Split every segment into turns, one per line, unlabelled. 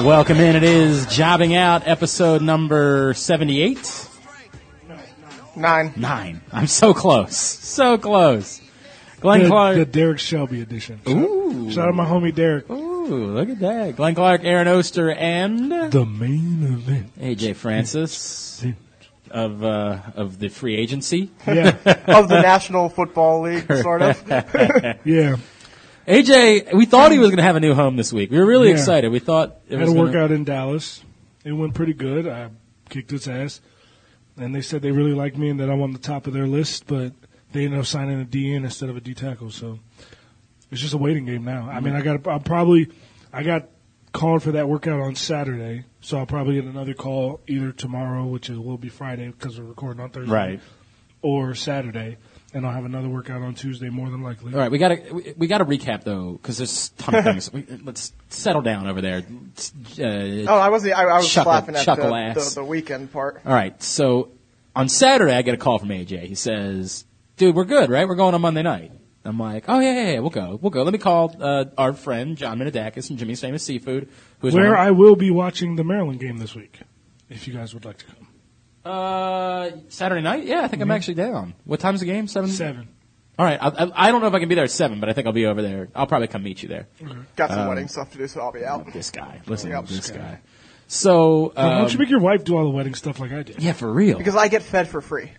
Welcome in. It is Jobbing Out, episode number 78.
Nine.
Nine. I'm so close. So close. Glenn
the,
Clark.
the Derek Shelby edition. Shout,
Ooh.
shout out my homie Derek.
Ooh, look at that. Glenn Clark, Aaron Oster, and
The main event.
AJ Francis of uh, of the free agency.
Yeah,
Of the National Football League, sort of.
yeah.
AJ, we thought he was going to have a new home this week. We were really
Yeah.
excited. We thought it
Had
was
a
gonna-
workout in Dallas. It went pretty good. I kicked its ass, and they said they really liked me and that I'm on the top of their list. But they ended up signing a DN instead of a D tackle, so it's just a waiting game now. I mean, I got I'll probably I got called for that workout on Saturday, so I'll probably get another call either tomorrow, which it will be Friday because we're recording on Thursday,
Right.
or Saturday, and I'll have another workout on Tuesday, more than likely.
All right, we got to we, we got to recap though, because there's a ton of things. We, let's settle down over there. Uh,
Oh, I was I, I was
Chuckle-
laughing at
chuckle
the, the,
ass.
the weekend part.
All right. So on Saturday, I get a call from AJ. He says, "Dude, we're good, right? We're going on Monday night." I'm like, "Oh yeah, yeah, yeah we'll go, we'll go." Let me call uh, our friend John Minidakis from Jimmy's Famous Seafood, who's
Where
one
I will be watching the Maryland game this week, if you guys would like to come.
uh, Saturday night. Yeah, I think I'm actually down. What time's the game? Seven.
Seven.
All right. I, I, I don't know if I can be there at seven, but I think I'll be over there. I'll probably come meet you there.
Got
Um,
some wedding stuff to do, so I'll be out.
This guy, listen,
Yep.
to this guy. So,
Why
um,
don't you make your wife do all the wedding stuff like I did?
yeah, for real.
Because I get fed for free.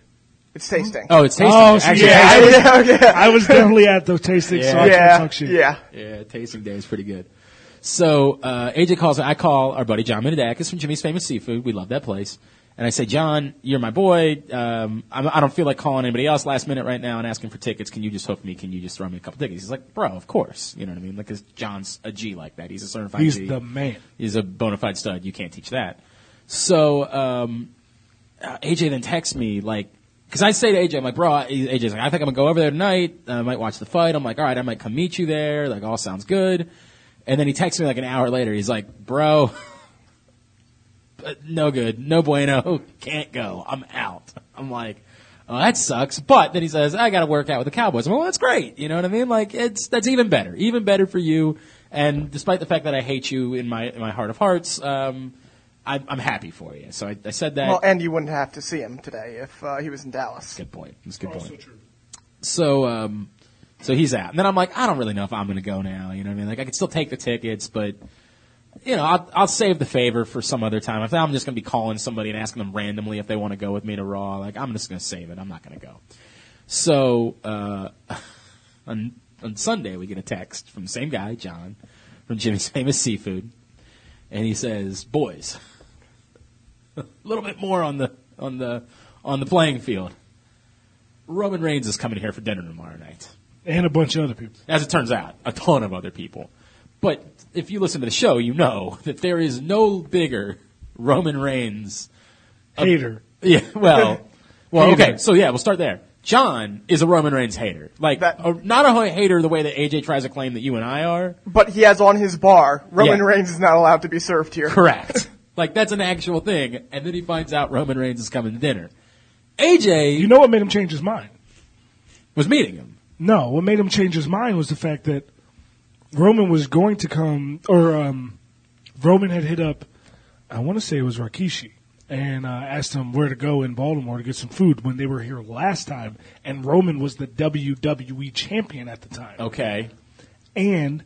It's tasting.
oh, it's tasting.
Oh, so
actually,
yeah,
tasting-
I was-
yeah, yeah.
I was definitely at the tasting, so I can't
yeah,
talk shit.
yeah.
Yeah, tasting day is pretty good. So uh, AJ calls. I call our buddy John Minidakis from Jimmy's Famous Seafood. We love that place. And I say, John, you're my boy. Um, I'm, I don't feel like calling anybody else last minute right now and asking for tickets. Can you just hook me? Can you just throw me a couple tickets? He's like, bro, of course. You know what I mean? Like, 'cause John's a G like that. He's a certified
He's
G
the man.
is a bona fide stud. You can't teach that. So um, uh, AJ then texts me like, because I say to AJ, I'm like, bro, I- AJ's like, I think I'm gonna go over there tonight. I might watch the fight. I'm like, all right, I might come meet you there. Like, all sounds good. And then he texts me like an hour later. He's like, bro, uh, no good, no bueno, can't go. I'm out. I'm like. Oh, that sucks. But then he says, I gotta work out with the Cowboys. I'm like, well, that's great. You know what I mean? Like, it's, that's even better. Even better for you. And despite the fact that I hate you in my, in my heart of hearts, um, I, I'm happy for you. So I, I said that.
Well, and you wouldn't have to see him today if uh, he was in Dallas.
Good point. That's a good point. So, um, so he's out. And then I'm like, I don't really know if I'm going to go now. You know what I mean? Like, I could still take the tickets, but, you know, I'll, I'll save the favor for some other time. I think I'm just going to be calling somebody and asking them randomly if they want to go with me to Raw. Like, I'm just going to save it. I'm not going to go. So, uh, on, on Sunday, we get a text from the same guy, John, from Jimmy's Famous Seafood. And he says, boys, a little bit more on the, on the, on the playing field. Roman Reigns is coming here for dinner tomorrow night.
And a bunch of other people.
As it turns out, a ton of other people. But if you listen to the show, you know that there is no bigger Roman Reigns.
Hater.
Yeah, well, well,
Hater.
okay. So yeah, we'll start there. John is a Roman Reigns hater. Like,
That-
a, not a hater the way that AJ tries to claim that you and I are.
But he has on his bar, Roman
Yeah.
Reigns is not allowed to be served here.
Correct. like, that's an actual thing. And then he finds out Roman Reigns is coming to dinner. AJ
You know what made him change his mind?
was meeting him.
No, what made him change his mind was the fact that Roman was going to come, or um, Roman had hit up, I want to say it was Rakishi, and uh, asked him where to go in Baltimore to get some food when they were here last time, and Roman was the WWE champion at the time.
Okay.
And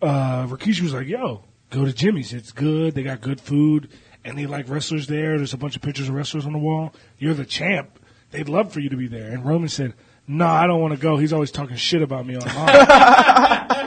uh, Rikishi was like, "Yo, go to Jimmy's. It's good. They got good food, and they like wrestlers there. There's a bunch of pictures of wrestlers on the wall. You're the champ. They'd love for you to be there." And Roman said, "No, I don't want to go. He's always talking shit about me online."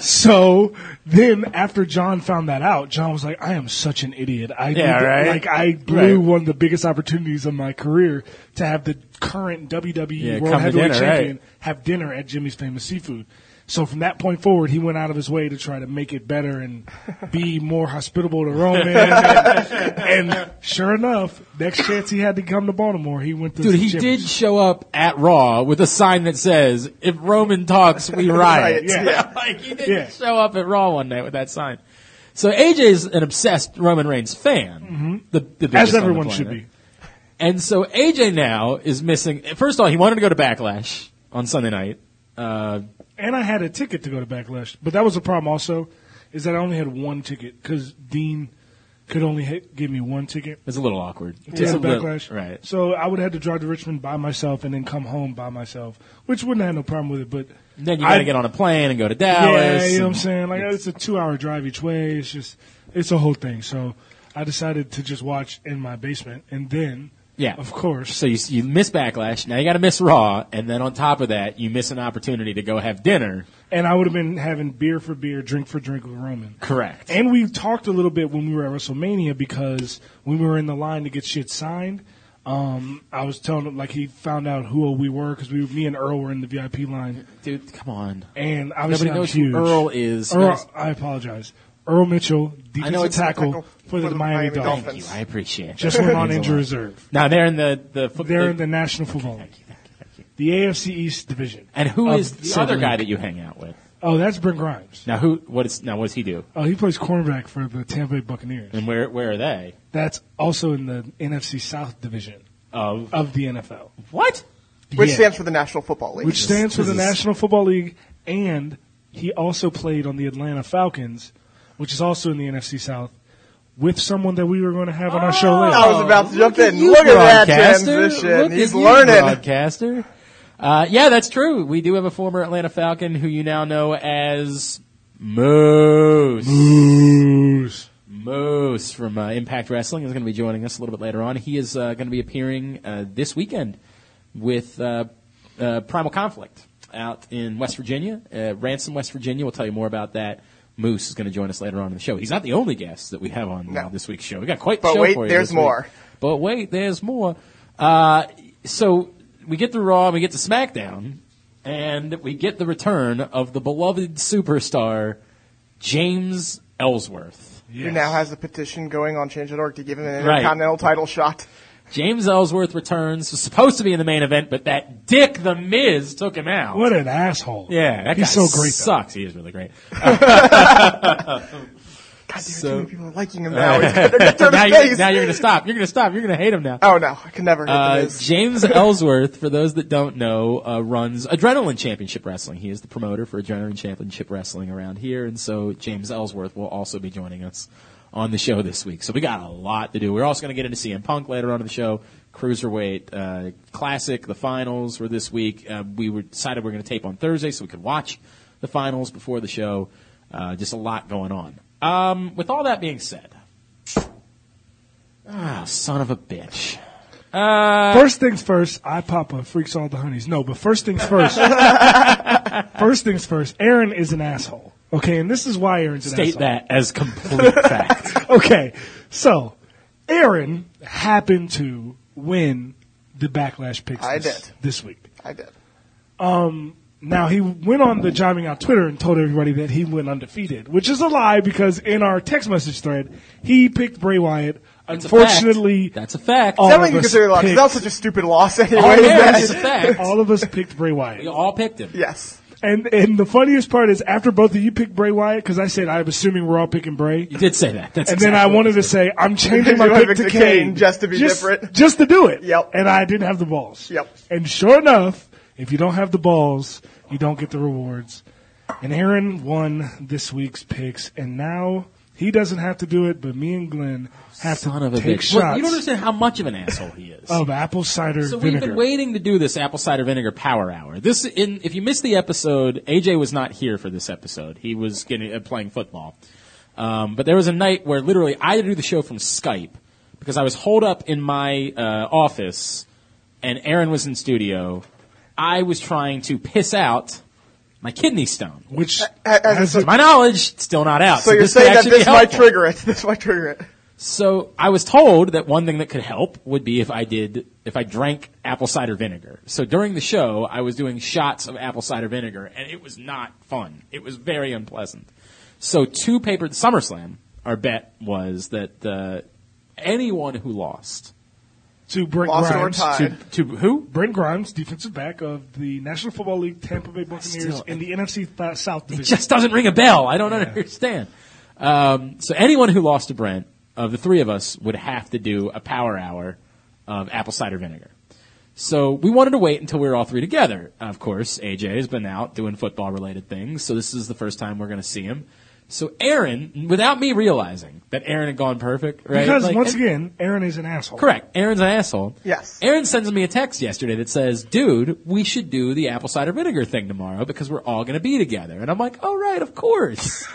so then, after John found that out, John was like, "I am such an idiot. I
Yeah,
did-
right?
like I blew
Right.
one of the biggest opportunities of my career to have the current WWE
Yeah,
World
come to
Heavyweight
dinner,
Champion
right.
have dinner at Jimmy's Famous Seafood. So from that point forward, he went out of his way to try to make it better and be more hospitable to Roman. and, and sure enough, next chance he had to come to Baltimore, he went to
Dude, he
Jimmy's.
did show up at Raw with a sign that says, "If Roman talks, we riot."
Riot, yeah.
like he didn't
Yeah.
show up at Raw one night with that sign. So AJ's an obsessed Roman Reigns fan, the, the biggest on
Mm-hmm. as
the
everyone should
planet.
be.
And so AJ now is missing. First of all, he wanted to go to Backlash on Sunday night. Uh,
and I had a ticket to go to Backlash, but that was a problem also, is that I only had one ticket because Dean could only hit, give me one ticket
it's a little awkward.
to
It's a
the
little-
Backlash.
right?
So I would have had to drive to Richmond by myself and then come home by myself, which wouldn't have had no problem with it. But
Then you got to
I-
get on a plane and go to Dallas.
yeah, you know what I'm
and-
saying. Like it's a two hour drive each way. It's just it's a whole thing. So I decided to just watch in my basement, and then
Yeah.
of course,
So you, you miss Backlash. Now you got to miss Raw, and then on top of that, you miss an opportunity to go have dinner.
and I would have been having beer for beer, drink for drink with Roman.
Correct.
And we talked a little bit when we were at WrestleMania because when we were in the line to get shit signed, um, I was telling him like he found out who we were because we, me and Earl were in the VIP line,
Dude, come on.
and obviously
Nobody
I'm
knows
huge.
who Earl is.
Earl,
Nice.
I apologize. Earl Mitchell, defensive
it's-
tackle, for the, Miami, Dolphins.
Thank you. I appreciate it.
Just went on
Thanks a
injury
lot.
reserve.
Now they're in the the, fo-
They're in the National Football League, the AFC East division.
And who
of
is the
said
other guy
league.
that you hang out with?
Oh, that's Brent Grimes.
Now who? What is? Now what does he do?
Oh, he plays cornerback for the Tampa Bay Buccaneers.
And where where are they?
That's also in the NFC South division.
Of
of the NFL,
what?
Which
Yeah.
stands for the National Football League.
which stands for
this
the
is-
National Football League, and he also played on the Atlanta Falcons, which is also in the NFC South, with someone that we were going to have on our show later.
I Oh, was about to jump
Look at
in.
you,
Look at that
broadcaster.
transition.
Look
He's
at you,
learning.
Broadcaster. Uh, yeah, that's true. We do have a former Atlanta Falcon who you now know as Moose.
Moose.
Moose from uh, Impact Wrestling is going to be joining us a little bit later on. He is uh, going to be appearing uh, this weekend with uh, uh, Primal Conflict out in West Virginia, uh, Ransom, West Virginia. We'll tell you more about that. Moose is going to join us later on in the show. He's not the only guest that we have on uh,
No.
this week's show. We got quite the
But
show
wait,
for you
there's
this week.
more.
But wait, there's more. Uh, so we get through Raw, we get to SmackDown, and we get the return of the beloved superstar James Ellsworth.
Who now has the petition going on Change.org to give him an
Right.
Intercontinental title shot.
James Ellsworth returns. Was supposed to be in the main event, but that Dick the Miz took him out.
What an asshole.
Yeah, that
He's
guy
so great, though.
Sucks. He is really great.
God damn it,
So-
too many people are liking him now. He's gonna get to the
now, you,
face.
now you're gonna stop. You're gonna stop. You're gonna hate him now.
Oh no, I can never hit
Uh,
uh,
James Ellsworth, for those that don't know, uh, runs Adrenaline Championship Wrestling. He is the promoter for Adrenaline Championship Wrestling around here, and so James Ellsworth will also be joining us on the show this week. So we got a lot to do. We're also going to get into CM Punk later on in the show. Cruiserweight uh, Classic, the finals were this week. Uh, we were, decided we are going to tape on Thursday so we could watch the finals before the show. Uh, just a lot going on. Um, with all that being said, ah, son of a bitch. Uh,
First things first, I Papa freaks all the honeys. No, but first things first. first things first, Aaron is an asshole. Okay, and this is why Aaron's an
state
asshole.
that as complete fact.
Okay, so Aaron happened to win the backlash picks
I
this,
did.
this week.
I did.
Now he went on the jobbing out Twitter and told everybody that he went undefeated, which is a lie because in our text message thread he picked Bray Wyatt.
It's a
Unfortunately,
fact. that's a fact.
All
Is that
of
what you
us
consider a loss? 'Cause That was
picked-
such a stupid loss anyway.
All
It was
Aaron
bad.
is a fact.
all of us picked Bray Wyatt.
We all picked him.
Yes.
And and the funniest part is after both of you picked Bray Wyatt because I said I'm assuming we're all picking Bray.
You did say that. That's
And then I
exactly what
wanted
you
to say, I'm changing my
You wanted
pick
to
to
pick Kane
Kane
just to be different.
just to do it.
Yep.
And I didn't have the balls.
Yep.
And sure enough, if you don't have the balls, you don't get the rewards. And Aaron won this week's picks, and now he doesn't have to do it, but me and Glenn have
Son
to
of a
take
bitch. Well,
shots
you don't understand how much of an asshole he is.
of apple cider
so
vinegar.
we've been waiting to do this apple cider vinegar power hour. This in if you missed the episode, AJ was not here for this episode. He was getting, uh, playing football. Um, but there was a night where literally I had to do the show from Skype because I was holed up in my uh, office, and Aaron was in studio. I was trying to piss out my kidney stone.
Which
as a
has
To my knowledge, it's still not out.
So, you're
this could
saying that
actually be
this might
helpful.
trigger it. This might trigger it.
So I was told that one thing that could help would be if I did, if I drank apple cider vinegar. So during the show, I was doing shots of apple cider vinegar and it was not fun. It was very unpleasant. So two paper, SummerSlam, our bet was that, uh, anyone who lost
To Brent
Lost or
Grimes.
tied.
to, to who?
Brent Grimes, defensive back of the National Football League Tampa Bay Buccaneers
Still-
in the NFC th- South
It
Division.
just doesn't ring a bell. I don't understand. Um, so anyone who lost to Brent of the three of us would have to do a power hour of apple cider vinegar. So we wanted to wait until we were all three together. Of course, AJ has been out doing football related things, so this is the first time we're going to see him. So Aaron, without me realizing that Aaron had gone perfect, right?
Because
Like,
once
and-
again, Aaron is an asshole.
Correct. Aaron's an asshole.
Yes.
Aaron sends me a text yesterday that says, dude, we should do the apple cider vinegar thing tomorrow because we're all going to be together. And I'm like, oh, right, of course.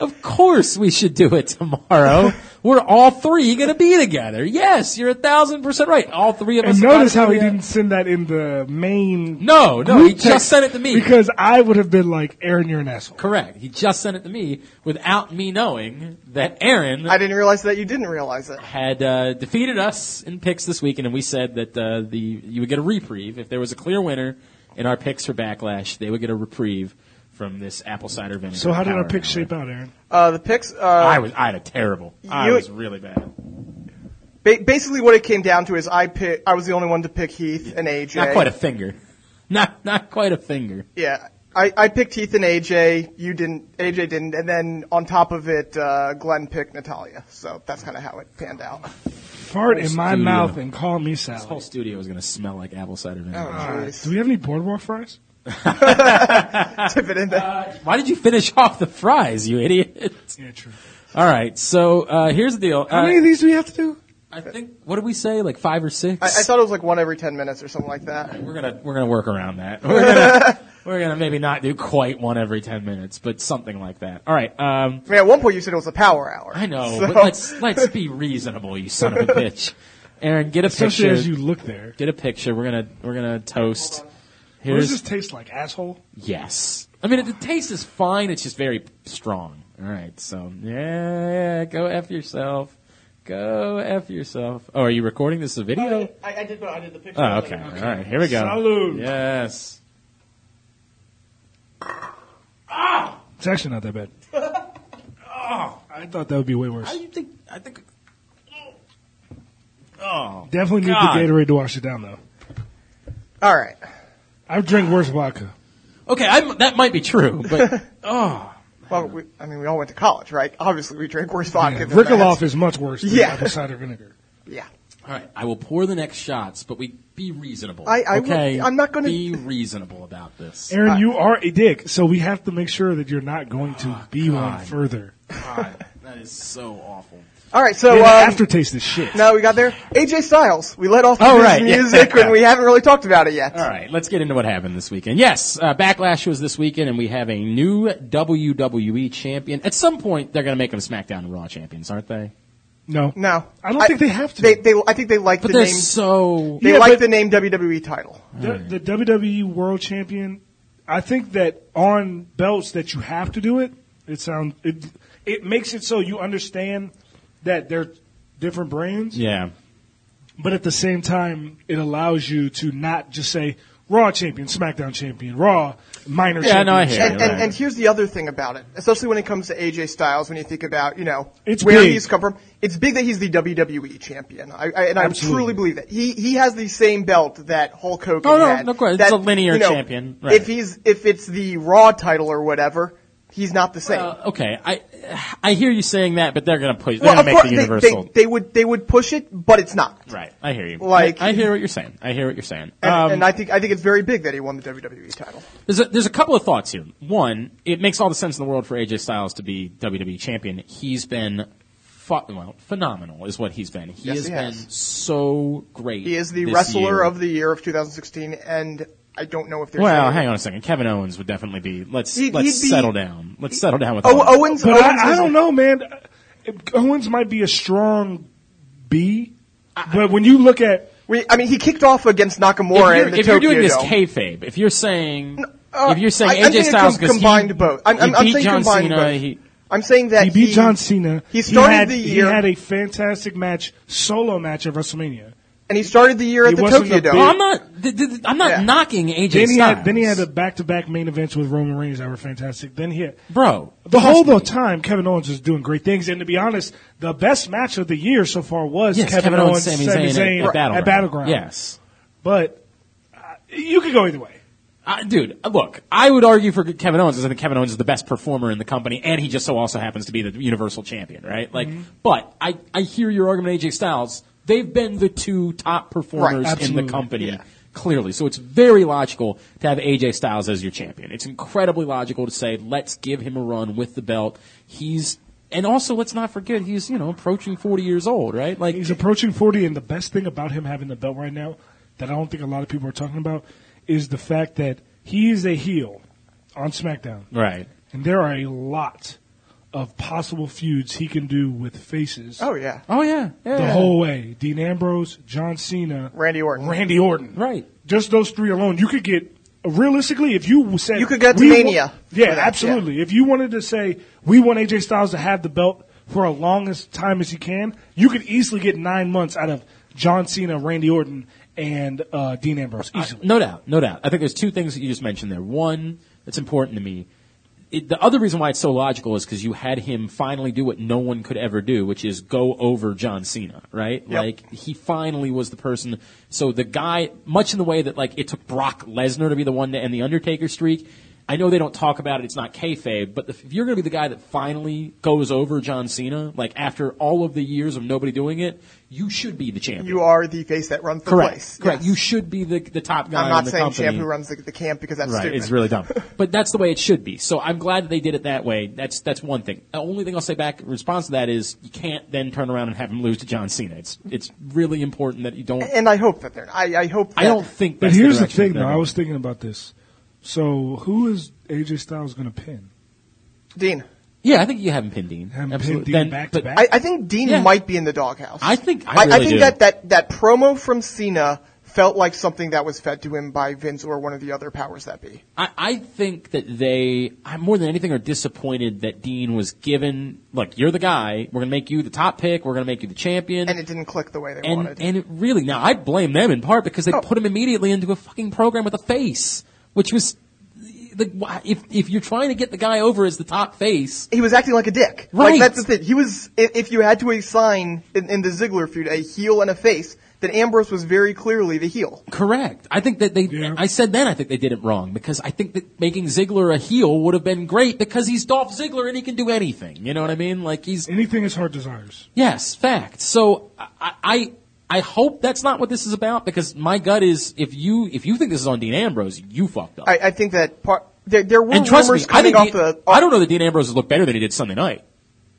of course we should do it tomorrow. We're all three going to be together. Yes, you're a thousand percent right. All three of us.
And
gotta
notice how
be
he
together.
didn't send that in the main.
No, no,
group
he just
text
sent it to me.
Because I would have been like, Aaron, you're an asshole.
Correct. He just sent it to me without me knowing that Aaron
I didn't realize that you didn't realize it.
had uh, defeated us in picks this weekend, and we said that uh, the you would get a reprieve if there was a clear winner in our picks for Backlash. They would get a reprieve from this apple cider vinegar.
So how did
power
our pick
hour.
shape out, Aaron?
Uh, the picks. Uh,
I was I had a terrible. I
You-
was really bad.
ba- basically, what it came down to is I pick. I was the only one to pick Heath and AJ.
Not quite a finger. Not not quite a finger.
Yeah, I, I picked Heath and AJ. You didn't. AJ didn't. And then on top of it, uh, Glenn picked Natalia. So that's kind of how it panned out.
Fart in my
studio.
mouth and call me
The whole
Sally.
studio was going to smell like apple cider
Oh,
vinegar.
Do
jeez.
we have any boardwalk fries?
Tip it in there.
Why did you finish off the fries, you idiot?
Yeah, true.
All right, so uh, here's the deal.
How many
Uh,
of these do we have to do?
I think what did we say? Like five or six?
I, I thought it was like one every ten minutes or something like that.
We're gonna we're gonna work around that. We're gonna we're gonna maybe not do quite one every ten minutes, but something like that. All right. Um,
I mean, at one point you said it was a power hour.
I know,
So-
but let's let's be reasonable, you son of a bitch. Aaron, get a
Especially
picture.
as you look there.
Get a picture. We're gonna we're gonna toast.
What does
Here's
this taste like, asshole?
yes. I mean, the taste is fine. It's just very strong. All right. So yeah, go f yourself. Go f yourself. Oh, are you recording this as a video?
I, I did. I did the picture.
Oh, okay. All right. Here we go.
Salud.
Yes.
It's actually not that bad. oh, I thought that would be way
How
worse.
do you think? I think. Oh,
Definitely need
God.
the Gatorade to wash it down, though.
All right.
I've drank worse vodka.
okay. I'm, that might be true, but oh,
Well, we, I mean, we all went to college, right? Obviously, we drank worse vodka.
Yeah,
than that.
Ricoloff is much worse than
Yeah.
apple cider vinegar.
Yeah.
all right. I will pour the next shots, but we be reasonable.
I- I will-
okay,
I'm not gonna-
be reasonable about this.
Aaron, you are a dick, so we have to make sure that you're not going to be one
God.
further.
God, that is so awful.
All right. So
Yeah, the
um,
aftertaste is shit.
now we got there. AJ Styles. We let off
Oh,
his
right, yeah.
music, and we haven't really talked about it
Uh,
yet.
All right, let's get into what happened this weekend. Yes, uh, Backlash was this weekend, and we have a new WWE champion. At some point, they're going to make them SmackDown and Raw champions, aren't they?
No,
No,
I don't think they have to.
They, they, I think they like
But
the
they're
name.
so.
They
Yeah,
like
but-
the name WWE title.
the, the WWE World Champion. I think that on belts that you have to do it. It sounds it. It makes it so you understand that they're different brands,
Yeah.
but at the same time, it allows you to not just say Raw Champion, SmackDown Champion, Raw Minor
Yeah,
Champion.
no, I hear
And,
Yeah,
and,
right.
and here's the other thing about it, especially when it comes to AJ Styles. When you think about, you know,
It's
where
big.
he's come from, it's big that he's the WWE champion. I, I, and I
Absolutely.
truly believe that he he has the same belt that Hulk Hogan
Oh, no,
had.
no question.
That,
It's a linear
you know,
champion. Right.
If he's if it's the Raw title or whatever, he's not the same.
Uh, okay, I I hear you saying that, but they're going to push. They're
well,
going
of
to make
course
the
they-
universal.
They, they, would they would push it, but it's not.
Right. I hear you.
Like-
I, I hear what you're saying. I hear what you're saying.
And,
um,
and I think I think it's very big that he won the WWE title.
there's a, there's a couple of thoughts here. One, it makes all the sense in the world for AJ Styles to be WWE champion. He's been pho- well, phenomenal is what he's been. He
Yes,
has
he
been
has.
so great.
He is the
this
wrestler
year.
of the year of 2016, and I don't know if there's
Well,
any-
hang on a second. Kevin Owens would definitely be. Let's
He'd-
let's
he'd be-
settle down. Let's settle down with.
Oh,
Owens.
Owens,
But
Owens
I, I
is-
don't know, man. Owens might be a strong B, but when you look at
We, I mean, he kicked off against
If
Nakamura
you're,
in the
if you're doing
Tokyo
this
Dome.
kayfabe, if you're saying
uh,
if you're saying
I- I'm
AJ
thinking
Styles
com-
because
combined
he,
both. I'm- I'm-
he
I'm
beat
saying
John
combined
Cena,
both.
he
I'm saying that
he beat John Cena.
He started
had,
the year
He had a fantastic match, solo match at WrestleMania.
and he started the year
he
at the
wasn't
Tokyo
a
Dome.
big-
Well, I'm not. Th- th- th- I'm not
Yeah.
knocking AJ
Then he,
Styles.
had, then he had the back-to-back main events with Roman Reigns that were fantastic. Then he had
bro.
the whole the time Kevin Owens was doing great things. And to be honest, the best match of the year so far was
Yes,
Kevin, Owens, Sami Zayn,
at, Battleground.
at Battleground.
Yes,
but uh, you could go either way.
I, dude. Look, I would argue for Kevin Owens. 'cause I think Kevin Owens is the best performer in the company, and he just so also happens to be the Universal Champion, right? Like,
Mm-hmm.
but I I hear your argument, AJ Styles. They've been the two top performers in the
absolutely.
company. Clearly, so it's very logical to have AJ Styles as your champion. It's incredibly logical to say, let's give him a run with the belt. He's, and also let's not forget, he's, you know, approaching 40 years old, right? Like,
He's approaching 40, and the best thing about him having the belt right now that I don't think a lot of people are talking about is the fact that he is a heel on SmackDown.
right.
And there are a lot of possible feuds he can do with faces
oh yeah,
Oh yeah, yeah.
the whole way. Dean Ambrose, John Cena,
Randy Orton.
Randy Orton.
Right.
Just those three alone, you could get realistically if you said
You could get to
we wa-
Mania
yeah,
for that,
absolutely. If you wanted to say we want AJ Styles to have the belt for as long as time as he can, you could easily get nine months out of John Cena, Randy Orton, and uh, Dean Ambrose easily.
No doubt, no doubt. I think there's two things that you just mentioned there. One that's important to me. It, the other reason why it's so logical is because you had him finally do what no one could ever do, which is go over John Cena, right? Like he finally was the person. So the guy, much in the way that like it took Brock Lesnar to be the one to end the Undertaker streak. I know they don't talk about it; it's not kayfabe. But if you're going to be the guy that finally goes over John Cena, like after all of the years of nobody doing it, you should be the champion.
you are the face that runs the
Correct.
place.
Correct.
Yes.
You should be the the top guy.
I'm
in
not
the
saying
company.
champ who runs the, the camp because that's
Right,
stupid.
it's really dumb. but that's the way it should be. So I'm glad that they did it that way. That's that's one thing. The only thing I'll say back in response to that is you can't then turn around and have him lose to John Cena. It's it's really important that you don't.
and I hope that they're. I, I hope. That,
I don't think.
But
That's
here's the
direction
thing,
that
though.
they're
I was thinking about this. So who is AJ Styles going to pin?
Dean.
going. Yeah, I think you have him pinned Dean.
Have him
Absolutely.
pin
Then-
Dean back to
but
back?
I, I think Dean
Yeah.
might be in the doghouse.
I think- I
I
really
think
do.
that that that promo from Cena felt like something that was fed to him by Vince or one of the other powers that be.
I, I think that they, I more than anything, are disappointed that Dean was given. Look, you're the guy. We're gonna make you the top pick. We're gonna make you the champion.
And it didn't click the way they
and
wanted.
and it really now I blame them in part because they
Oh.
put him immediately into a fucking program with a face, which was the why- if if you're trying to get the guy over as the top face,
he was acting like a dick.
Right.
Like that's the thing. He was. i- If you had to assign in, in the Ziggler feud a heel and a face, then Ambrose was very clearly the heel.
correct. I think that they
Yeah.
I said then I think they did it wrong because I think that making Ziggler a heel would have been great because he's Dolph Ziggler and he can do anything. You know what I mean? Like he's
Anything his heart desires.
Yes, fact. So I, I I hope that's not what this is about because my gut is if you if you think this is on Dean Ambrose, you fucked up.
I, I think that part. There, there were
and trust me,
rumors
I
coming
think
off
he-
the.
I don't know that Dean Ambrose has looked better than he did Sunday night.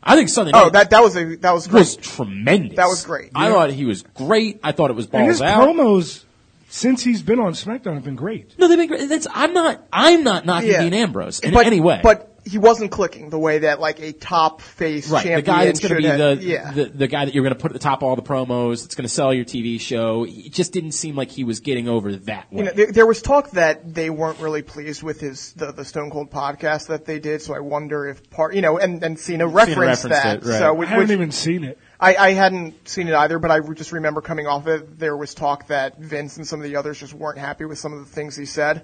I think Sunday
Oh,
night
that that was a that was great.
was tremendous.
That was great.
I
Yeah.
thought he was great. I thought it was
And
balls
his
out.
promos since he's been on SmackDown have been great.
No, they've been great. That's I'm not I'm not knocking
Yeah.
Dean Ambrose in
but,
any way.
But he wasn't clicking the way that like a top face
Right,
champion
the guy that's going to
should
be
have-
the,
yeah.
the the guy that you're going to put at the top of all the promos. That's going to sell your TV show. It just didn't seem like he was getting over that way.
you know, there, there was talk that they weren't really pleased with his the, the Stone Cold podcast that they did, so I wonder if part you know, and, and Cena referenced,
referenced
that.
it, right.
So
I
which,
haven't
which-
even seen it.
I, I hadn't seen it either, but I re- just remember coming off it. There was talk that Vince and some of the others just weren't happy with some of the things he said.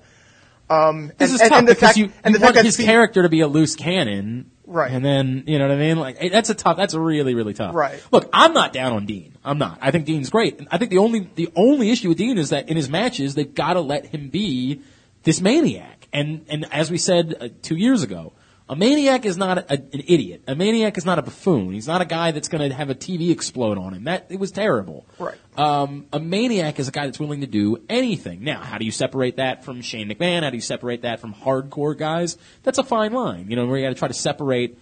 Um,
This
and,
is
and,
tough
and the
because
fact,
you,
and
you
the fact
want
that
his
Cena-
character to be a loose cannon,
Right.
And then you know what I mean. Like eh, that's a tough. That's a really really tough.
Right.
Look, I'm not down on Dean. I'm not. I think Dean's great. And I think the only the only issue with Dean is that in his matches they've got to let him be this maniac. And and as we said uh, two years ago, a maniac is not a, an idiot. A maniac is not a buffoon. He's not a guy that's going to have a TV explode on him. That it was terrible.
Right.
Um, a maniac is a guy that's willing to do anything. Now, how do you separate that from Shane McMahon? How do you separate that from hardcore guys? That's a fine line, you know, where you got to try to separate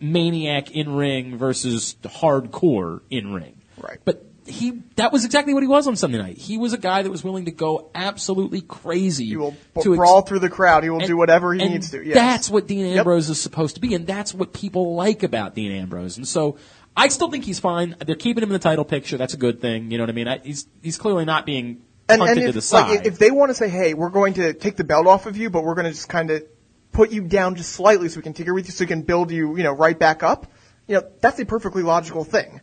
maniac in ring versus hardcore in ring.
Right.
But he, that was exactly what he was on Sunday night. He was a guy that was willing to go absolutely crazy.
He will b-
to ex-
brawl through the crowd. He will
and-
do whatever he
and
needs to. Yes.
That's what Dean Ambrose is supposed to be, and that's what people like about Dean Ambrose. And so I still think he's fine. They're keeping him in the title picture. That's a good thing. You know what I mean? I, he's he's clearly not being
and,
punted
and
to
if,
the side.
Like, if they want to say, hey, we're going to take the belt off of you, but we're going to just kind of put you down just slightly so we can tinker with you so we can build you, you know, right back up. You know, that's a perfectly logical thing.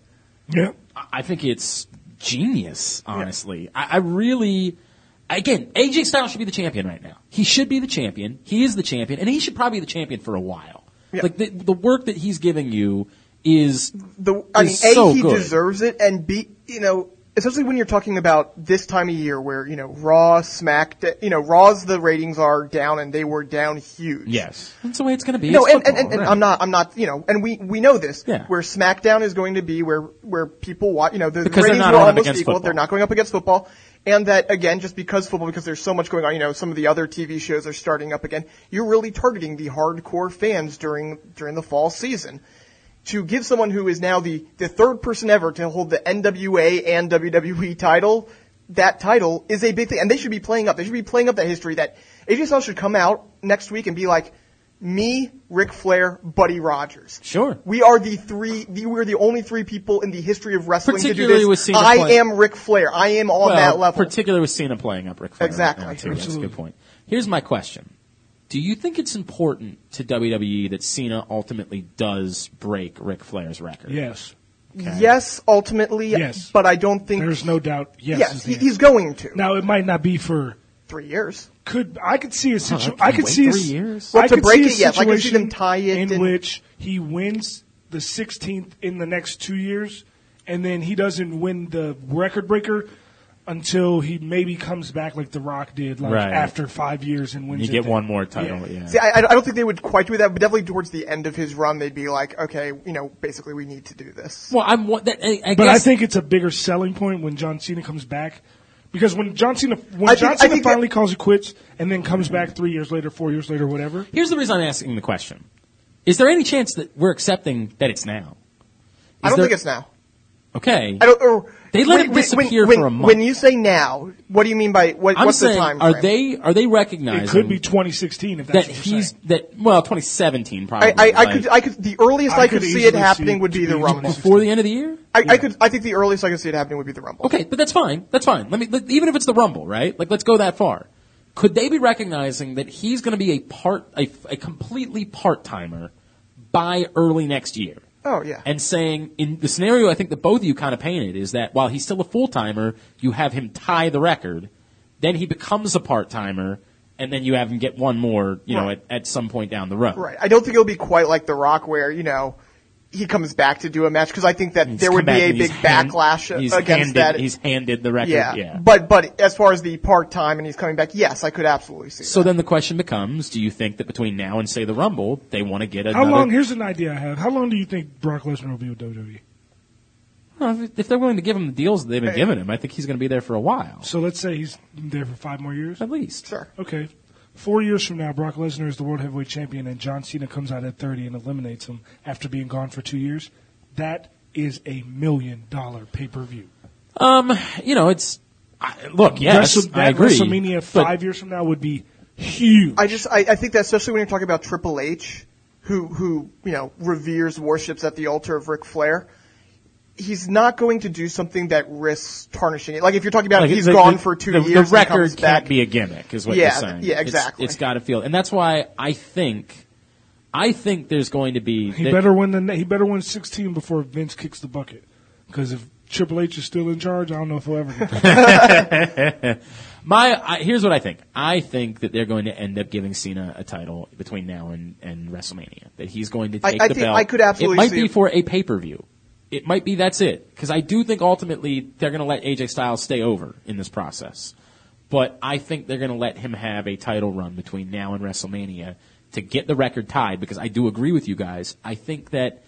Yeah.
I think it's genius, honestly. I, I really, again, AJ Styles should be the champion right now. He should be the champion. He is the champion, and he should probably be the champion for a while.
Yeah.
Like the the work that he's giving you is
The I mean,
He's
a
so
he
good.
deserves it, and b you know, especially when you're talking about this time of year where you know Raw, Smack, you know, Raw's the ratings are down, and they were down huge.
yes, that's the way it's going to be.
No,
It's
and, and, and,
football,
and uh,
right.
I'm not, I'm not, you know, and we, we know this,
Yeah.
where SmackDown is going to be where, where people watch, you know, the
Because they're
ratings
not
were
going up
almost
against
equal,
football.
they're not going up against football, and that again, just because football, because there's so much going on, you know, some of the other TV shows are starting up again, you're really targeting the hardcore fans during, during the fall season. To give someone who is now the, the third person ever to hold the NWA and WWE title, that title is a big thing, and they should be playing up, they should be playing up that history that AJ Styles should come out next week and be like, me, Ric Flair, Buddy Rogers.
Sure.
We are the three, the, we're the only three people in the history of wrestling to do
Particularly
this.
with Cena
I
playing-
am Ric Flair. I am on
well,
that level.
particularly with Cena playing up Ric Flair. right
Exactly.
now, too. That's a
Absolutely.
good point. Here's my question: Do you think it's important to WWE that Cena ultimately does break Ric Flair's record?
Yes.
Yes, ultimately,
Yes.
but I don't think,
There's no doubt. Yes.
yes,
is the
he,
answer.
he's going to.
now it might not be for.
Three years.
Could I could see a situation?
can
I could
wait
see a,
three
s-
years?
Well,
I
to
could
break
see a
it, yes. I could see them
situation
tie it
in
and-
which he wins the 16th in the next two years, and then he doesn't win the record breaker until he maybe comes back like The Rock did, like
Right.
after five years and wins.
You
it
get
then.
one more title.
Yeah.
Yeah.
See, I, I don't think they would quite do that, but definitely towards the end of his run, they'd be like, okay, you know, basically we need to do this.
Well, I'm. wa- That, I, I
But I
guess
think it's a bigger selling point when John Cena comes back. Because when John Cena when
I think-
John
I
Cena
think that-
finally calls it quits and then comes back three years later, four years later, whatever,
here's the reason I'm asking the question: Is there any chance that we're accepting that it's now?
I don't
there-
think it's now.
Okay.
I don't, or,
They let it
when,
disappear
when,
for a
when-
month.
When you say now, what do you mean by, what,
I'm
what's
saying,
the time
are
frame?
they are they recognizing
it could be 2016 if
that
that's what you're
he's
saying.
that well 2017 probably
I, I, I
like,
could, I could, the earliest
I
I, could
could
see
easily
it
see
happening
it
would
to
be the
be
Rumble.
2016.
before the end of the year.
I, I could, I think the earliest I could see it happening would be the Rumble.
Okay, but that's fine. That's fine. Let me let, even if it's the Rumble, right? Like let's go that far. Could they be recognizing that he's going to be a part a, a completely part timer by early next year?
Oh, yeah.
And saying in the scenario I think that both of you kind of painted is that while he's still a full timer, you have him tie the record, then he becomes a part timer, and then you have him get one more, you know,
Right.
at, at some point down the road.
Right. I don't think it'll be quite like The Rock, where you know he comes back to do a match because I think that
He's
there would
come back
be a
and he's
big
hand-
backlash
he's handed,
against that.
He's handed the record.
yeah.
Yeah.
But but as far as the part time and he's coming back, yes, I could absolutely see.
so then the question becomes: Do you think that between now and say the Rumble, they want to get another?
How long? Here's an idea I have. How long do you think Brock Lesnar will be with E? WWE?
Well, if- If they're willing to give him the deals that they've been giving him, I think he's going to be there for a while,
So let's say he's there for five more years.
at least.
that. Sure.
Okay. Four years from now, Brock Lesnar is the world heavyweight champion, and John Cena comes out at 30 and eliminates him after being gone for two years. That is a million dollar pay per view.
Um, you know, it's I, look. Yes, I agree.
WrestleMania
but
five years from now would be huge.
I just I, I think that especially when you're talking about Triple H, who who you know reveres worships at the altar of Ric Flair. He's not going to do something that risks tarnishing it. Like if you're talking about
like,
he's
the-
gone
the-
for two
the,
years,
The
and
record
comes
can't
back.
be a gimmick, is what
Yeah,
you're saying.
yeah,
It's-
exactly.
it's got to feel, and that's why I think, I think there's going to be.
He
that-
better win the he better win 16 before Vince kicks the bucket. Because if Triple H is still in charge, I don't know if he'll ever. Get that.
My I, here's what I think. I think that they're going to end up giving Cena a title between now and, and WrestleMania. That he's going to
I-
take
I
the
think-
belt.
I could absolutely
It might
see
be
it.
for a pay per view. It might be that's it. Because I do think ultimately they're going to let AJ Styles stay over in this process. But I think they're going to let him have a title run between now and WrestleMania to get the record tied. Because I do agree with you guys. I think that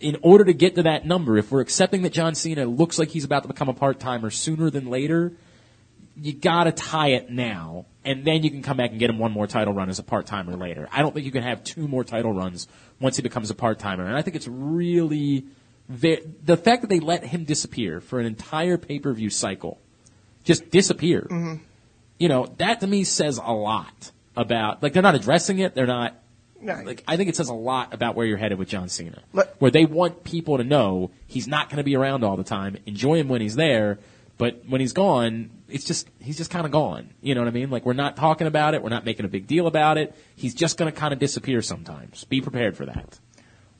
in order to get to that number, if we're accepting that John Cena looks like he's about to become a part timer sooner than later, you gotta tie it now, and then you can come back and get him one more title run as a part timer later. I don't think you can have two more title runs once he becomes a part timer, and I think it's really ve- the fact that they let him disappear for an entire pay per view cycle, just disappear. You know that to me says a lot about like they're not addressing it, they're not.
No.
Like I think it says a lot about where you're headed with John Cena,
Let-
where they want people to know he's not going to be around all the time. Enjoy him when he's there, But when he's gone, it's just he's just kind of gone. You know what I mean? Like we're not talking about it. We're not making a big deal about it. He's just going to kind of disappear sometimes. Be prepared for that.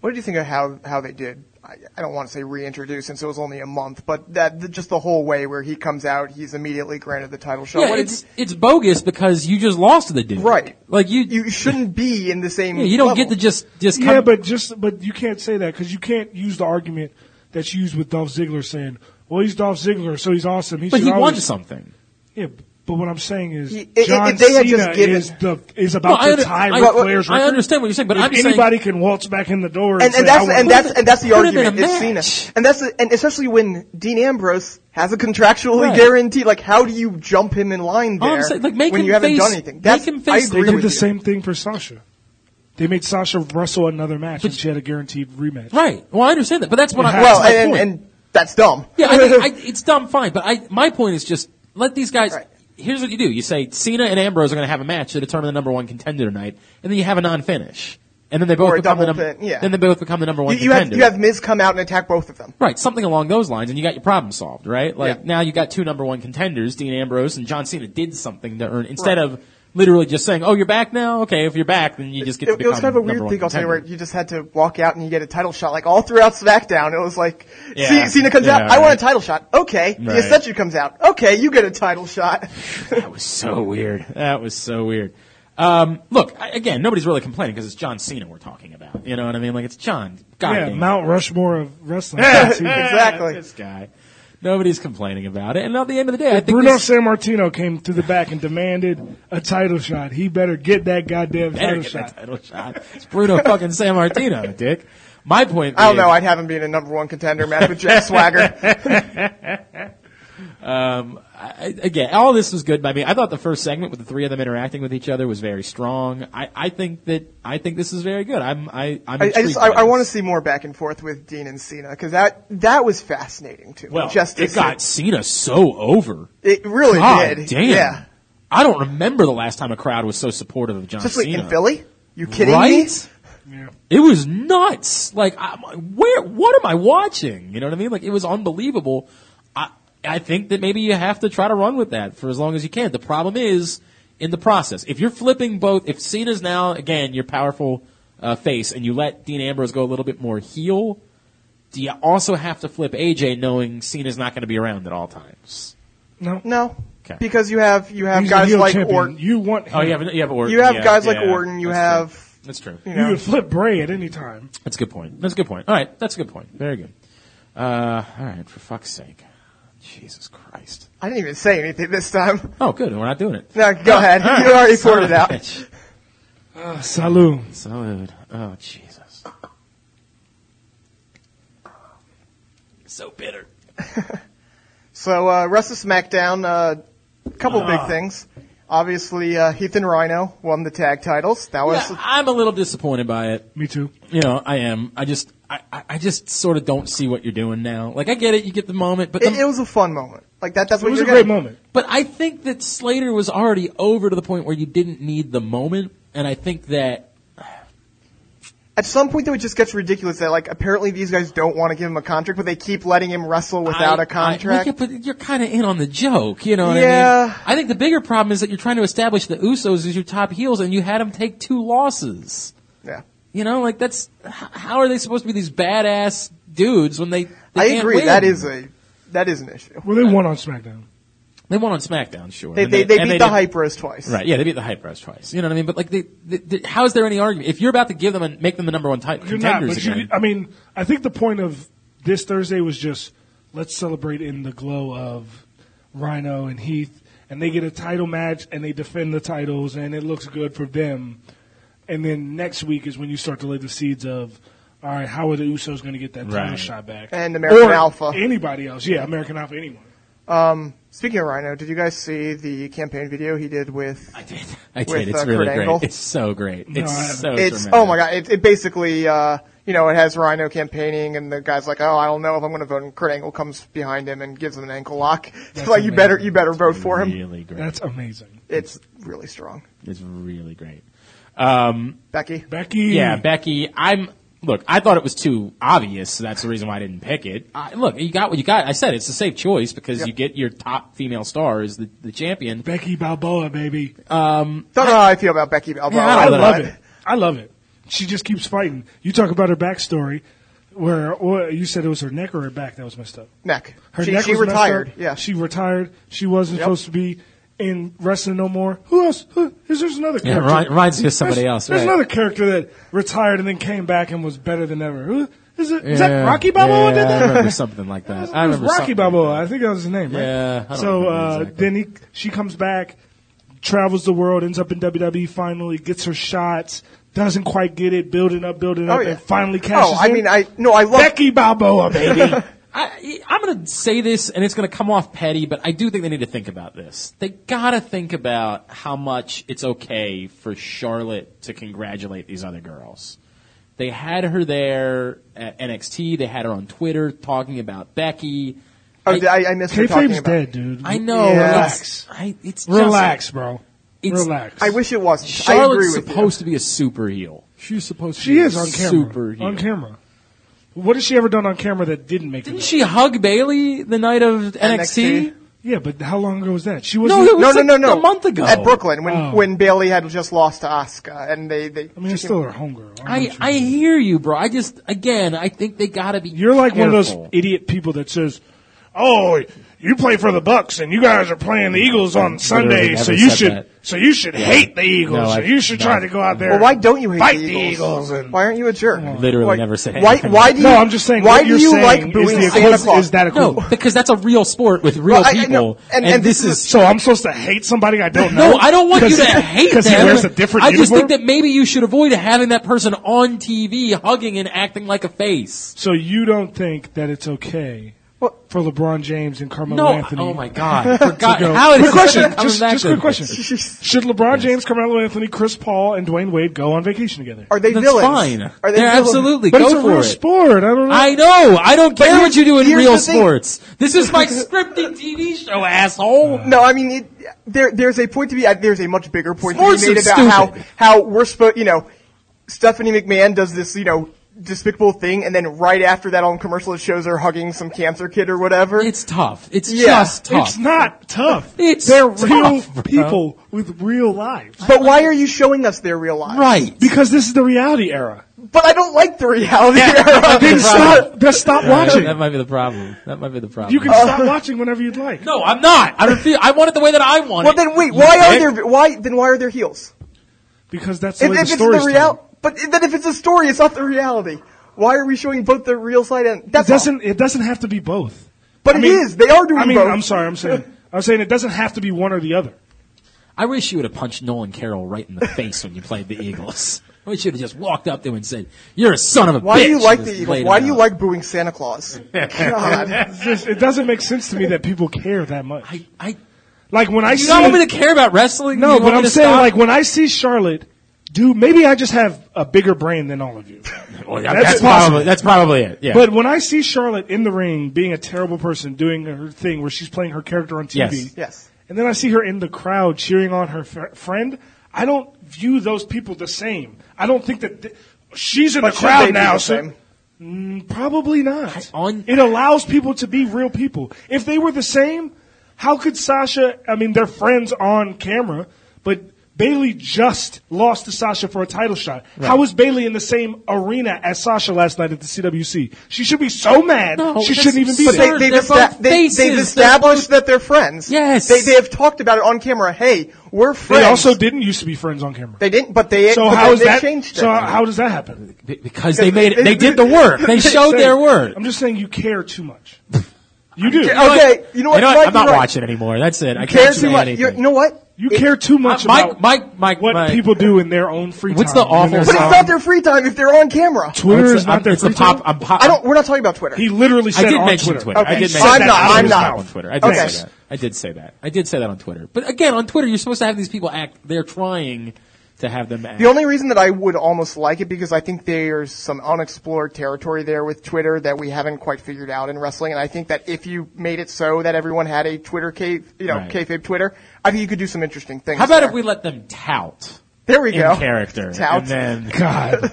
What did you think of how how they did? I, I don't want to say reintroduce since it was only a month, but that the, just the whole way where he comes out, he's immediately granted the title shot.
Yeah,
What did
it's it's bogus because you just lost to the dude.
Right.
Like you
you,
you,
you shouldn't be in the same.
you don't
level.
get to just just
Yeah,
come-
but just but you can't say that because you can't use the argument that you used with Dolph Ziggler saying, "Well, he's Dolph Ziggler, so he's awesome." He
but
should
he won
always-
something.
Yeah, but what I'm saying is,
He- i-
John
if they had
Cena
just given-
is the is
No,
about
I
to
under-
tie
I-
Ric
I-
Flair's
I
record.
understand what you're saying, but
If
I'm saying-
anybody can waltz back in the door and,
and,
say,
and
I
that's
want-
and that's and that's the
Put him in a
argument. It's
match.
Cena, and that's the, and especially when Dean Ambrose has a contractually
Right.
guaranteed. Like, how do you jump him in line
All I'm
there
saying, like, make
when
him
you haven't
face-
done anything?
make
That's
him
I
face
agree
they did
with
the
you.
same thing for Sasha. They made Sasha wrestle another match, and she had a guaranteed rematch.
Right. Well, I understand that, but that's what I
Well,
that's my
and,
point.
and and that's dumb.
Yeah, I think, I, it's dumb, fine. But I, my point is just let these guys.
Right.
Here's what you do: you say Cena and Ambrose are going to have a match to determine the number one contender tonight, and then you have a non-finish, and then they both
Or a
become the
double
number.
pin, yeah.
Then they both become the number one
you, you have
contender.
you have Miz come out and attack both of them.
right, something along those lines, and you got your problem solved, right? Like
Yeah.
now you got two number one contenders, Dean Ambrose and John Cena, did something to earn instead of literally just saying, "Oh, you're back now." Okay, if you're back, then you just get
It,
to
it was
become
kind of a
number
weird
one
thing also
contender.
where you just had to walk out and you get a title shot. Like all throughout SmackDown, it was like
Yeah.
C- Cena comes
Yeah,
out, I want
right.
a title shot. Okay,
Right.
the Ascension comes out. Okay, you get a title shot.
That was so weird. That was so weird. Um, look, I, again, nobody's really complaining because it's John Cena we're talking about. You know what I mean? Like it's John. God
Yeah,
damn.
Mount Rushmore of wrestling.
exactly.
This guy. Nobody's complaining about it. And at the end of the day, I think
Bruno
this
San Martino came to the back and demanded a title shot. He better get that goddamn
better
title
get that
shot.
title shot. It's Bruno fucking San Martino, dick. My point.
I don't know.
being-
I'd have him be in a number one contender match with Jack Swagger.
I, again, all this was good by me. I thought the first segment with the three of them interacting with each other was very strong. I, I think that I think this is very good. I'm I I'm
I, I just
intrigued
I,
by
I want to
this.
see more back and forth with Dean and Cena because that that was fascinating too.
Well,
just to
it got
see.
Cena so over.
it really
God
did.
damn.
Yeah,
I don't remember the last time a crowd was so supportive of John
especially
Cena.
in Philly. You kidding me?
right?
Yeah.
It was nuts. Like, I'm, where? What am I watching? You know what I mean? Like, it was unbelievable. I I think that maybe you have to try to run with that for as long as you can. The problem is in the process. If you're flipping both, if Cena's now again your powerful uh, face, and you let Dean Ambrose go a little bit more heel, do you also have to flip AJ knowing Cena's not going to be around at all times?
No,
No,
Okay.
because you have you have
He's the
guys
heel
like
champion.
Orton.
You want him.
Oh, you have you have Orton.
You have
Yeah,
guys like
yeah,
Orton. You
that's
have
true. that's true.
you
You
know.
would flip Bray at any time.
That's a good point. That's a good point. All right, that's a good point. Very good. Uh, all right, for fuck's sake, Jesus Christ!
I didn't even say anything this time.
Oh, good. We're not doing it.
No, go ahead.
All right.
You already
Son
poured
of
it
a
out.
bitch.
Uh, Salud.
Salud. Oh, Jesus. So bitter.
So uh, Russ of SmackDown, a uh, couple
Ah.
big things. Obviously, uh, Heath and Rhino won the tag titles. That was
Yeah, I'm a little disappointed by it.
Me too.
You know, I am. I just, I, I I just sort of don't see what you're doing now. Like, I get it. You get the moment, but the,
it, it was a fun moment. Like that. That's
It
what
was a
you're
great
getting.
moment.
But I think that Slater was already over to the point where you didn't need the moment, and I think that
At some point, though, it just gets ridiculous that like apparently these guys don't want to give him a contract, but they keep letting him wrestle without
a
a contract.
but you're kind of in on the joke, you know what I
Yeah.
mean? I think the bigger problem is that you're trying to establish the Usos as your top heels, and you had them take two losses.
yeah,
You know, like that's h- how are they supposed to be these badass dudes when they? they
I
can't
agree.
win?
That is a that is an issue.
Well, they won on SmackDown.
they won on SmackDown, sure.
They
and
they, they
and
beat
they
the
did-
hype roast twice.
Right, yeah, they beat the hype roast twice. You know what I mean? But like, they, they, they- how is there any argument if you're about to give them and make them the number one title
You're not,
contenders
but
again?
you, I mean, I think the point of this Thursday was just let's celebrate in the glow of Rhino and Heath, and they get a title match and they defend the titles, and it looks good for them. And then next week is when you start to lay the seeds of, all right, how are the Usos going to get that title
Right.
shot back?
And American
Or
Alpha.
anybody else? Yeah, American Alpha, anyone.
Speaking of Rhino, did you guys see the campaign video he did with?
I did. I did.
With,
it's
uh,
really
Kurt
great.
Angle?
It's so great.
I
it's
haven't.
so
It's
tremendous.
oh my god! It, it basically uh, you know it has Rhino campaigning, and the guy's like, oh, I don't know if I'm going to vote. And Kurt Angle comes behind him and gives him an ankle lock. It's like you
amazing.
better you better vote for him.
Really great.
That's amazing.
It's really strong.
It's really great.
Becky,
Becky.
Yeah, Becky, I'm Look, I thought it was too obvious. So that's the reason why I didn't pick it. I, look, you got what you got. I said it's a safe choice because
Yep.
you get your top female star as the, the champion.
Becky Balboa, baby.
Don't know how I feel about Becky Balboa.
Yeah, I
I
don't
love
but-
it. I love it. She just keeps fighting. You talk about her backstory, where or you said it was her neck or her back that was messed up.
Neck.
Her
she
neck
she
was messed
retired.
up.
Yeah.
she retired. She wasn't
Yep.
supposed to be in wrestling no more. Who else? Who, is there's another?
Yeah,
character.
remi- reminds me of somebody
There's-
else,
There's
right.
another character that retired and then came back and was better than ever. Who is it? Is that
Yeah,
Rocky Balboa
yeah,
did that?
I remember something like that. I
It was
remember
Rocky
something
Balboa.
like
I think that was his name, right?
Yeah, I don't
so
remember
uh,
exactly.
then he she comes back, travels the world, ends up in WWE. Finally, gets her shots. Doesn't quite get it, building up, building up,
yeah.
and finally cashes
Oh, I
in.
mean, I no, I love
Becky Balboa, baby.
that. I, I'm going to say this, and it's going to come off petty, but I do think they need to think about this. They got to think about how much it's okay for Charlotte to congratulate these other girls. They had her there at NXT. They had her on Twitter talking about Becky.
Oh,
I-
I, I missed her talking
Kayfabe's
about.
dead, dude.
I know.
Yeah.
Relax. I, it's just-
Relax, bro.
It's-
Relax.
I wish it wasn't. I agree
Charlotte's
with
supposed to be a super heel. She's supposed.
she is on camera.
Super heel.
on camera. What has she ever done on camera that didn't make
Didn't
it?
she hug Bailey the night of NXT?
NXT?
Yeah, but how long ago was that? She
No,
wasn't.
it
you.
was
No, no,
like
no, no.
a month ago
at Brooklyn when
Oh.
when Bailey had just lost to Asuka, and they they.
I mean, it's still her homegirl. I'm
I
not sure.
I hear you, bro. I just again, I think they gotta be.
You're like one of those
careful.
idiot people that says, "Oh, you play for the Bucks, and you guys are playing the Eagles on Sunday,
never
so you
said
should,
that.
so you should hate the Eagles,
No,
so
I've-
you should
no,
try
I've-
to go out there."
Well, why don't you hate
Fight
the
the
Eagles?
Eagles and-
why aren't you a jerk?
Mm. literally
Why-
never said
Why?
anything.
Why do you?
No, I'm just saying.
Why
what you're
do you
saying
like booing
is, the
Santa
equivalent-
Claus?
is that
No,
equivalent?
because that's a real sport with real
Well, I- I know.
people,
And- and
this
this is a
is.
So I'm supposed to hate somebody I don't know?
no, I don't want you to
'Cause-
hate them.
because he wears a different
I just
uniform?
think that maybe you should avoid having that person on TV hugging and acting like a face.
So you don't think that it's okay
What?
for LeBron James and Carmelo
No,
Anthony?
oh my god, forgot
No.
how it
quick
is-
question.
coming
Just,
back
just
to
quick
it.
question. Should LeBron James, Carmelo Anthony, Chris Paul, and Dwayne Wade go on vacation together?
Are they
That's
villains?
fine.
Are they
They're
villains?
absolutely
but
go
it's a
for
real
it.
sport. I don't know.
I know. I don't care
here-
what you do in
here's
real
the thing.
sports. This is my scripted TV show, asshole.
No, I mean, it, there, there's a point to be, uh, there's a much bigger point
Sports
to be made
is
about
stupid.
how, how we're supposed, you know, Stephanie McMahon does this, you know, despicable thing, and then right after that on commercial it shows her hugging some cancer kid or whatever.
It's tough. It's
Yeah.
just tough.
it's not tough.
It's
They're
tough,
real
bro.
people with real lives.
but why are you showing us their real lives?
right.
Because this is the reality era.
But I don't like the reality.
Then
era.
stop, then stop watching.
That might be the problem. That might be the problem.
you
Uh,
can stop watching whenever you'd like.
Uh, no, I'm not. I refuse. I want it the way that I want
well
it.
then wait,
You
why are
dick.
there, why, then why are there heels?
Because that's the
If,
way
if
the
it's
story's
the reality,
told.
but then if it's a story, it's not the reality. Why are we showing both the real side and,
It
that's all.
doesn't, it doesn't have to be both.
But it
I
is.
mean-
they are doing
I mean,
both.
I'm sorry, I'm saying, I'm saying it doesn't have to be one or the other.
I wish you would have punched Nolan Carroll right in the face when you played the Eagles. I wish you would have just walked up to him and said, "You're a son of a
Why
bitch."
do you like
and
the
just
Eagles?
laid
Why
him
do you
out.
like booing Santa Claus? God.
It's just- it doesn't make sense to me that people care that much.
I, I,
like when I
you
see
don't want me to care about wrestling? You
no,
want
but
me
I'm
to
saying
stop?
like when I see Charlotte, dude, maybe I just have a bigger brain than all of you.
Well,
that's possible.
probably that's probably it. Yeah.
But when I see Charlotte in the ring being a terrible person, doing her thing where she's playing her character on TV,
Yes.
Yes.
and then I see her in the crowd cheering on her f- friend, I don't view those people the same. I don't think that th- she's in
But
the
should they
crowd
be
now,
the
so
same?
Mm, probably not.
on-
it allows people to be real people. If they were the same, how could Sasha? I mean, they're friends on camera, but. Bailey just lost to Sasha for a title shot. How is Bailey in the same arena as Sasha last night at the CWC? She should be so mad.
No,
she
that's
shouldn't even be
absurd.
But
there.
they,
They're-
they've,
they're
esta-
both
they,
faces.
have
They're
established that they're friends.
Yes.
They, they have talked about it on camera. Hey, we're friends.
They also didn't used to be friends on camera.
They didn't, but they,
So
but
how
then
is
they
that?
changed it.
So how does that happen?
Be- because they made it, they did the work. They showed
Saying-
their work.
I'm just saying you care too much. You do.
care- Okay, you know what, Mike,
I'm not
you're right.
watching anymore. That's it. I
Care
can't
too
say
much. You're-
anything.
you know what?
You care too much
Uh, Mike-
about
Mike- Mike-
what
Mike.
people do in their own free
What's
time.
the awful
when they're
But it's
Um,
not-
not their free time if they're on camera.
Twitter
It's
is
the-
not
I'm-
their
it's
free
the pop.
time.
I'm pop.
I don't. We're not talking about Twitter.
He literally
I
said
did
on
mention
Twitter.
Twitter. I
Okay,
did
so
mention
I'm
that.
not-
I did
I'm
say
not.
that on Twitter. I did
Okay.
say that. I did say that. I did say that on Twitter. But again, on Twitter, you're supposed to have these people act. They're trying to have them act.
The only reason that I would almost like it because I think there's some unexplored territory there with Twitter that we haven't quite figured out in wrestling, and I think that if you made it so that everyone had a Twitter K, you know,
Right.
kayfabe Twitter, I think you could do some interesting things.
How about
there.
if we let them tout
There we
in
go.
character,
Tout.
and then
God,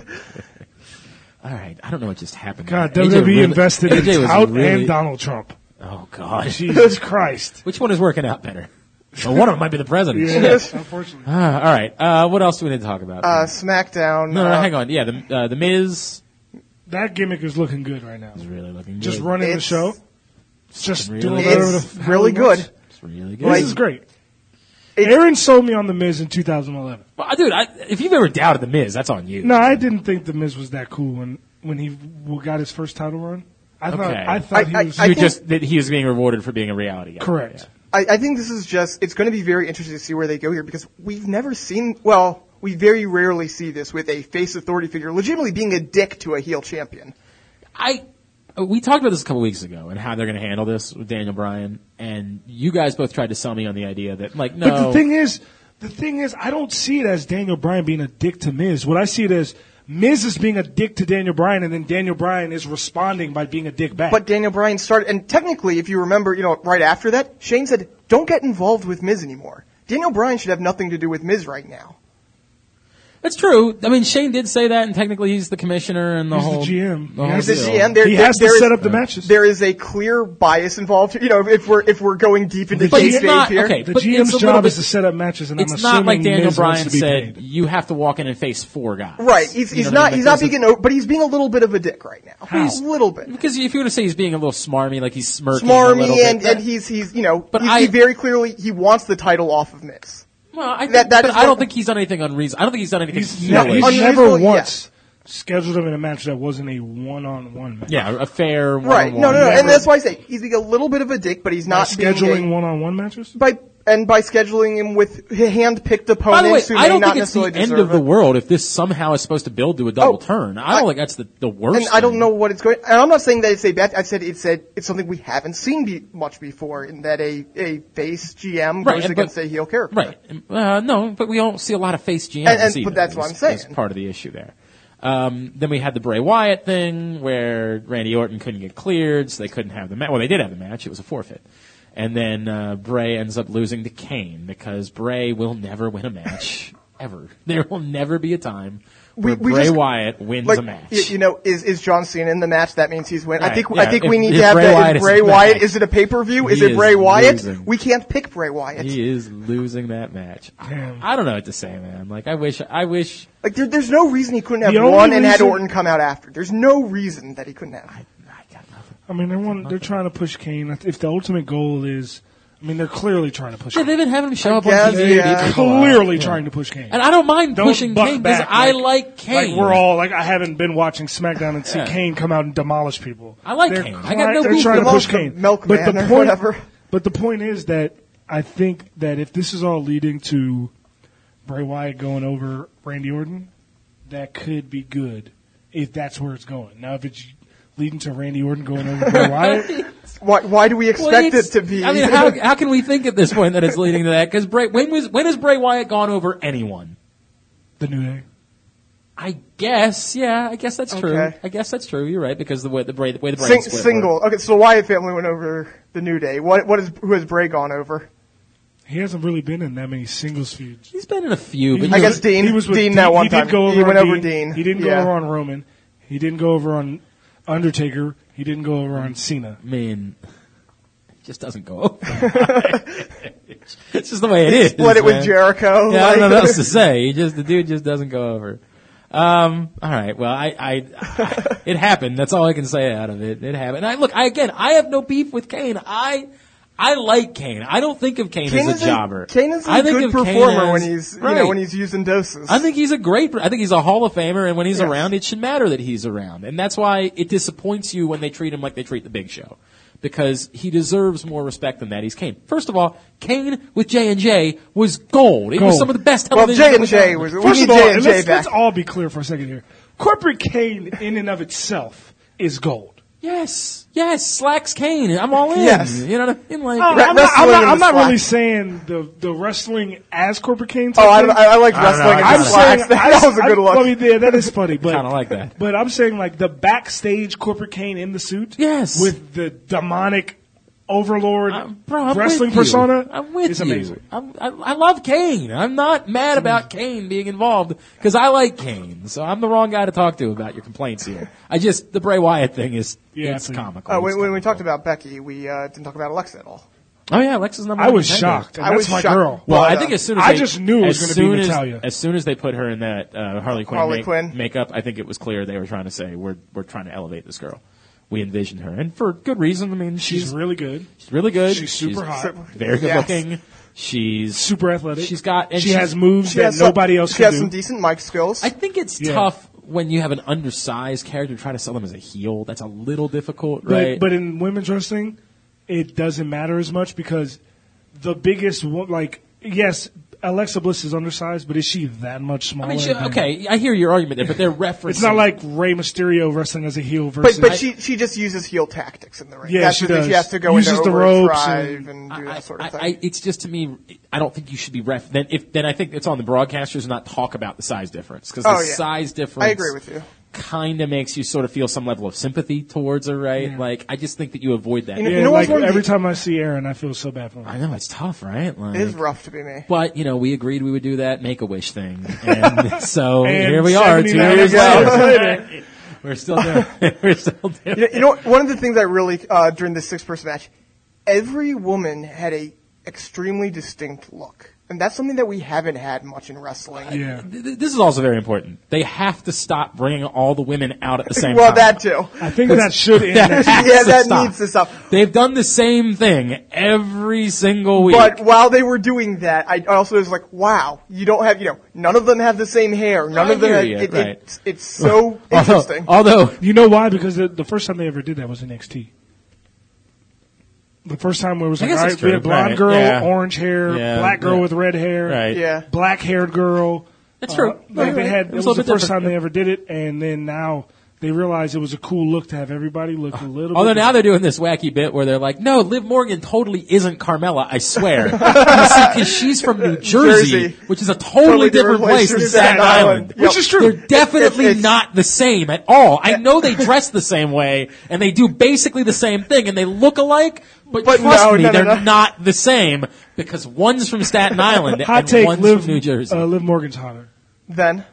All right, I don't know what just happened.
God,
there.
WWE
AJ really-
invested
AJ
in
was
Tout
really-
and Donald Trump.
Oh God,
Jesus Christ.
which one is working out better? Well, one of them might be the president.
Yeah,
Yes.
unfortunately.
Ah, all right, uh, what else do we need to talk about?
Uh, SmackDown.
no, no,
uh,
hang on. Yeah, the uh, the Miz
That gimmick is looking good right now.
is really looking
Just
good.
running the
It's-
show. Just
really
doing
good.
whatever the
It's
f-
really
hell he wants.
good.
It's really good.
This is great. Aaron sold me on The Miz in 2011.
Well, dude, I, if you've ever doubted the Miz, that's on you.
No, I didn't think The Miz was that cool when, when he w- got his first title run. I thought,
Okay.
I thought
I-
he was
you
I think-
just that he was being rewarded for being a reality guy.
correct.
I, I think this is just, it's going to be very interesting to see where they go here because we've never seen, well, we very rarely see this with a face authority figure legitimately being a dick to a heel champion.
I uh, we talked about this a couple weeks ago and how they're going to handle this with Daniel Bryan, and you guys both tried to sell me on the idea that like no,
But the thing is, the thing is, I don't see it as Daniel Bryan being a dick to Miz. What I see it as Miz is being a dick to Daniel Bryan, and then Daniel Bryan is responding by being a dick back.
But Daniel Bryan started, and technically, if you remember, you know, right after that, Shane said, don't get involved with Miz anymore. Daniel Bryan should have nothing to do with Miz right now.
that's true. I mean, Shane did say that, and technically he's the commissioner and the
He's the
whole
GM.
whole
He's
the
deal.
GM. There-
he
there-
has to
there is-
set up the matches.
There is a clear bias involved. You know, if we're if we're going deep into
But
case
you're
not-
here,
okay.
the
but it's a
GM's
little
job is
bit-
to set up matches, and I'm
It's
assuming
not like Daniel
Miz
Bryan
wants to be
said
paid.
you have to walk in and face four guys.
right? He's,
You know
he's
what I
not
mean?
he's
Like,
not
there's
being, a, but he's being a little bit of a dick right now. He's a little bit.
Because if you were to say he's being a little smarmy, like he's smirking a little
smarmy
bit,
and,
that-
and he's he's you know
But
he's,
I-
he very clearly he wants the title off of Miz.
well, I, think,
that- that
but
is
I don't
what-
think he's done anything unreasonable. I don't think he's done anything.
He's,
silly.
ne- he's
Unreasonable,
never
yeah.
once scheduled him in a match that wasn't a one-on-one match.
yeah, a fair one
Right. No, no, no.
yeah.
And that's why I say he's being a little bit of a dick, but he's
By
not
scheduling
being a,
one-on-one matches.
by and by scheduling him with hand-picked
By the way,
opponents who
I
may
don't
not
think it's the
necessarily
end
deserve
of the
it.
world if this somehow is supposed to build to a double
Oh,
turn. I don't
I-
think that's the, the worst.
And I don't
thing.
know what it's going. And I'm not saying that it's a bad. I said it said it's something we haven't seen be, much before. In that a a face GM
Right,
goes
and-
against
but-
a heel character.
Right. Uh, no, but we don't see a lot of face GMs.
And- and-
either,
but that's what
is-
I'm saying.
is part of the issue there. Um, then we had the Bray Wyatt thing where Randy Orton couldn't get cleared, so they couldn't have the match. Well, they did have the match. It was a forfeit. And then uh, Bray ends up losing to Kane because Bray will never win a match ever. There will never be a time where
We- we
Bray
just-
Wyatt wins
Like
a match.
y- you know, is is John Cena in the match? That means he's winning. I
Right,
think
yeah,
I think we
if-
need
if
to have
Bray
that.
Wyatt
is
is
Bray
in the
Wyatt
match.
is it a pay per view? Is
He
it
is
Bray Wyatt?
losing.
We can't pick Bray Wyatt.
He is losing that match. I,
Damn.
I don't know what to say, man. Like I wish, I wish.
Like there, there's no reason he couldn't have
The only
won and had
reason-
Orton come out after. There's no reason that he couldn't have.
I got nothing.
I mean, they're, one, they're trying to push Kane. If the ultimate goal is, I mean, they're clearly trying to push.
Yeah,
Kane.
they've been having him show up
guess,
on TV.
yeah.
It's
clearly trying to push Kane.
And I don't mind
Don't
pushing
buck
Kane because
back,
I like Kane.
Like we're all like I haven't been watching SmackDown and see
Yeah.
Kane come out and demolish people.
I like
they're
Kane. I got no
they're
beef
trying
with
to push
him.
Kane.
Milk-
but the
milkman or
point,
whatever.
but the point is that I think that if this is all leading to Bray Wyatt going over Randy Orton, that could be good if that's where it's going. Now, if it's leading to Randy Orton going over Bray Wyatt,
Why? Why do we
Well,
expect it
it's-
to be?
I mean, how, how can we think at this point that it's leading to that? Because Bray, when was when has Bray Wyatt gone over anyone?
the New Day.
I guess, yeah, I guess that's true.
Okay.
I guess that's true. You're right because the way the Bray, the way the Bray
Sing, single. Okay, so the Wyatt family went over the New Day. What? What is? Who has Bray gone over?
He hasn't really been in that many singles feuds.
He's been in a few, but
He
you
I
know,
guess
was-
Dean-
He was with
Dean
Dean
that one
He did
time.
go
He
over
went
on
over Dean.
He didn't go
Yeah.
over on Roman. He didn't go over on Undertaker. He didn't go over on Cena.
I mean, it just doesn't go over. it's just the way it is.
Split it with
man.
Jericho.
Yeah, I
like-
don't know what else to say. He just the dude just doesn't go over. Um, all right. Well, I, I, I it happened. That's all I can say out of it. It happened. And I look. I again. I have no beef with Kane. I. I like Kane. I don't think of Kane,
Kane
as
is
a jobber.
Kane is a
I think
good
of Kane
performer
as-
when he's you
right.
know when he's using doses.
I think he's a great. I think he's a Hall of Famer, and when he's
Yes.
around, it should matter that he's around, and that's why it disappoints you when they treat him like they treat the Big Show, because he deserves more respect than that. He's Kane. First of all, Kane with J and J was gold. It was
Gold.
some of the best
Well,
television. that we've
J&J
done.
was- We
First
need
of all,
J&J
and let's,
back. Uh,
let's all be clear for a second here. Corporate Kane, in and of itself, is gold.
Yes, yes, slacks Kane. I'm all in.
Yes.
You know what I mean? Like,
Oh, I'm not, I'm
wrestling
not-
in
I'm
the
not really
slacks.
saying the, the wrestling as Corporate Kane.
Oh,
type
I,
thing.
I, I like wrestling.
know,
and
I
I'm
got it.
slacks.
saying
that
I,
was a
I-
good one.
I mean, yeah, that is funny, but
Kinda like that.
But I'm saying like the backstage corporate Kane in the suit,
Yes.
with the demonic overlord
I'm- bro, I'm
wrestling
with you.
persona
I'm with
is
you.
amazing.
I'm, I, I love Kane. I'm not mad about Kane being involved because I like Kane. So I'm the wrong guy to talk to about your complaints here. I just the Bray Wyatt thing is
Yeah,
it's
I think-
comical.
Uh,
It's
when, when
comical.
we talked about Becky, we uh, didn't talk about Alexa at all.
Oh yeah, Alexa's number.
I
one
was
contender.
shocked. And
I
that's
was
my
shocked.
girl.
Well,
But,
I
uh,
think as soon as
I
they-
just knew it was
as
gonna be
soon as-
Natalya.
As soon as they put her in that uh, Harley Quinn,
Harley
make-
Quinn.
makeup, I think it was clear they were trying to say we're we're trying to elevate this girl. We envisioned her, and for good reason. I mean,
She's
she's
really good.
she's really good.
She's super hot.
very good
Yes.
looking. She's
Super athletic.
She's got- and
she
she's-
has moves
She
that
has some-
nobody else
She
can
has
do.
some decent mic skills.
I think it's
Yeah.
tough when you have an undersized character to try to sell them as a heel. That's a little difficult,
But,
right?
but in women's wrestling, it doesn't matter as much because the biggest one, like, yes, Alexa Bliss is undersized, but is she that much
I
smaller?
mean, she,
than-
okay, I hear your argument there, but they're referencing.
It's not like Rey Mysterio wrestling as a heel versus.
but but she she just uses heel tactics in the ring.
Yeah,
That's
she
the thing. She
does.
has to go
Uses
into
the
overdrive
ropes
and,
I,
do
I-
that sort of
I-
thing.
I- it's just to me. I don't think you should be ref. Then if then I think it's on the broadcasters to not talk about the size difference because
Oh,
the
yeah.
size difference.
I agree with you.
Kind of makes you sort of feel some level of sympathy towards her, right? Like I just think that you avoid that.
You know-
yeah,
you know what's
like,
one of the-
every time I see Aaron, I feel so bad for
I
her.
know it's tough, right? Like,
it is rough to be me.
But you know, we agreed we would do that make a wish thing, and so
And
here we are, two
79
years
hours
later.
later.
We're still doing. it. We're still doing.
You know, you know what- one of the things I really uh, during this six person match, every woman had a extremely distinct look, and that's something that we haven't had much in wrestling.
Yeah.
Th- th- This is also very important. They have to stop bringing all the women out at the same
well,
time.
that too.
I think that should end.
That
next-
has
Yeah, that
stop.
needs to stop.
They've done the same thing every single week.
But while they were doing that, I also was like, "Wow, you don't have you know, none of them have the same hair. None
I
of them.
hear
Have,
you,
it,
right.
it's, it's so
although,
interesting."
although
You know why? Because the, the first time they ever did that was NXT. The first time where it was
I
like,
guess
all
that's
right, we had
true,
blonde
right,
girl,
yeah.
orange hair,
Yeah,
black girl
yeah.
with red hair,
Right.
yeah,
black haired girl.
That's
Uh,
true.
like they
Right,
had,
right.
it
It was
was,
a little
the
bit
first time
different.
they ever did it, and then now they realized it was a cool look to have everybody look a little.
Although
bit
now they're doing this wacky bit where they're like, no, Liv Morgan totally isn't Carmella, I swear. Because she's from New Jersey,
Jersey.
which is a totally,
Totally
different,
different
place
place
than
than
Staten
Staten
Island.
Island. Which Yep. is true.
They're definitely
It's- it's-
not the same at all. I know they dress the same way, and they do basically the same thing, and they look alike, but,
But
trust
no,
me,
no, no,
they're
no.
not the same, because one's from Staten Island
hot
and
take.
one's
Liv,
from New Jersey.
Uh, Liv Morgan's hotter.
then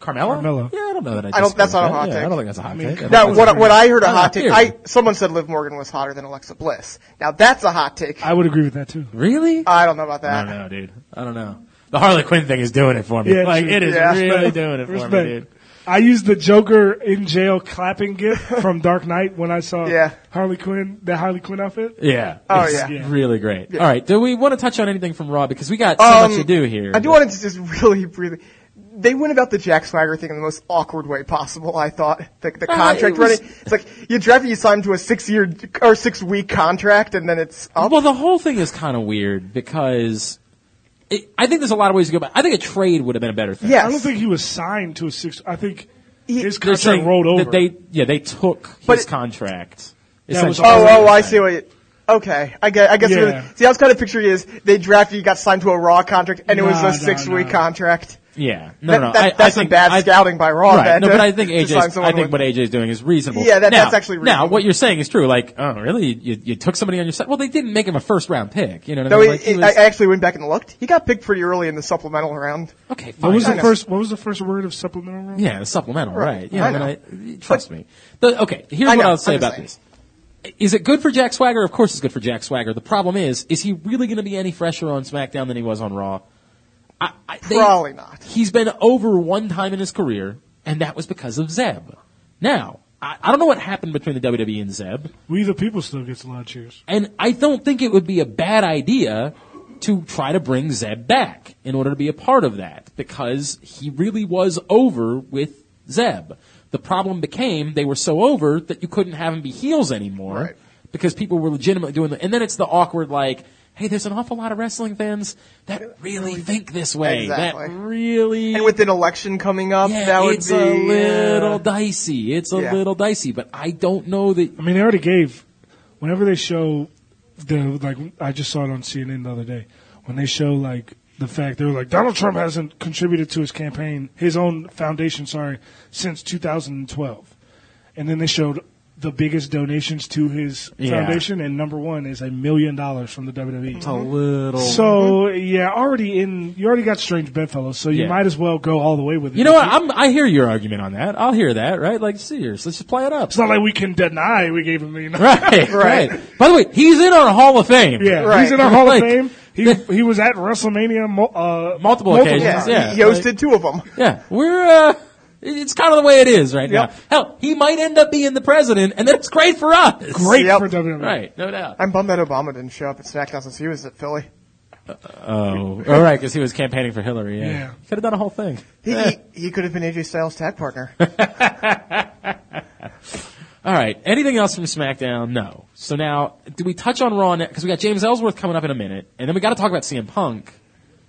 Carmella?
Carmella.
Yeah, I don't know that I,
I don't- that's
disagree
not a
with
hot
that. Yeah,
take.
I don't think that's a hot
mean,
take.
now, what, what I heard a
I don't
hot
know,
take.
theory.
I someone said Liv Morgan was hotter than Alexa Bliss. Now that's a hot take.
I would agree with that too.
Really?
I don't know about
I
that.
don't know, dude. I don't know. The Harley Quinn thing is doing it for me.
Yeah,
like
true.
it is
Yeah.
really doing it for me,
Respect.
dude.
I used the Joker in jail clapping gif from Dark Knight when I saw
Yeah.
Harley Quinn, that Harley Quinn outfit.
Yeah.
Oh,
It's
yeah.
Yeah.
Really great. All right. Do we want to touch on anything from Raw because we got so
Um,
much to do here?
I do want to just really briefly. They went about the Jack Swagger thing in the most awkward way possible. I thought the, the
Uh,
contract
it was-
running. It's like you draft, you sign him to a six year or six week contract, and then it's up.
Well, the whole thing is kind of weird because it, I think there's a lot of ways to go. But I think a trade would have been a better thing.
Yes.
I don't think he was signed to a six. I think
He-
his
They're
contract
saying
rolled over.
That they yeah they took
But
his
it-
contract.
That was
Essentially.
Oh,
Alright.
oh, I see what you. Okay, I get. I guess.
Yeah.
It was, see, I was kind of picturing is they drafted you, got signed to a Raw contract, and it was
No,
a
no,
six week
no.
contract.
Yeah. No, no.
That-
no.
that-
I,
that's
I think,
some bad
I-
scouting by Raw
Right.
then
no,
to-
but I think
to sign
AJ. I
someone
think
with-
what AJ is doing is reasonable.
Yeah, that-
Now-
that's actually
Now,
reasonable.
what you're saying is true. Like, oh, really? You, you took somebody on your side? Well, they didn't make him a first round pick. You know what I
No,
mean?
it-
Like, he
it-
was-
I actually went back and looked. He got picked pretty early in the supplemental round.
okay, fine.
What was
I
the
know.
first? What was the first word of supplemental? round?
Yeah, the supplemental,
Right.
right? Yeah,
I
I mean, I- trust
But-
me. The, okay, here's
I know,
what I'll say
I'm
about
just
this. Is it good for Jack Swagger? Of course, it's good for Jack Swagger. The problem is, is he really going to be any fresher on SmackDown than he was on Raw? I, I, they-
Probably not.
He's been over one time in his career, and that was because of Zeb. Now, I, I don't know what happened between the WWE and Zeb.
We the people still gets a lot of cheers.
And I don't think it would be a bad idea to try to bring Zeb back in order to be a part of that because he really was over with Zeb. The problem became they were so over that you couldn't have him be heels anymore
Right.
because people were legitimately doing the, and then it's the awkward like, hey, there's an awful lot of wrestling fans that really think this way.
Exactly.
That really
And with an election coming up,
yeah,
Um, that would
it's
be
a
uh,
little dicey. It's a
Yeah.
little dicey, but I don't know that
I mean, they already gave. Whenever they show the like, I just saw it on CNN the other day. When they show like the fact they were like Donald Trump hasn't contributed to his campaign, his own foundation, sorry, since 2012, and then they showed the biggest donations to his
Yeah.
foundation, and number one is a million dollars from the E. WWE.
It's a
Mm-hmm.
little.
So yeah, already in you already got strange bedfellows, so
Mm-hmm.
you
Yeah.
might as well go all the way with it.
you know what? I'm, I hear your argument on that. I'll hear that, right? Like, serious. Let's just play it up.
it's not like we can deny we gave him a million. dollars.
Right, right. By the way, he's in our Hall of Fame.
Yeah,
Right.
he's in our Hall
Like-
of Fame. He he was at WrestleMania mo- uh,
Multiple occasions,
times.
yeah.
he hosted two of them.
Yeah, we're, uh, it- it's kind of the way it is right
Yep.
now. Hell, he might end up being the president, and that's great for us.
Great
Yep.
for WWE.
Right, no doubt.
I'm bummed that Obama didn't show up at SmackDown since he was at Philly.
Oh, all right, because he was campaigning for Hillary. Yeah,
Yeah.
could have done a whole thing.
He, he, he could have been AJ Styles' tag partner.
All right. Anything else from SmackDown? No. So now, do we touch on Raw? Because we got James Ellsworth coming up in a minute, and then we got to talk about CM Punk,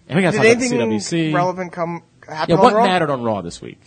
and we got to
Did
talk about
anything
CWC.
relevant come happen
yeah, what
on Raw?
mattered on Raw this week?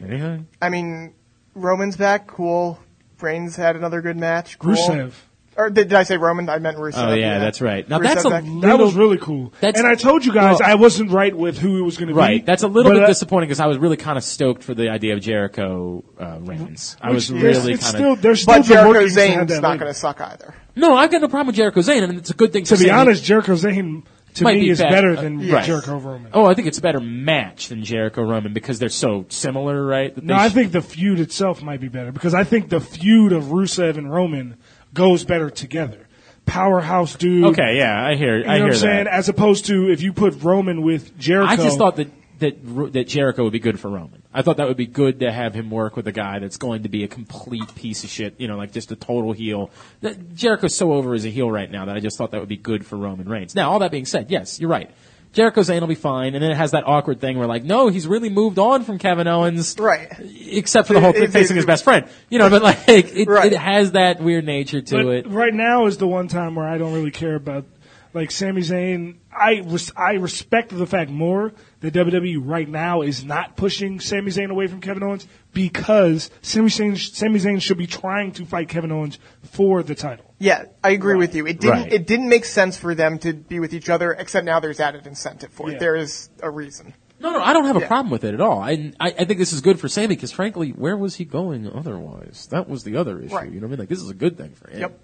Anything?
I mean, Roman's back, cool. Reigns had another good match, cool.
Rusev.
Or did, did I say Roman? I meant Rusev.
Oh yeah, that's right. Now
Rusev
that's a
back.
little,
That was really cool.
That's-
and I told you guys
well-
I wasn't right with who he was going to be.
right. That's a little
but,
bit
uh,
disappointing because I was really kind of stoked for the idea of Jericho uh, Reigns. I was
there's-
really
it's
kind
still,
of
there's still
But
the
Jericho
workings to have
Zane's
that
not
later.
going to suck either.
no. I've got no problem with Jericho Zayn, and it's a good thing.
To
for
be
Zayn.
honest, Jericho Zane to
Might
me
be
is
better.
better
Uh,
than
yes.
Jericho Roman.
Oh, I think it's a better match than Jericho Roman because they're so similar, right? that
No,
they
I
sh-
think the feud itself might be better because I think the feud of Rusev and Roman goes better together. Powerhouse dude.
Okay, yeah, I hear.
You
I
know
hear
what I'm saying?
that.
As opposed to if you put Roman with Jericho.
I just thought that that Ro- that Jericho would be good for Roman. I thought that would be good to have him work with a guy that's going to be a complete piece of shit, you know, like just a total heel. That Jericho's so over as a heel right now that I just thought that would be good for Roman Reigns. Now, all that being said, yes, you're right. Jericho's Zayn will be fine, and then it has that awkward thing where like, no, he's really moved on from Kevin Owens,
Right.
Except for the whole
It- it-
facing
it-
his best friend, you know. But like, it,
Right.
it has that weird nature to
But
it.
right now is the one time where I don't really care about like Sami Zayn. I res- I respect the fact more that WWE right now is not pushing Sami Zayn away from Kevin Owens because Sami Zayn, Sami Zayn should be trying to fight Kevin Owens for the title.
Yeah, I agree with you. It didn't.
Right.
It didn't make sense for them to be with each other, except now there's added incentive for it.
Yeah.
There is a reason.
No, no, I don't have a
Yeah.
problem with it at all. I, I, I think this is good for Sammy because, frankly, where was he going otherwise? That was the other issue.
Right.
You know what I mean? Like, this is a good thing for him.
Yep.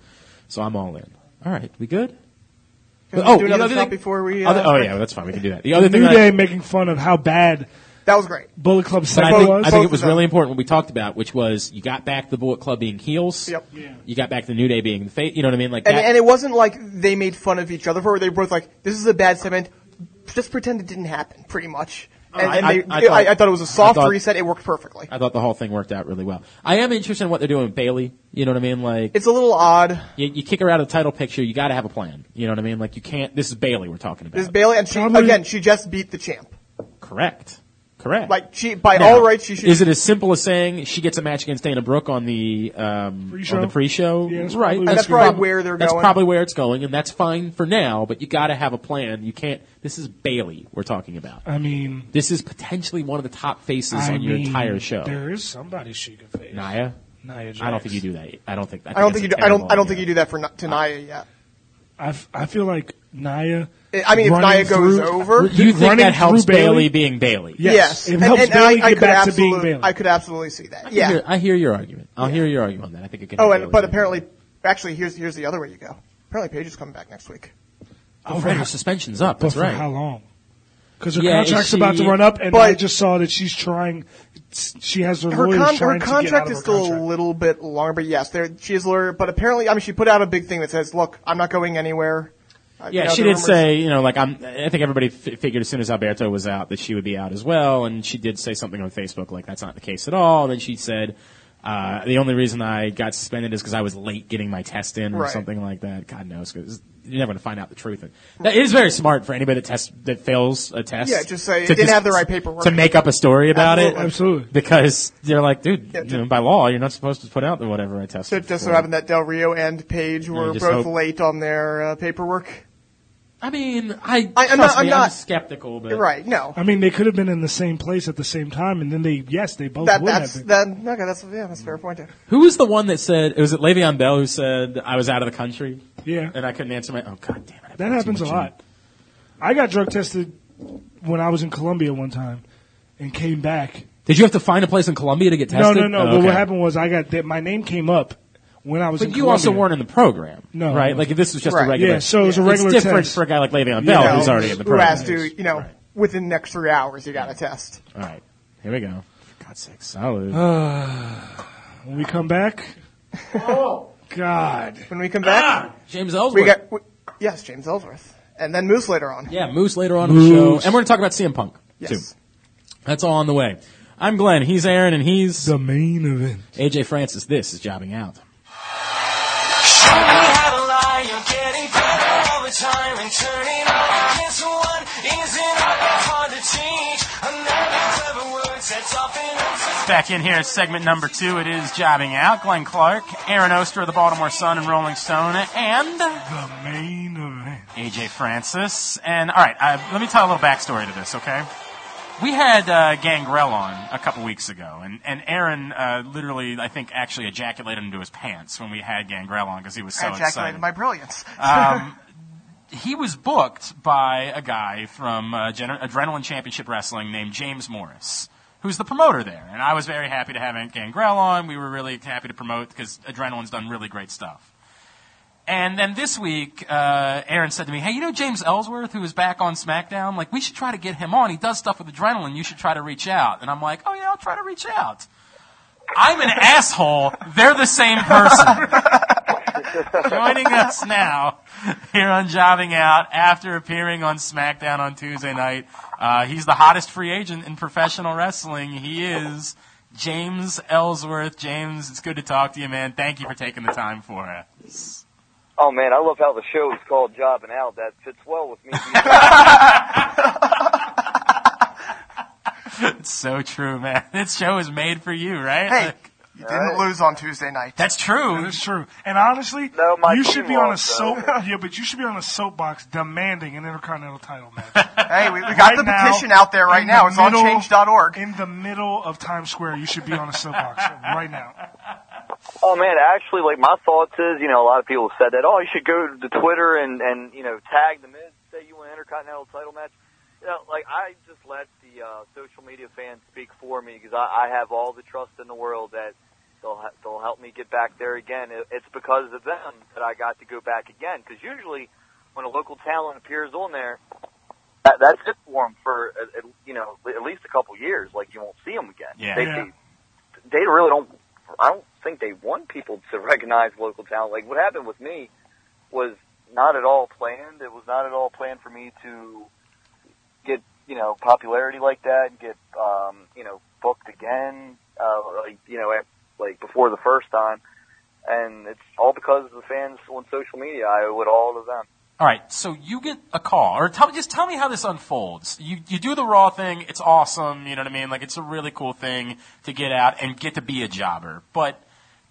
So I'm all in. All right, we good? Oh,
Can we do another
other
shot before we,
other-
uh,
oh yeah, well, that's fine. We can do that. The other thing
New
that I-
Day making fun of how bad
That was great.
Bullet Club
but I
Psycho
think,
was.
I think it
Both
was
of them.
really important what we talked about, which was you got back the Bullet Club being heels.
Yep.
Yeah.
You got back the New Day being the fate. You know what I mean? Like
And,
that.
and it wasn't like they made fun of each other for it. They were both like, this is a bad segment. Just pretend it didn't happen, pretty much. And,
Uh, I-
and they,
I-
I,
I thought-
I, thought it was a soft
I thought-
reset. It worked perfectly.
I thought the whole thing worked out really well. I am interested in what they're doing with Bailey. You know what I mean? Like
It's a little odd.
you, you kick her out of the title picture. You got to have a plan. You know what I mean? Like you can't. This is Bailey we're talking about.
This Bailey, and she,
Probably-
again, she just beat the champ.
Correct. Correct.
Like she, by
Now,
all rights, she should.
Is it as simple as saying she gets a match against Dana Brooke on the um,
Pre-show?
on the pre-show?
Yeah, that's
right.
probably-
That's probably where they're
that's
going.
probably where it's going, and that's fine for now. But you got to have a plan. You can't. This is Bailey we're talking about.
I mean,
This is potentially one of the top faces
I
on your
mean,
entire show.
There is somebody she could face.
Nia.
Nia Jax.
I don't think you do that. I don't think. I,
I don't think you. Do,
that's a
I don't.
terrible
I don't think
idea.
you do that for
Uh,
to Naya yet.
I, f- I feel like Nia.
I mean, if
running
Naya goes
through-
over-
Do you think
running
that helps
through Bayley?
Bailey being Bailey?
Yes. It helps Bailey get back to being
absolute-
Bailey.
I could absolutely see that.
I
Yeah.
hear, I hear your argument. I'll hear your argument on that. I think it can.
Oh,
help
and
Bayley
but
being
apparently, actually, here's here's the other way you go. Apparently, Paige is coming back next week.
Oh, right. Her suspension's up.
But
That's
for
right.
how long? Because her
Yeah,
contract's
she-
about to run up, and
But-
I just saw that she's trying. She has her,
Her,
lawyers
con- her
trying to get out
contract
of
is
her
still
contract.
a little bit longer, but yes, there she is. Lawyer, but apparently, I mean, she put out a big thing that says, "Look, I'm not going anywhere." Uh,
Yeah,
you know,
she
the
did
rumors-
say, you know, like I'm. I think everybody f- figured as soon as Alberto was out that she would be out as well, and she did say something on Facebook like that's not the case at all. And then she said, uh, the only reason I got suspended is because I was late getting my test in or
Right.
something like that. God knows, because you're never going to find out the truth. And that is very smart for anybody that tests that fails a test.
Yeah, just say,
to
"It didn't have the right paperwork."
to make up a story about
Absolutely.
it.
Absolutely.
because they're like, dude,
Yeah,
you
ju-
know, by law, you're not supposed to put out the whatever I tested.
So it just so
for.
happened that Del Rio and Paige were
just
both
hope-
late on their uh, paperwork.
I mean, I,
I- I'm
trust
not- I'm
me,
not-
skeptical, but
Right? No,
I mean, they could have been in the same place at the same time, and then they, yes, they both
that
would
that's
have been.
that. Okay, that's yeah, that's a fair point. Too.
Who was the one that said, was it Le'Veon Bell who said, I was out of the country?
Yeah.
And I couldn't answer my, oh god damn it. I've got
That
too
happens a
much in
lot. I got drug tested when I was in Colombia one time, and came back
Did you have to find a place in Columbia to get
No,
tested?
no, no.
Oh,
but what
okay.
happened was I got that my name came up when I was.
But
in
you also
Columbia.
weren't in the program,
No,
right?
I
Like this was just
Right.
a regular.
Yeah, so it was a regular
It's different
test.
for a guy like Le'Veon Bell
Oh,
You know,
who's already in the
who
program.
has to, you know, within the next three hours, you got to test.
All right, here we go. For God's sake, solid.
Uh, When we come back. oh God!
When we come
Ah!
back,
James Ellsworth.
we got we, yes, James Ellsworth, and then Moose later on.
yeah, Moose later on in the show,
Moose.
and we're going to talk about CM Punk too.
Yes.
That's all on the way. I'm Glenn. He's Aaron, and he's
The main event.
AJ Francis. This is jobbing out.
We have a lie, you're getting better all the time and turning all into one isn't always hard to teach. Another clever word sets off an unsuspecting
Back in here, segment number two. It is jobbing out. Glenn Clark, Aaron Oster of the Baltimore Sun and Rolling Stone, and
The main event.
AJ Francis. And all right, uh, let me tell a little backstory to this, okay? We had uh, Gangrel on a couple weeks ago, and and Aaron uh, literally, I think, actually ejaculated into his pants when we had Gangrel on because he was so
I ejaculated
excited.
my brilliance.
he was booked by a guy from uh, Gen- Adrenaline Championship Wrestling named James Morris, who's the promoter there. And I was very happy to have Gangrel on. We were really happy to promote because Adrenaline's done really great stuff. And then this week, uh, Aaron said to me, "Hey, you know James Ellsworth, who is back on SmackDown? Like, we should try to get him on. He does stuff with Adrenaline. You should try to reach out." And I'm like, "Oh yeah, I'll try to reach out." I'm an asshole. They're the same person joining us now here on Jobbing Out after appearing on SmackDown on Tuesday night. Uh, he's the hottest free agent in professional wrestling. He is James Ellsworth. James, it's good to talk to you, man. Thank you for taking the time for us.
Oh man, I love how the show is called Job and Out. That fits well with me.
It's so true, man. This show is made for you, right?
hey,
Like,
you didn't lose on Tuesday night.
that's true.
That's true. And honestly,
No, my
you
team
should be on a
lost,
soap.
though.
yeah, but you should be on a soapbox demanding an intercontinental title match.
Hey, we, we got
Right
the
now,
petition out there right
in
now.
the
It's
middle-
on change.org.
In the middle of Times Square, you should be on a soapbox right now.
oh man, actually, like my thoughts is, you know, a lot of people have said that. Oh, you should go to Twitter and and you know tag the Miz, say you want an Intercontinental title match. You know, like I just let the uh, social media fans speak for me because I, I have all the trust in the world that they'll ha- they'll help me get back there again. It, it's because of them that I got to go back again. Because usually, when a local talent appears on there, that, that's it for them for uh, uh, you know at least a couple years. Like you won't see them again.
Yeah.
They,
Yeah.
they they really don't. I don't think they want people to recognize local talent. Like what happened with me was not at all planned. It was not at all planned for me to get you know popularity like that and get um, you know booked again. Uh, like you know, at, like before the first time, and it's all because of the fans on social media. I owe it all to them.
All right, so you get a call, or tell, just tell me how this unfolds. You you do the raw thing; it's awesome. You know what I mean? Like it's a really cool thing to get out and get to be a jobber. But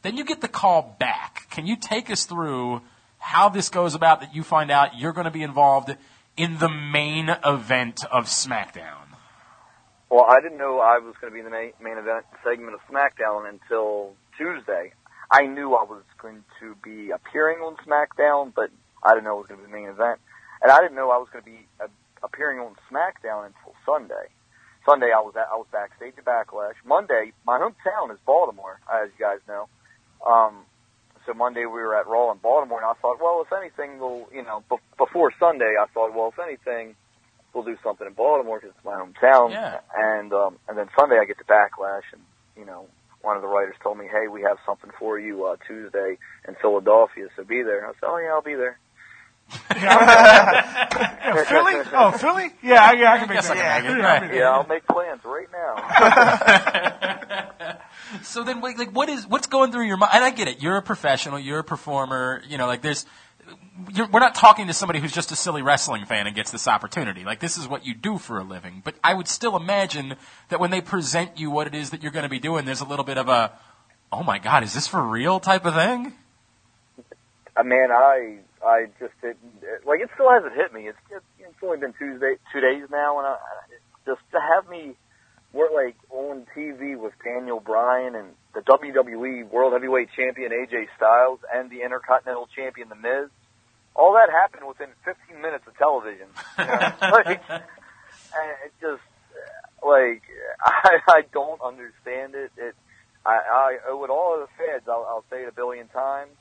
then you get the call back. Can you take us through how this goes about? That you find out you're going to be involved in the main event of SmackDown.
Well, I didn't know I was going to be in the main, main event segment of SmackDown until Tuesday. I knew I was going to be appearing on SmackDown, but I didn't know it was going to be the main event. And I didn't know I was going to be uh, appearing on SmackDown until Sunday. Sunday, I was at, I was backstage at Backlash. Monday, my hometown is Baltimore, as you guys know. Um, so Monday we were at Raw in Baltimore, and I thought, well, if anything, we'll you know be- before Sunday, I thought, well, if anything, we'll do something in Baltimore because it's my hometown.
Yeah.
And um, and then Sunday I get to Backlash, and you know one of the writers told me, hey, we have something for you uh, Tuesday in Philadelphia, so be there. And I said, oh yeah, I'll be there.
Yeah, Philly? Oh, Philly? Yeah, I, yeah, I can make
Yes,
that.
I can make
yeah,
it.
I'll be there.
Yeah, I'll make plans right now.
So then, like, like, what is what's going through your mind? And I get it. You're a professional. You're a performer. You know, like, there's. You're, we're not talking to somebody who's just a silly wrestling fan and gets this opportunity. Like, this is what you do for a living. But I would still imagine that when they present you what it is that you're going to be doing, there's a little bit of a, oh my god, is this for real type of thing.
I mean, I I just didn't like. It still hasn't hit me. It's it's, it's only been Tuesday, two days now, and I, I- just to have me work like on TV with Daniel Bryan and the WWE World Heavyweight Champion AJ Styles and the Intercontinental Champion The Miz. All that happened within 15 minutes of television. You know? like, and it just uh, Like I, I don't understand it. It I, I owe it all to the feds. I'll, I'll say it a billion times.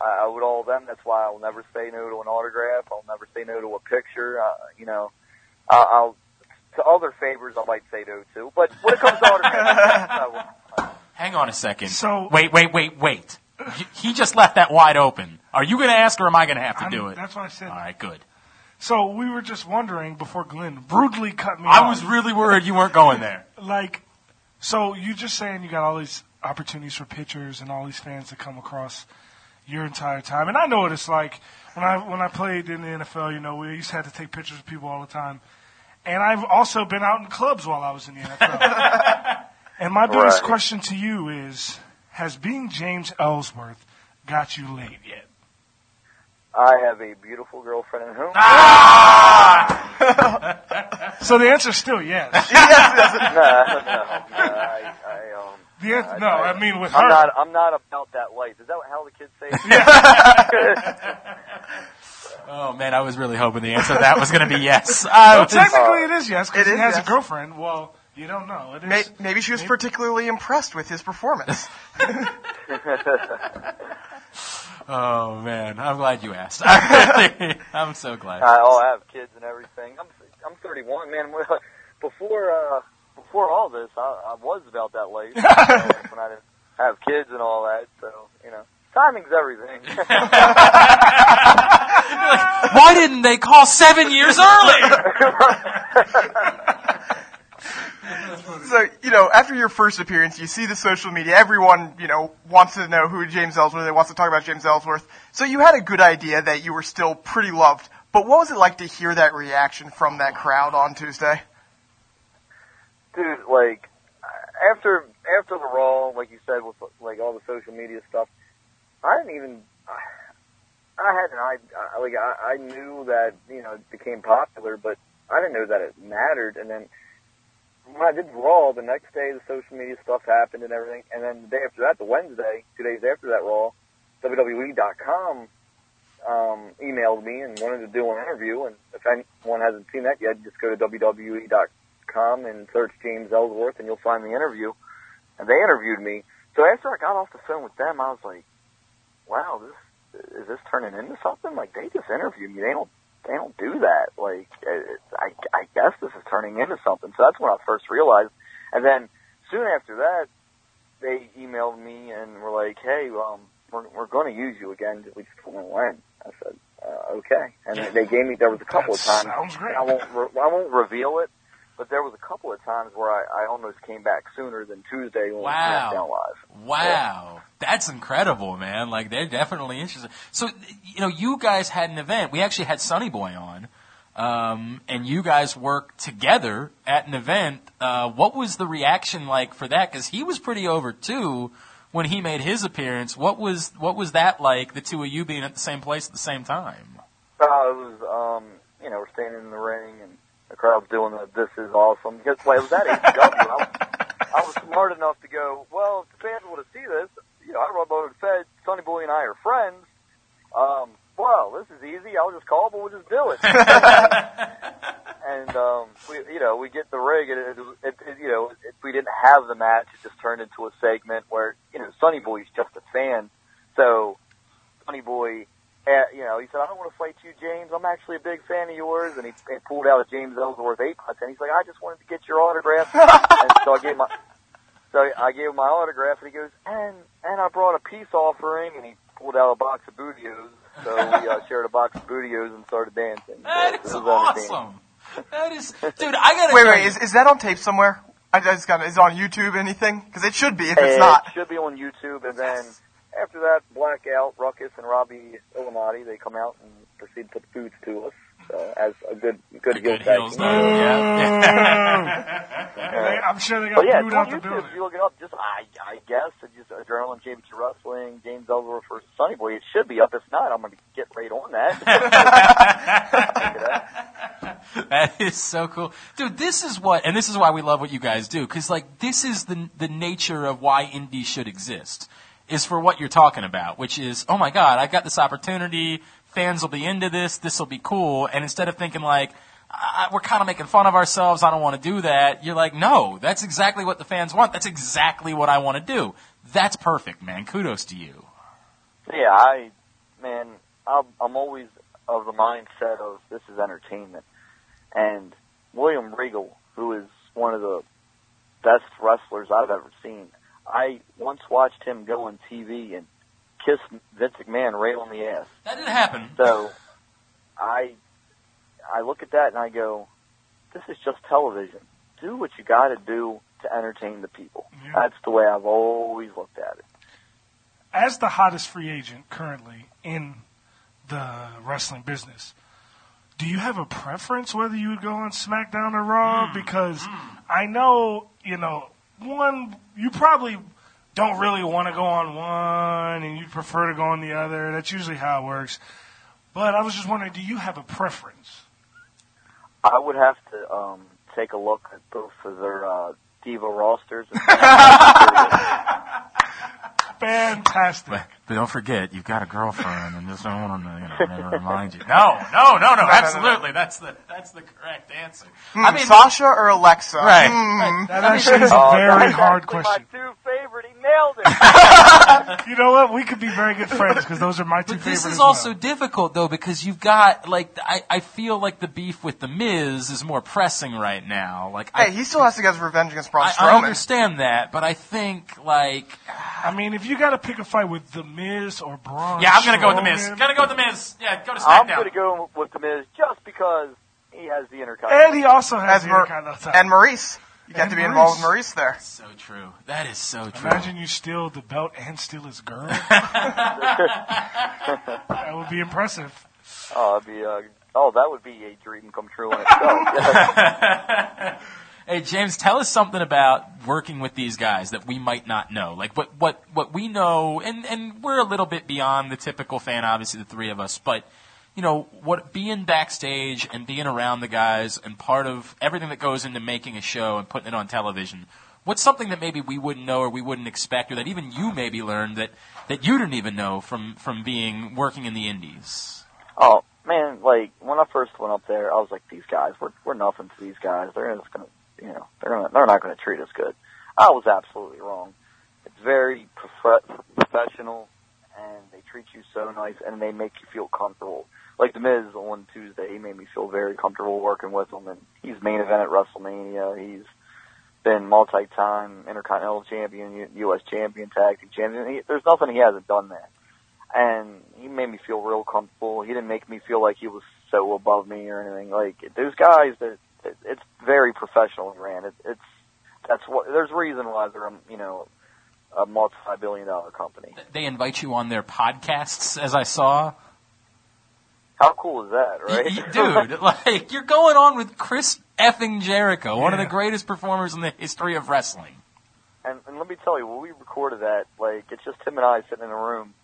I owe it all to them. That's why I'll never say no to an autograph. I'll never say no to a picture. Uh, you know, I, I'll to other favors I might say no to, but when it comes to autographs, I won't.
Hang on a second.
So-
wait, wait, wait, wait. He- He just left that wide open. Are you going to ask, or am I going to have to
I'm-
do it?
That's what I said.
All right, good.
So we were just wondering before Glenn brutally cut me off.
I was really worried you weren't going there.
like, so you just saying you got all these opportunities for pitchers and all these fans that come across your entire time, and I know what it's like when I when I played in the NFL. You know, we used to have to take pictures of people all the time, and I've also been out in clubs while I was in the NFL. and my biggest
Right.
question to you is: Has being James Ellsworth got you laid yet?
I have a beautiful girlfriend at home.
So the answer is still yes.
no, no, no. I, I, um,
The answer, no, I mean with
I'm
her.
not. I'm not about that life. Is that how the kids say? it?
Oh man, I was really hoping the answer to that was going to be yes. I
Well,
was,
technically, it is yes because
uh, It
he
is
has
yes.
a girlfriend. Well, you don't know. It is.
May- Maybe she was particularly impressed with his performance.
oh man, I'm glad you asked. I really, I'm so glad.
I, oh, I have kids and everything. I'm I'm 31, man. Before uh, before all this, I, I was about that late you know, when I didn't have kids and all that. So you know, timing's everything.
Why didn't they call seven years earlier?
so, you know, after your first appearance, you see the social media. Everyone, you know, wants to know who James Ellsworth is, wants to talk about James Ellsworth. So you had a good idea that you were still pretty loved. But what was it like to hear that reaction from that crowd on Tuesday?
dude, like after after the Raw, like you said, with like all the social media stuff, I didn't even. I had an I like I, I knew that you know it became popular, but I didn't know that it mattered. And then when I did Raw, the next day the social media stuff happened and everything, and then the day after that, the Wednesday, two days after that Raw, WWE.com um, emailed me and wanted to do an interview. And if anyone hasn't seen that yet, just go to WWE.com com and search James Ellsworth and you'll find the interview. And they interviewed me. So after I got off the phone with them, I was like, wow, this is this turning into something? Like they just interviewed me. They don't they don't do that. Like it- it- I I guess this is turning into something. So that's when I first realized. And then soon after that, they emailed me and were like, hey, um, we're we're going to use you again. We just don't know when. I said, uh, okay. And they- they gave me. There was a couple of
That
times.
sounds great.
I won't re- I won't reveal it. But there was a couple of times where I, I almost came back sooner than Tuesday when
Wow.
we SmackDown Live.
Wow, that's incredible, man! Like they're definitely interested. So you know, you guys had an event. We actually had Sonny Boy on, um, and you guys worked together at an event. Uh, what was the reaction like for that? Because he was pretty over too when he made his appearance. What was what was that like? The two of you being at the same place at the same time.
Uh, it was, um, you know, we're standing in the ring and the crowd's doing the "This is awesome." Because like, it was at HW. I, was, I was smart enough to go. Well, if the fans want to see this, you know, I rub over the Fed. Sonny Boy and I are friends. Um, well, this is easy. I'll just call, but we'll just do it. and um, we, you know, we get the rig, and it, it, it, you know, if we didn't have the match, it just turned into a segment where you know Sonny Boy's just a fan, so Sonny Boy uh, you know, he said, I don't want to fight you, James. I'm actually a big fan of yours. And he, he pulled out a James Ellsworth eight punch, and he's like, I just wanted to get your autograph. and so I gave my, so I gave him my autograph, and he goes, and and I brought a peace offering, and he pulled out a box of bootios. So we uh, shared a box of bootios and started dancing. So
That
it
is
was entertaining.
awesome. That is, dude. I gotta
Wait,
tell
wait,
you-
is, is that on tape somewhere? I just got is it on YouTube anything? Because it should be if
And
it's not.
It should be on YouTube. And then after that, Blackout, Ruckus, and Robbie Illuminati, they come out and proceed to put foods to us. So as a good, good,
good
guild
heels,
tag team.
though. Yeah. yeah. Mm.
And they- I'm sure they got
But yeah,
booed
it's on
out the
YouTube. If
building.
you look it up, just I, I guess it's just Adrenaline Championship Wrestling, James Ellsworth versus Sonny Boy. It should be up. If not, I'm gonna get right on that.
That is so cool, dude. This is what, and this is why we love what you guys do, because like this is the the nature of why indie should exist, is for what you're talking about, which is, oh my god, I've got this opportunity, fans will be into this, this will be cool, and instead of thinking like, I, we're kind of making fun of ourselves. I don't want to do that. You're like, no, that's exactly what the fans want. That's exactly what I want to do. That's perfect, man. Kudos to you.
Yeah, I, man, I'm, I'm always of the mindset of this is entertainment. And William Regal, who is one of the best wrestlers I've ever seen, I once watched him go on TV and kiss Vince McMahon right on the ass.
That didn't happen.
So I, I look at that and I go, this is just television. Do what you got to do to entertain the people. That's the way I've always looked at it.
as the hottest free agent currently in the wrestling business, do you have a preference whether you would go on SmackDown or Raw?
Mm,
because I know, you know, one, you probably don't really want to go on one and you prefer to go on the other. That's usually how it works. But I was just wondering, do you have a preference?
I would have to um, take a look at both of their uh, diva rosters.
Fantastic.
But, but don't forget, you've got a girlfriend, and just don't want to you know, never remind you. No, no, no, no, Oh, absolutely. That's the that's the correct answer. I mean,
Hmm, Sasha or Alexa?
Right.
Hmm.
That actually is a very
that's
hard
actually
question.
My two favorite. He nailed it.
You know what? We could be very good friends because those are my two
But
favorites.
this is also difficult though because you've got like I, I feel like the beef with the Miz is more pressing right now. Like
Hey,
I,
he still has to get his revenge against Braun
I, I
Strowman.
understand that, but I think like
I mean, if you got to pick a fight with The Miz or Braun,
yeah, I'm gonna go with the Miz.
Strowman-
Gotta go with the Miz. Yeah, go to
I'm
SmackDown.
going to go with the Miz just because he has the intercontinental.
And he also has
and,
the
Mar-
Intercontinental title.
and Maurice. You got
And
to be involved with
Maurice.
Maurice there.
so true. That is so true.
Imagine you steal the belt and steal his girl. that would be impressive.
Oh, it'd be, uh, oh, that would be a dream come true in itself. Yeah.
Hey James, tell us something about working with these guys that we might not know. Like what what what we know, and and we're a little bit beyond the typical fan, obviously the three of us. But you know what, being backstage and being around the guys and part of everything that goes into making a show and putting it on television. What's something that maybe we wouldn't know or we wouldn't expect, or that even you maybe learned that that you didn't even know from from being working in the indies?
oh man, like when I first went up there, I was like, these guys, we're we're nothing to these guys. They're just going to, you know, they're gonna, they're not going to treat us good. I was absolutely wrong. It's very prof- professional, and they treat you so nice, and they make you feel comfortable. Like the Miz on Tuesday, he made me feel very comfortable working with him, and he's main event at WrestleMania. He's been multi-time Intercontinental Champion, U- U.S. Champion, Tag Team Champion. He, there's nothing he hasn't done there, and he made me feel real comfortable. He didn't make me feel like he was so above me or anything. Like those guys, that it, it's very professionally ran. It, it's that's what there's a reason why they're um, you know a multi-billion dollar company.
They invite you on their podcasts, as I saw.
How cool is that,
Y-
right?
y- dude, like you're going on with Chris effing Jericho, one of the
Yeah.
greatest performers in the history of wrestling.
And, and let me tell you, when we recorded that, like, it's just him and I sitting in a room,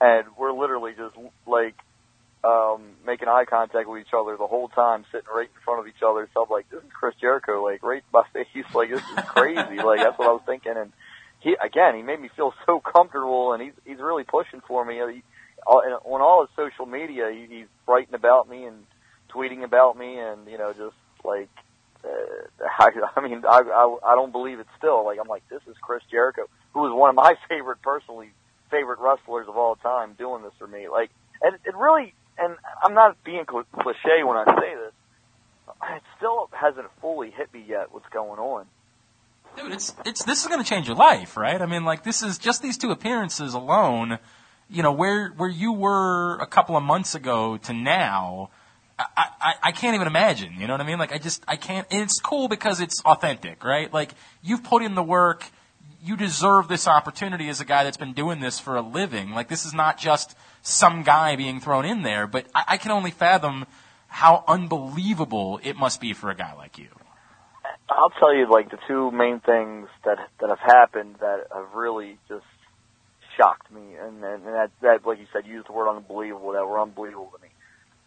and we're literally just, like, um, making eye contact with each other the whole time, sitting right in front of each other. So I'm like, this is Chris Jericho, like, right in my face. Like, this is crazy. like, that's what I was thinking. And he, again, he made me feel so comfortable, and he's, he's really pushing for me. He, all- and on all his social media, he, he's writing about me and tweeting about me, and, you know, just, like, uh, I, I mean, I, I, I don't believe it still. Like, I'm like, this is Chris Jericho, who is one of my favorite, personally, favorite wrestlers of all time doing this for me. Like, and it really, and I'm not being cl- cliche when I say this, it still hasn't fully hit me yet what's going on.
Dude, it's it's this is going to change your life, right? I mean, like this is just these two appearances alone. You know where where you were a couple of months ago to now. I, I, I can't even imagine. You know what I mean? Like I just I can't. And it's cool because it's authentic, right? Like you've put in the work. You deserve this opportunity as a guy that's been doing this for a living. Like this is not just some guy being thrown in there. But I, I can only fathom how unbelievable it must be for a guy like you.
I'll tell you, like the two main things that that have happened that have really just shocked me, and and that that like you said, you used the word unbelievable. That were unbelievable to me.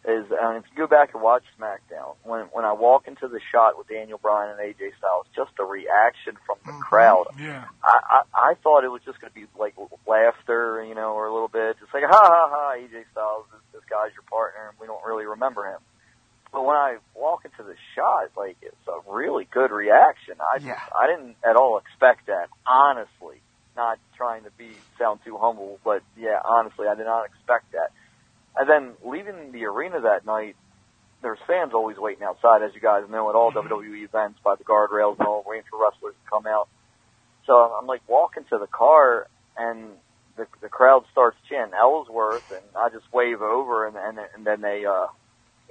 Is and if you go back and watch SmackDown, when when I walk into the shot with Daniel Bryan and AJ Styles, just the reaction from the crowd,
Yeah.
I, I I thought it was just going to be like laughter, you know, or E a little bit, just like ha ha ha, AJ Styles, this, this guy's your partner, and we don't really remember him. But when I walk into the shot, like it's a really good reaction. I
Yeah.
I didn't at all expect that. Honestly, not trying to be sound too humble, but yeah, honestly, I did not expect that. And then leaving the arena that night, there's fans always waiting outside, as you guys know, at all WWE events by the guardrails and all, waiting for wrestlers to come out. So I'm, I'm like walking to the car, and the the crowd starts chanting Ellsworth, and I just wave over, and and, and then they, uh,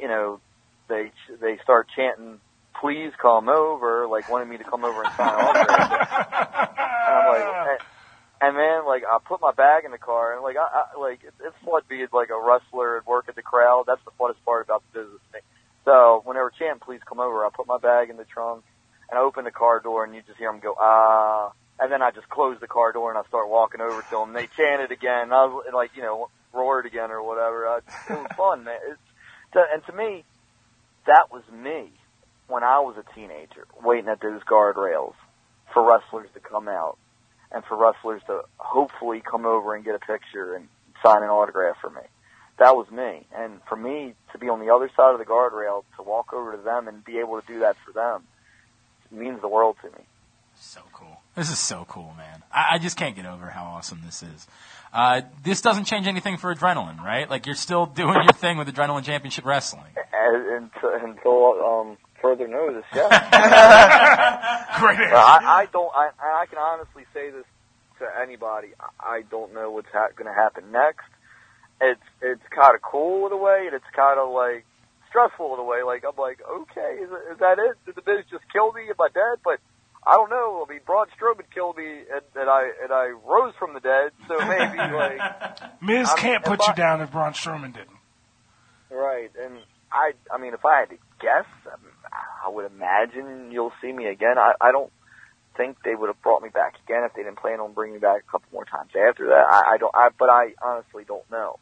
you know, they they start chanting, "Please come over," like wanting me to come over and sign autographs. And I'm like, and, and then like I put my bag in the car, and like I, I like it's, it's fun being like a wrestler and working the crowd. That's the funnest part about the business thing. So whenever Chan, please come over. I put my bag in the trunk, and I open the car door, and you just hear him go ah, and then I just close the car door and I start walking over to him. They chanted again, and I was and, like you know roared again or whatever. I, it was fun, man. It's, to, and to me, that was me when I was a teenager, waiting at those guardrails for wrestlers to come out and for wrestlers to hopefully come over and get a picture and sign an autograph for me. That was me. And for me to be on the other side of the guardrail, to walk over to them and be able to do that for them, means the world to me.
So cool. This is so cool, man. I, I just can't get over how awesome this is. Uh, this doesn't change anything for adrenaline, right? Like you're still doing your thing with adrenaline championship wrestling.
And, and, until um, further notice, yeah.
Great.
But I, I don't. I, I can honestly say this to anybody. I I don't know what's ha- going to happen next. It's it's kind of cool in a way, and it's kind of like stressful in a way. Like I'm like, okay, is, it- is that it? Did the biz just kill me? Am I dead? But I don't know. I mean, Braun Strowman killed me, and, and I and I rose from the dead. So maybe like
Miz
I'm-
can't put
if
you
I-
down if Braun Strowman didn't.
Right, and I, I mean, if I had to guess, um, I would imagine you'll see me again. I, I don't think they would have brought me back again if they didn't plan on bringing me back a couple more times after that. I, I don't, I, but I honestly don't know.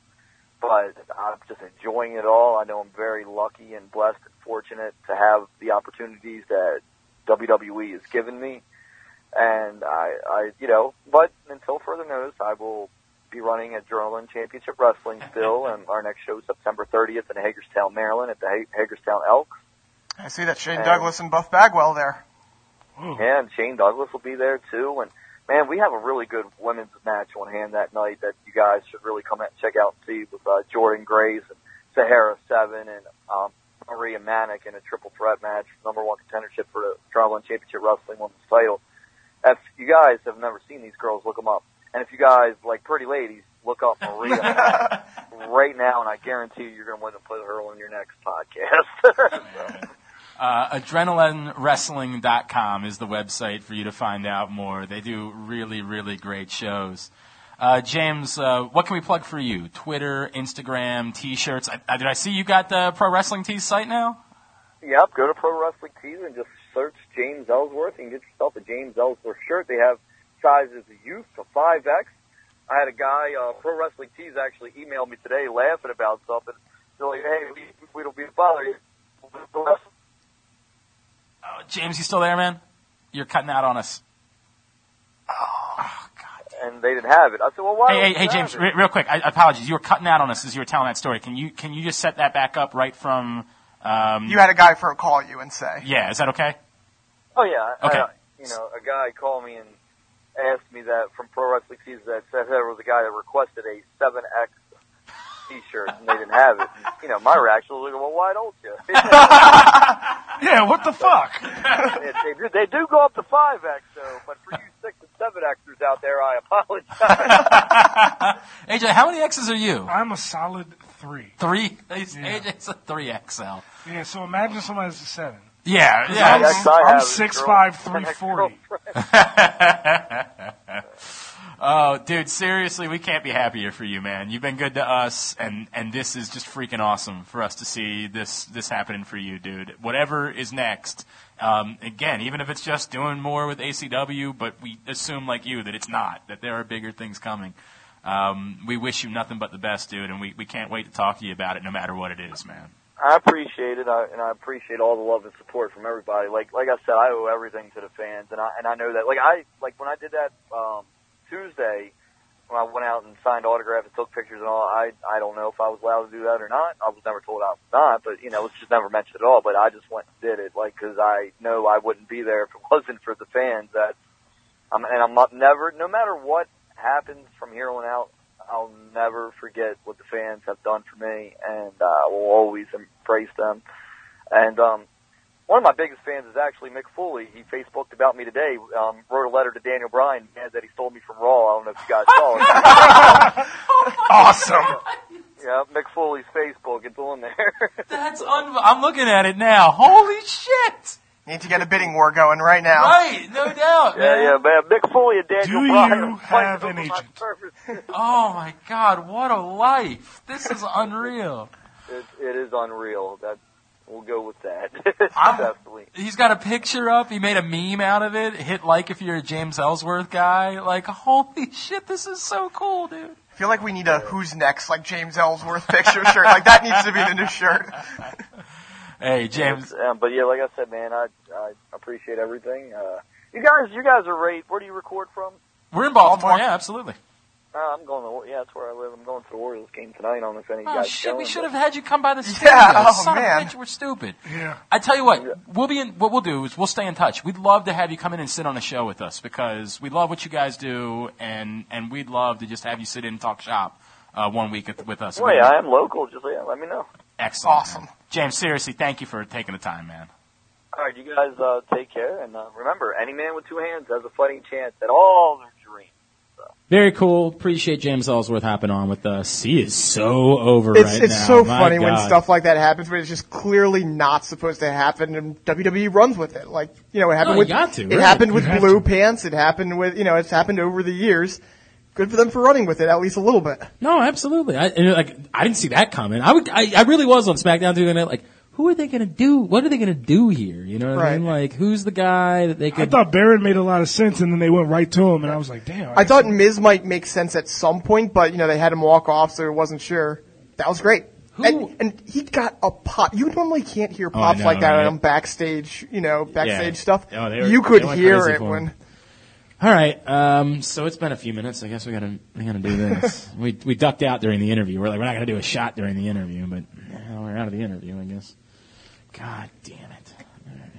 But I'm just enjoying it all. I know I'm very lucky and blessed and fortunate to have the opportunities that WWE has given me. And I, I, you know, but until further notice, I will be running at Adrenaline Championship Wrestling still, and our next show is September 30th in Hagerstown, Maryland, at the ha- Hagerstown Elks.
I see that Shane
And-
Douglas and Buff Bagwell there.
Whoa.
And Shane Douglas will be there too. And man, we have a really good women's match on hand that night that you guys should really come out and check out and see with uh, Jordan Grace and Sahara Seven and um, Maria Manic in a triple threat match, number one contendership for the Traveling Championship Wrestling Women's Title. If you guys have never seen these girls, look them up. And if you guys like pretty ladies, look up Maria Manic right now, and I guarantee you, you're going to want to put her on your next podcast.
Uh, adrenalinewrestling.com is the website for you to find out more. They do really, really great shows. Uh, James, uh, what can we plug for you? Twitter, Instagram, T-shirts. I, I, did I see you got the Pro Wrestling Tees site now?
Yep, go to Pro Wrestling Tees and just search James Ellsworth and get yourself a James Ellsworth shirt. They have sizes youth to 5X. I had a guy, uh, Pro Wrestling Tees actually emailed me today laughing about something. They're like, hey, we, we don't be bothering you. Pro Wrestling-
Oh, James, you still there, man? You're cutting out on us.
And they didn't have it. I said, well,
Oh,
why?
Hey,
don't
hey,
you
hey,
have
James,
it?
re- real quick. I I apologize. You were cutting out on us as you were telling that story. Can you can you just set that back up right from? Um,
You had a guy for a call you and say.
yeah, is that okay?
Oh yeah. I-
Okay.
I, you know, a guy called me and asked me that from Pro Wrestling Tees that said there was a guy that requested a seven X T-shirt and they didn't have it. And, you know, my reaction was like, well, why don't you?
Yeah, what the fuck?
they, they, do, they do go up to five X though, but for you six and seven Xers out there, I apologize.
AJ, how many X's are you?
I'm a solid three.
Three. He's-
Yeah.
AJ's a three XL.
Yeah, so imagine somebody's a seven.
Yeah,
I'm,
yeah.
that's- I have
I'm
is
six
girl-
five three forty.
Oh, dude, seriously, we can't be happier for you, man. You've been good to us, and and this is just freaking awesome for us to see this this happening for you, dude. Whatever is next, um, again, even if it's just doing more with ACW, but we assume like you that it's not that there are bigger things coming. Um, we wish you nothing but the best, dude, and we, we can't wait to talk to you about it, no matter what it is, man.
I appreciate it, I, and I appreciate all the love and support from everybody. Like, like I said, I owe everything to the fans, and I and I know that. Like, I like when I did that um, Tuesday, when I went out and signed autographs and took pictures and all, I I don't know if I was allowed to do that or not. I was never told I was not, but you know, it's just never mentioned at all. But I just went and did it, like, because I know I wouldn't be there if it wasn't for the fans. That I'm, and I'm not never, no matter what happens from here on out, I'll never forget what the fans have done for me, and uh, I will always embrace them. And um, one of my biggest fans is actually Mick Foley. He Facebooked about me today. Um, wrote a letter to Daniel Bryan mad that he stole me from Raw. I don't know if you guys saw it.
Awesome.
yeah, Mick Foley's Facebook. It's on there.
That's un- I'm looking at it now. Holy shit!
Need to get a bidding war going right now.
Right, no doubt.
yeah,
man.
yeah, man. Mick Foley and Daniel
Do
Bryan.
you
are fighting
have
over
an
my
agent?
service.
Oh my god, what a life! This is unreal.
it, it is unreal. That we'll go with that.
I'm-
Definitely.
He's got a picture up. He made a meme out of it. Hit like if you're a James Ellsworth guy. Like, holy shit, this is so cool, dude.
I feel like we need a who's next, like James Ellsworth picture shirt. Like that needs to be the new shirt.
Hey, James.
Um, but yeah, like I said, man, I I appreciate everything. Uh, you guys, you guys are right. Where do you record from?
We're in Baltimore. Yeah, absolutely.
Uh, I'm going to Wa- yeah, that's where I live. I'm going to the Orioles game tonight. I don't know if any of you
Oh
guys
shit, we
going,
should
but-
have had you come by the studio.
oh,
Son
man.
of a bitch, we're stupid.
Yeah.
I tell you what, we'll be in, what we'll do is we'll stay in touch. We'd love to have you come in and sit on a show with us because we love what you guys do, and and we'd love to just have you sit in and talk shop uh, one week at- with us.
Well, yeah, I am local. Just yeah, let me know.
Excellent,
Awesome.
man. James. Seriously, thank you for taking the time, man.
All right, you guys uh, take care, and uh, remember, any man with two hands has a fighting chance at all their dreams.
Very cool. Appreciate James Ellsworth hopping on with us. He is so over
It's
right
it's
now.
so
My
funny when
God.
stuff like that happens, but it's just clearly not supposed to happen, and WWE runs with it. Like you know, it happened
you
with
got to,
it
really.
happened with
You have
blue
to.
pants. It happened with you know, it's happened over the years. Good for them for running with it at least a little bit.
No, absolutely. I, and like, I didn't see that coming. I would, I, I really was on SmackDown doing it. Like, who are they gonna do? What are they gonna do here? You know what I
Right.
mean? Like, who's the guy that they
I
could?
thought Baron made a lot of sense, and then they went right to him, and I was like, damn.
I thought Miz might make sense at some point, but you know they had him walk off, so I wasn't sure. That was great.
Who-
And, and he got a pop. You normally can't hear
Oh, I
pops
know,
like that
right?
on backstage, you know, backstage
Yeah.
stuff.
Oh, they were-
you could
they went
hear
crazy
it
for him.
when.
All right. Um. So it's been a few minutes. I guess we gotta, we gotta do this. we we ducked out during the interview. We're like, we're not gonna do a shot during the interview, but now we're out of the interview, I guess. God damn it. All right.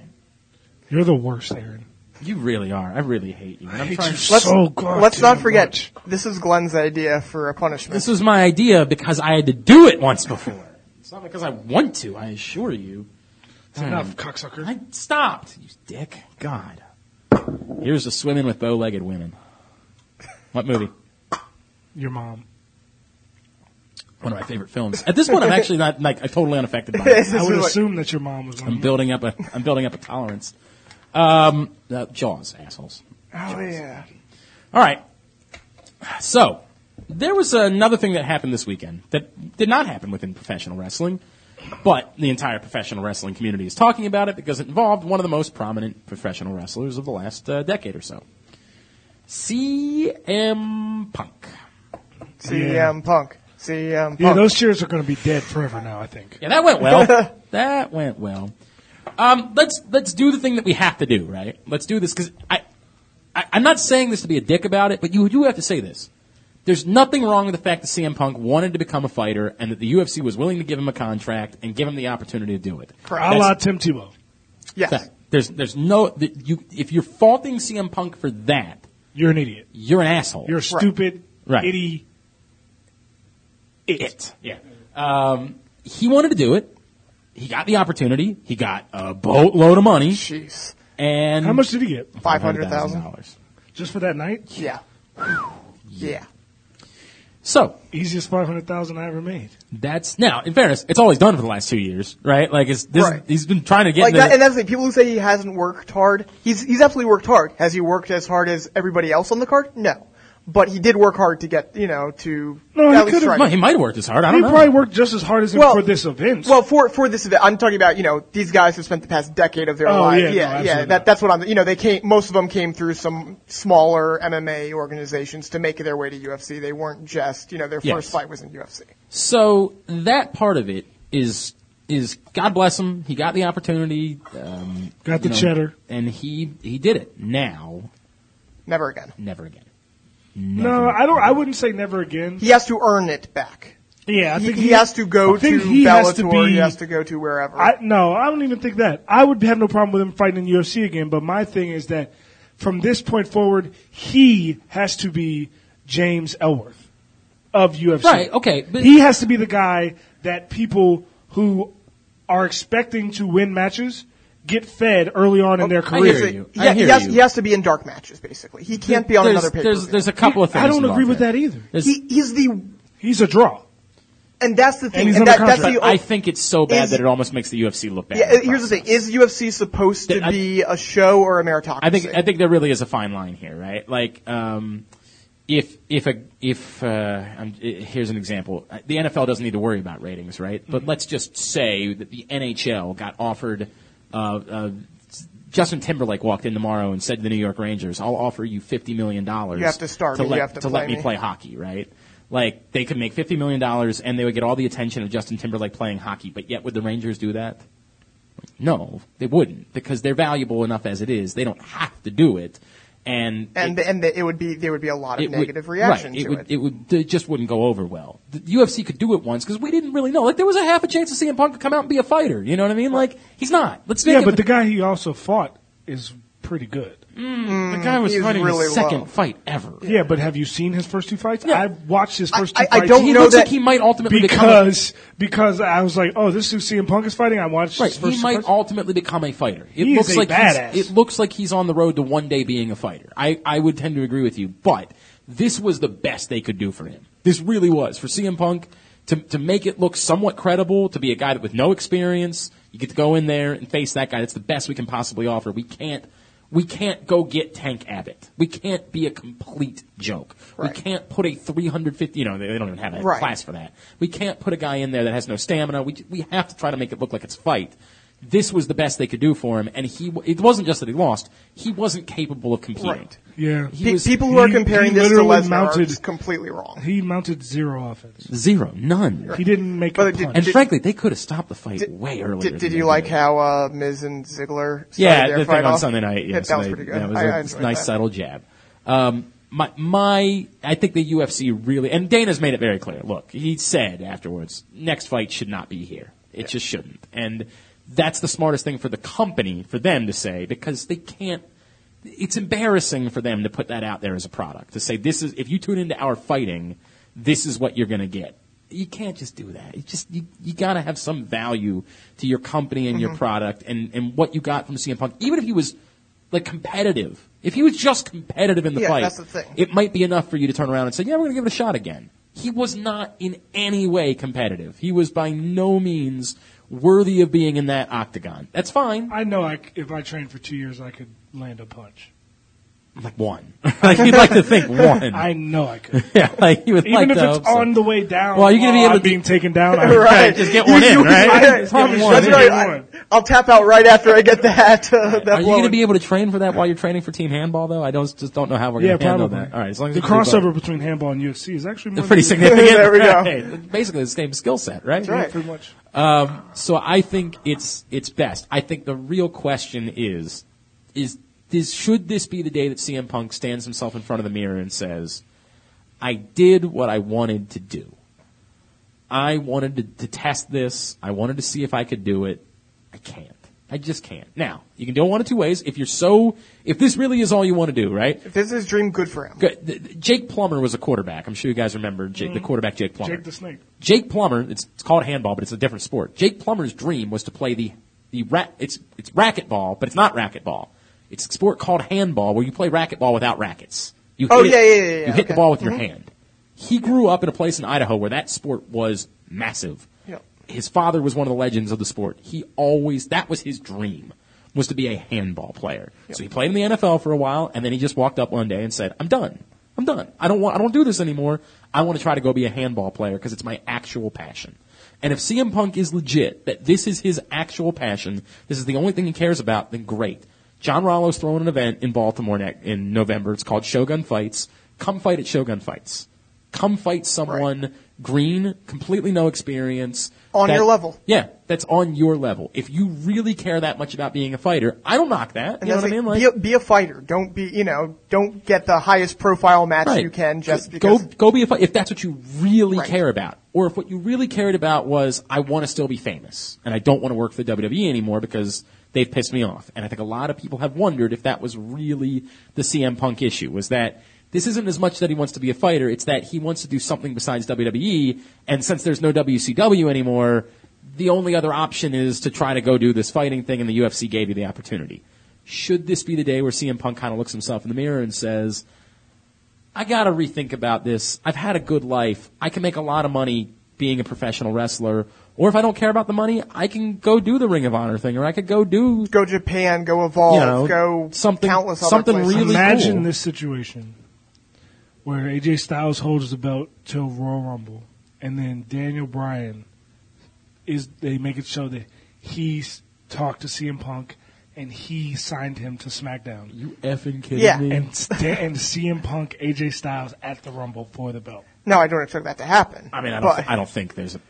You're the worst, Aaron.
You really are. I really hate you. And I'm
hate
trying
you
Let's,
so God,
let's
too
not forget,
much.
this is Glenn's idea for a punishment.
This was my idea because I had to do it once before. It's not because I want to, I assure you. Hmm.
It's enough, cocksucker.
I stopped, you dick. God. Here's the swimming with bow legged women. What movie?
Your mom.
One of my favorite films. At this point, I'm actually not like I'm totally unaffected by
This
it.
is
I would
like-
assume that your mom was one
I'm
of them.
building up a I'm building up a tolerance. Um, uh, Jaws, assholes.
oh yeah.
All right. So there was another thing that happened this weekend that did not happen within professional wrestling, but the entire professional wrestling community is talking about it because it involved one of the most prominent professional wrestlers of the last uh, decade or so, CM Punk.
CM Punk. CM Punk.
Yeah, those cheers are going to be dead forever now, I think.
Yeah, that went well. that went well. Um, let's let's do the thing that we have to do, right? Let's do this because I, I I'm not saying this to be a dick about it, but you do have to say this. There's nothing wrong with the fact that CM Punk wanted to become a fighter and that the UFC was willing to give him a contract and give him the opportunity to do it.
A la Tim Tebow.
yes.
Fact. There's there's no that you if you're faulting CM Punk for that,
You're an idiot.
you're an asshole.
You're a stupid,
Right.
itty.
it. Yeah. Um, he wanted to do it. He got the opportunity. He got a boatload of money.
Jeez.
And
How much did he get?
Five hundred thousand.
dollars.
Just for that night?
Yeah. yeah.
So
Easiest 500000 I ever made.
that's now. In fairness, it's always done for the last two years, right? Like it's this.
Right.
He's been trying to get
Like
into
that, and that's the thing. People who say he hasn't worked hard, he's he's absolutely worked hard. Has he worked as hard as everybody else on the card? No, but he did work hard to get you know to.
No, he
at least
could've-
try.
the- he might have worked as hard. I
He
don't know.
probably worked just as hard as him
Well-
for this event.
Well, for for this event, I'm talking about you know these guys have spent the past decade of their
Oh,
life.
yeah, no,
yeah,
absolutely not.
That, that's what I'm. You know, they came. Most of them came through some smaller MMA organizations to make their way to UFC. They weren't just you know their
Yes.
first fight was in UFC.
So that part of it is is God bless him. He got the opportunity. Um,
Got the
you know,
cheddar.
and he he did it. Now
Never again.
never again.
No, I don't. I wouldn't say never again.
He has to earn it back.
Yeah, I
He,
think
he, has to go
I think
to
he
Bellator.
has to be-
he has to go to wherever.
I, no, I don't even think that. I would have no problem with him fighting in UFC again. But my thing is that from this point forward, he has to be James Elworth of UFC.
Right, okay, but-
he has to be the guy that people who are expecting to win matches get fed early on in their
Oh, I hear
career.
you.
He,
I hear
he, has,
you.
he has to be in dark matches, basically. He can't be on
there's,
another pay
There's, there's a couple of things.
I don't
involved
agree with
there.
that either.
There's-
he, he's the,
He's a draw.
and that's the thing.
he's
And,
under
that, that's
contract.
the.
but I think it's so bad
oh, is-
that it almost makes the UFC look bad.
yeah, uh,
in
here's the
process.
thing: Is UFC supposed to
I-
be a show or a meritocracy?
I think I think there really is a fine line here, right? Like, um, if if a if uh, I'm, i- here's an example, Uh, the NFL doesn't need to worry about ratings, right?
Mm-hmm.
But let's just say that the NHL got offered. Uh, uh, Justin Timberlake walked in tomorrow and said to the New York Rangers, "I'll offer you fifty million dollars.
You have to start
to
me,
let,
you have to
let
play
me
me."
play hockey, right?" Like they could make fifty million dollars and they would get all the attention of Justin Timberlake playing hockey. But yet, would the Rangers do that? No, they wouldn't because they're valuable enough as it is. They don't have to do it, and
and and it would be there would be a lot of
it would-
negative reaction
right, it
to
would,
it.
It would it just wouldn't go over well. The UFC could do it once because we didn't really know. Like there was a half a chance of CM Punk could come out and be a fighter. You know what I mean? Like he's not. Let's make
Yeah,
it-
but the guy he also fought is pretty good.
the guy was
Mm, he's
fighting
really
his second
low.
fight ever.
Yeah, but have you seen his first two fights?
Yeah.
I watched his first
I-
two
I
fights.
don't
He
know
looks
that
like he might ultimately become.
because because I was like, oh, this is who CM Punk is fighting. I watched
A, right,
his first
he might
first-
ultimately become a fighter. It
He is
looks
a
like
badass.
He's, it looks like he's on the road to one day being a fighter. I, I would tend to agree with you, but this was the best they could do for him. This really was for CM Punk to to make it look somewhat credible to be a guy that with no experience. You get to go in there and face that guy. That's the best we can possibly offer. We can't we can't go get Tank Abbott. We can't be a complete joke.
Right.
We can't put a 350. You know they, they don't even have a
Right.
class for that. We can't put a guy in there that has no stamina. We we have to try to make it look like it's a fight. This was the best they could do for him, and he it wasn't just that he lost. He wasn't capable of competing.
Right.
Yeah,
He
Pe-
was
people who are
he-
comparing
he
this to
literally
Lesnar
mounted-
are completely wrong.
he mounted zero offense.
zero, none.
He didn't make
But
a
it did-
punch.
And
Did-
frankly, they could have stopped the fight
Did-
way earlier.
Did,
than
did
they
you like
did.
how uh, Miz and Ziggler? started
Yeah,
their
the
fight
thing on
off?
Sunday night. Yeah,
that
so
was
they-
pretty good.
That was
I-
a
I enjoyed
nice
that.
subtle jab. Um, my, my, I think the UFC really, and Dana's made it very clear. Look, he said afterwards, next fight should not be here. It just shouldn't. And that's the smartest thing for the company, for them to say, because they can't, it's embarrassing for them to put that out there as a product. To say, this is, if you tune into our fighting, this is what you're gonna get. You can't just do that. You just, you, you gotta have some value to your company and
Mm-hmm.
your product and, and what you got from CM Punk. Even if he was like competitive. If he was just competitive in the
Yeah,
fight,
that's the thing.
it might be enough for you to turn around and say, "Yeah, we're going to give it a shot again." He was not in any way competitive. He was by no means worthy of being in that octagon. That's fine.
I know I c if I trained for two years, I could land a punch.
Like one. like you'd like to think one.
I know I could.
yeah, like you would Mm.
Even
like
if
to
it's
hope so.
on the way down.
Well, you're gonna be
while
able
I'm
to-
being taken down. I,
Right,
Just get one in, right?
That's
Just get one in.
right.
One.
I, I'll tap out right after I get that. Uh, that
Are you going to
blow.
be able to train for that while you're training for team handball? Though I don't just don't know how we're
Yeah,
going to handle
probably.
that. All right, as long as
the
you can do both.
crossover between handball and UFC is actually more
pretty
than-
significant.
There we go.
Right. Basically, the same skill set, right?
That's right.
Pretty much.
Um, so I think it's it's best. I think the real question is is this should this be the day that CM Punk stands himself in front of the mirror and says, "I did what I wanted to do. I wanted to, to test this. I wanted to see if I could do it. I can't. I just can't." Now you can do it one of two ways. If you're so, if this really is all you want to do, right?
If this is his dream, good for him.
Good. th- th- Jake Plummer was a quarterback. I'm sure you guys remember Jake, the quarterback Jake Plummer.
Mm-hmm. Jake the Snake.
Jake Plummer, it's, it's called handball, but it's a different sport. Jake Plummer's dream was to play the the ra- it's it's racquetball, but it's not racquetball. It's a sport called handball where you play racquetball without rackets. You
Oh,
hit,
yeah, yeah, yeah, yeah,
You hit the
okay. Mm-hmm.
ball with your hand. He grew up in a place in Idaho where that sport was massive.
Yep.
His father was one of the legends of the sport. He always that was his dream was to be a handball player. So he played in the NFL for a while and then he just walked up one day and said, "I'm done. I'm done. I don't want I don't do this anymore. I want to try to go be a handball player because it's my actual passion." And if CM Punk is legit that this is his actual passion, this is the only thing he cares about, then great. John Rollo's throwing an event in Baltimore ne- in November. It's called Shogun Fights. Come fight at Shogun Fights. Come fight someone green, completely no experience.
On your level.
Yeah, that's on your level. If you really care that much about being a fighter, I don't knock that.
And
you know what
that's
I mean?
like, be, a, be a fighter. Don't be, you know, don't get the highest profile match
Right.
you can just
go
because.
go be a fight if that's what you really
Right.
care about, or if what you really cared about was I want to still be famous and I don't want to work for the WWE anymore because they've pissed me off. And I think a lot of people have wondered if that was really the CM Punk issue was that this isn't as much that he wants to be a fighter; it's that he wants to do something besides WWE. And since there's no WCW anymore, the only other option is to try to go do this fighting thing, and the UFC gave you the opportunity. Should this be the day where CM Punk kind of looks himself in the mirror and says, I gotta rethink about this. I've had a good life. I can make a lot of money being a professional wrestler. Or if I don't care about the money, I can go do the Ring of Honor thing, or I could go do
Go Japan, go Evolve,
You know,
go
something-
countless other
something
places.
really
Imagine
cool.
this situation where AJ Styles holds the belt till Royal Rumble, and then Daniel Bryan is they make it show that he's talked to CM Punk and he signed him to SmackDown.
you effing kidding
Yeah.
me.
And, st- and CM Punk, AJ Styles at the Rumble for the belt.
No, I don't expect that to happen.
I mean, I don't,
but
thi- I don't think there's a.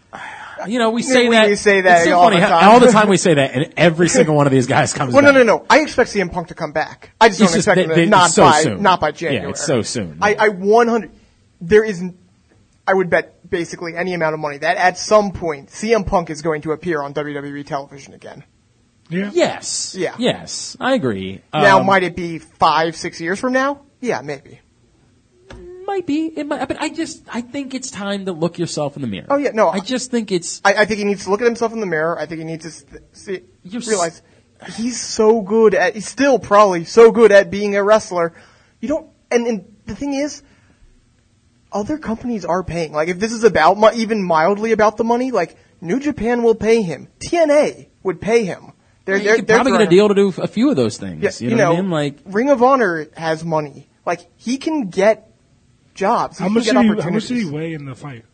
You know, we say
we
that.
do say that
it's so
all
funny
the
how-
time.
all the time we say that, and every single one of these guys comes.
Well, no,
back.
no, no. I expect CM Punk to come back. I just
It's
don't
just
expect
they-
him to
they-
not
it's so
by
soon.
not by
Yeah,
January.
it's so soon.
I, I 100. There is. n- I would bet basically any amount of money that at some point CM Punk is going to appear on WWE television again.
Yeah.
Yes.
Yeah.
Yes, I agree.
now,
Um,
might it be five, six years from now? Yeah, maybe.
might be it might, but I just I think it's time to look yourself in the mirror.
Oh, yeah, no,
I just think it's
I, I think he needs to look at himself in the mirror. I think he needs to s- see,
You're s-
realize he's so good at, he's still probably so good at being a wrestler. You don't, and, and the thing is, other companies are paying. Like, if this is about, mo- even mildly about the money, like, New Japan will pay him. TNA would pay him. They're,
you could probably get a
throwing-
deal to do a few of those things. you, know, what I mean? Like
Ring of Honor has money. Like, he can get jobs. He
How
can
much,
get
did he, how much
opportunities.
did he weigh in the fight?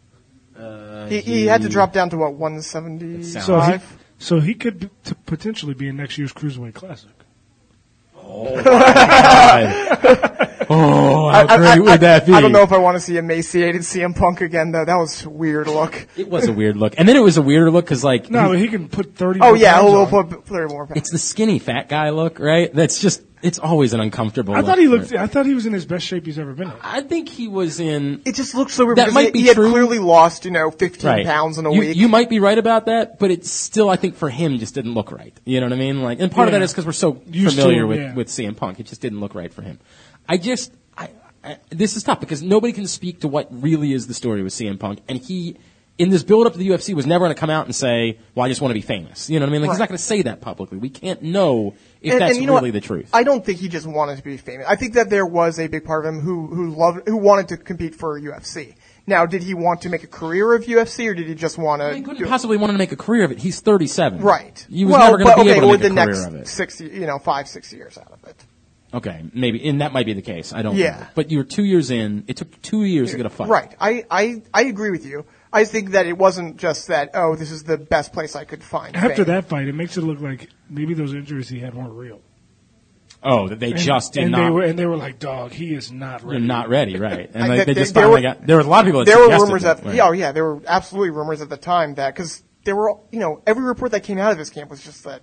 uh,
he, he had to drop down to what, 175?
sounds-
So he, so he could be- t- potentially be in next year's Cruiserweight Classic.
Oh, how
I-
great
I- I-
would that be?
I don't know if I want to see emaciated CM Punk again, though. That was a weird look.
It was a weird look, and then it was a weirder look because like
No, but he can put 30
Oh
more
yeah,
pounds
we'll
on.
put three more.
it's the skinny fat guy look, right? That's just it's always an uncomfortable.
I
look
thought he
for
looked.
it.
I thought he was in his best shape he's ever been in.
I think he was in.
It just looks so weird
That
because
might
he,
be
he had
true.
clearly lost, you know, 15
Right.
pounds in a
you,
week.
You might be right about that, but it's still, I think, for him, just didn't look right. You know what I mean? Like, and part of
Yeah.
that is because we're so
Used to
familiar
him,
with
yeah.
with CM Punk. It just didn't look right for him. I just, I, I, this is tough because nobody can speak to what really is the story with CM Punk, and he. In this build up to the UFC was never going to come out and say, "Well, I just want to be famous." You know what I mean? Like he's
Right.
not going to say that publicly. We can't know if
and,
that's
and you know
really the
what?
truth.
I don't think he just wanted to be famous. I think that there was a big part of him who who loved who wanted to compete for UFC. Now, did he want to make a career of UFC, or did he just want
He
to?
couldn't possibly want to make a career of it. He's 37.
Right.
He was
well,
never going
but,
to be
okay,
able
or
to make
the
a career
next
of it.
six, you know, five, six years out of it.
Okay, maybe, and that might be the case. I don't.
Yeah.
know. But you were two years in. It took two years to get a fight.
Right. I, I, I agree with you. I think that it wasn't just that, oh, this is the best place I could find.
After
fame.
that fight, it makes it look like maybe those injuries he had weren't real.
Oh, that they
And,
just did
and
not.
They were, and they were like, "Dog, he is not
you're
ready."
not ready, right? And
I-
like,
that-
they
there-
just
there
finally
were-
got. There were a lot of people. That
there were
suggested
rumors
that,
that,
right?
yeah, oh yeah, there were absolutely rumors at the time that, cause there were, you know, every report that came out of this camp was just that,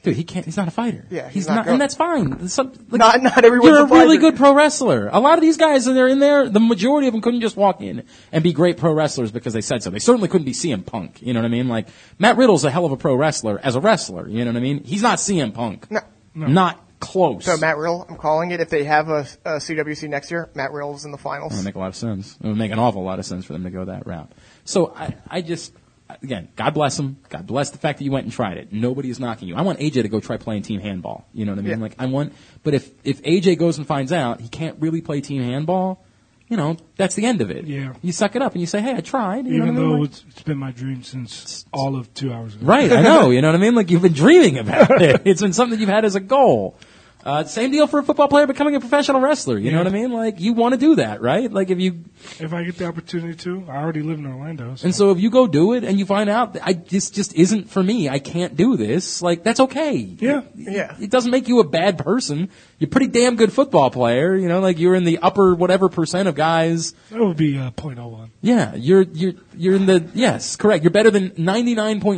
Dude, he can't. He's not a fighter.
Yeah,
he's,
he's not
not,
good.
and that's fine. Some, like,
Not- not everyone's
You're a
a
really
fighter.
good pro wrestler. A lot of these guys that are in there, the majority of them couldn't just walk in and be great pro wrestlers because they said so. They certainly couldn't be CM Punk. You know what I mean? Like Matt Riddle's a hell of a pro wrestler as a wrestler. You know what I mean? He's not CM Punk.
No.
Not close.
so Matt Rill, I'm calling it, if they have a, a CWC next year, Matt Rill's in the
That would
finals.
make a lot of sense. It would make an awful lot of sense for them to go that route. So I, I just, again, God bless them. God bless the fact that you went and tried it. Nobody is knocking you. I want AJ to go try playing team handball. You know what I mean?
Yeah.
Like I want, but if if AJ goes and finds out he can't really play team handball, you know that's the end of it.
Yeah.
You suck it up and you say, hey, I tried. You know
Even
what I mean?
though
Like-
it's, it's been my dream since all of two hours ago.
Right, I know. You know what I mean? Like you've been dreaming about it. It's been something you've had as a goal. Uh, same deal for a football player becoming a professional wrestler. You know
Yeah.
what I mean? Like you want to do that, right? Like if you
If I get the opportunity to, I already live in Orlando. So.
and so if you go do it and you find out that I this just isn't for me, I can't do this. Like that's okay.
yeah,
Yeah.
It doesn't make you a bad person. You're a pretty damn good football player. You know, like you're in the upper whatever percent of guys.
that would be uh, 0.01.
Yeah, you're you're you're in the yes, correct. You're better than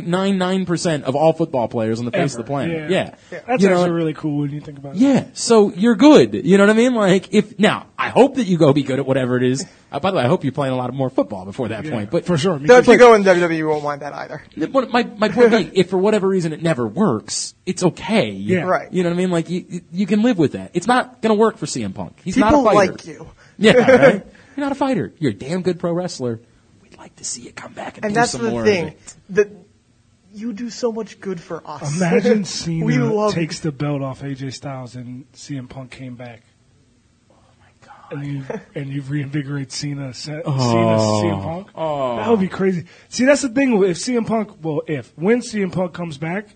99.99% of all football players on the face of the planet. Yeah.
that's
You know,
actually really cool when you think about it.
yeah, so you're good. You know what I mean? Like if now, I hope that you go be good at whatever it is. Uh, by the way, I hope you're playing a lot more football before that
Yeah,
point. But
for sure, me
Though if
too.
you go in WWE, you won't mind that either.
But my my point being, if for whatever reason it never works, it's okay.
Yeah.
Right.
You know what I mean? Like you you can live with that. It's not gonna work for CM Punk. He's not a
People
fighter.
like you.
Yeah, right? You're not a fighter. You're a damn good pro wrestler. We'd like to see you come back and,
And
do
that's
some
the
more Of
thing.
it.
That you do so much good for us.
Imagine Cena
we love
takes the belt off AJ Styles and CM Punk came back. Oh my god! And you and you reinvigorate Cena, Cena, CM Punk. Oh, that would be crazy. See, that's the thing. If CM Punk, well, if when CM Punk comes back,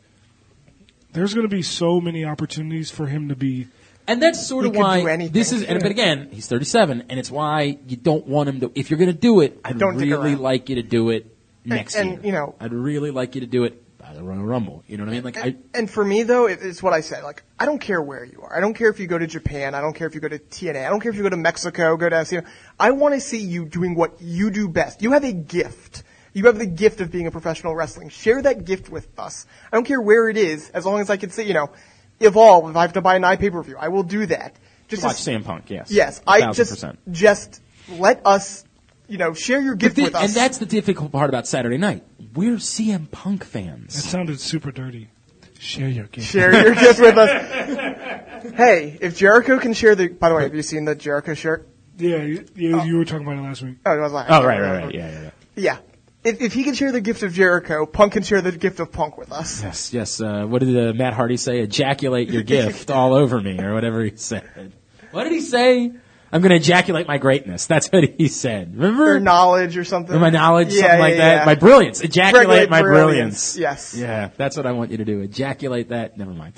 there's going to be so many opportunities for him to be.
And that's sort
He
of
could
why
do anything.
this is. And, but again, he's 37, and it's why you don't want him to. If you're going to do it, I'd
Don't dick
really
around.
like you to do it next
and,
year.
you know-
I'd really like you to do it by the Royal Rumble. You know what I mean? Like I.
and for me though, it, it's what I said. Like, I don't care where you are. I don't care if you go to Japan. I don't care if you go to TNA. I don't care if you go to Mexico. Go to you know, I want to see you doing what you do best. You have a gift. You have the gift of being a professional wrestling. Share that gift with us. I don't care where it is, as long as I can see. You know, evolve. If I have to buy an eye pay per view, I will do that. Just
Watch
as-
Sam Punk, yes.
Yes,
A
I
thousand
just
percent.
just let us. You know, share your
But
gift
thi-
with us.
and that's the difficult part about Saturday night. We're CM Punk
That
fans.
sounded super dirty. Share your gift.
share your gift with us. Hey, if Jericho can share the. By the way, have you seen the Jericho shirt?
Yeah, you, you, you were talking about it last week.
Oh, it was like,
Oh, right, right, right. Yeah, yeah, yeah.
Yeah. If, if he can share the gift of Jericho, Punk can share the gift of Punk with us.
Yes, yes. Uh, what did uh, Matt Hardy say? Ejaculate your gift all over me, or whatever he said. What did he say? I'm going to ejaculate my greatness. That's what he said. Remember?
Or knowledge or something.
Or my knowledge,
Yeah,
something like
yeah,
that.
yeah.
My brilliance. Ejaculate
Regulate
my
brilliance.
brilliance.
Yes.
Yeah, that's what I want you to do. Ejaculate that. Never mind.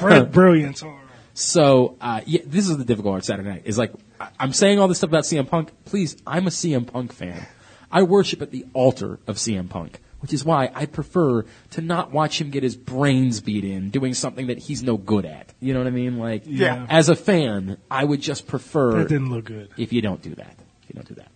Br- Brilliance. all around.
So uh, yeah, this is the difficult part of Saturday night. Is like I- I'm saying all this stuff about CM Punk. Please, I'm a CM Punk fan. I worship at the altar of CM Punk, which is why I prefer to not watch him get his brains beat in doing something that he's no good at. You know what I mean? Like,
Yeah.
As a fan, I would just prefer
That didn't look good.
if you don't do that. If you don't do that.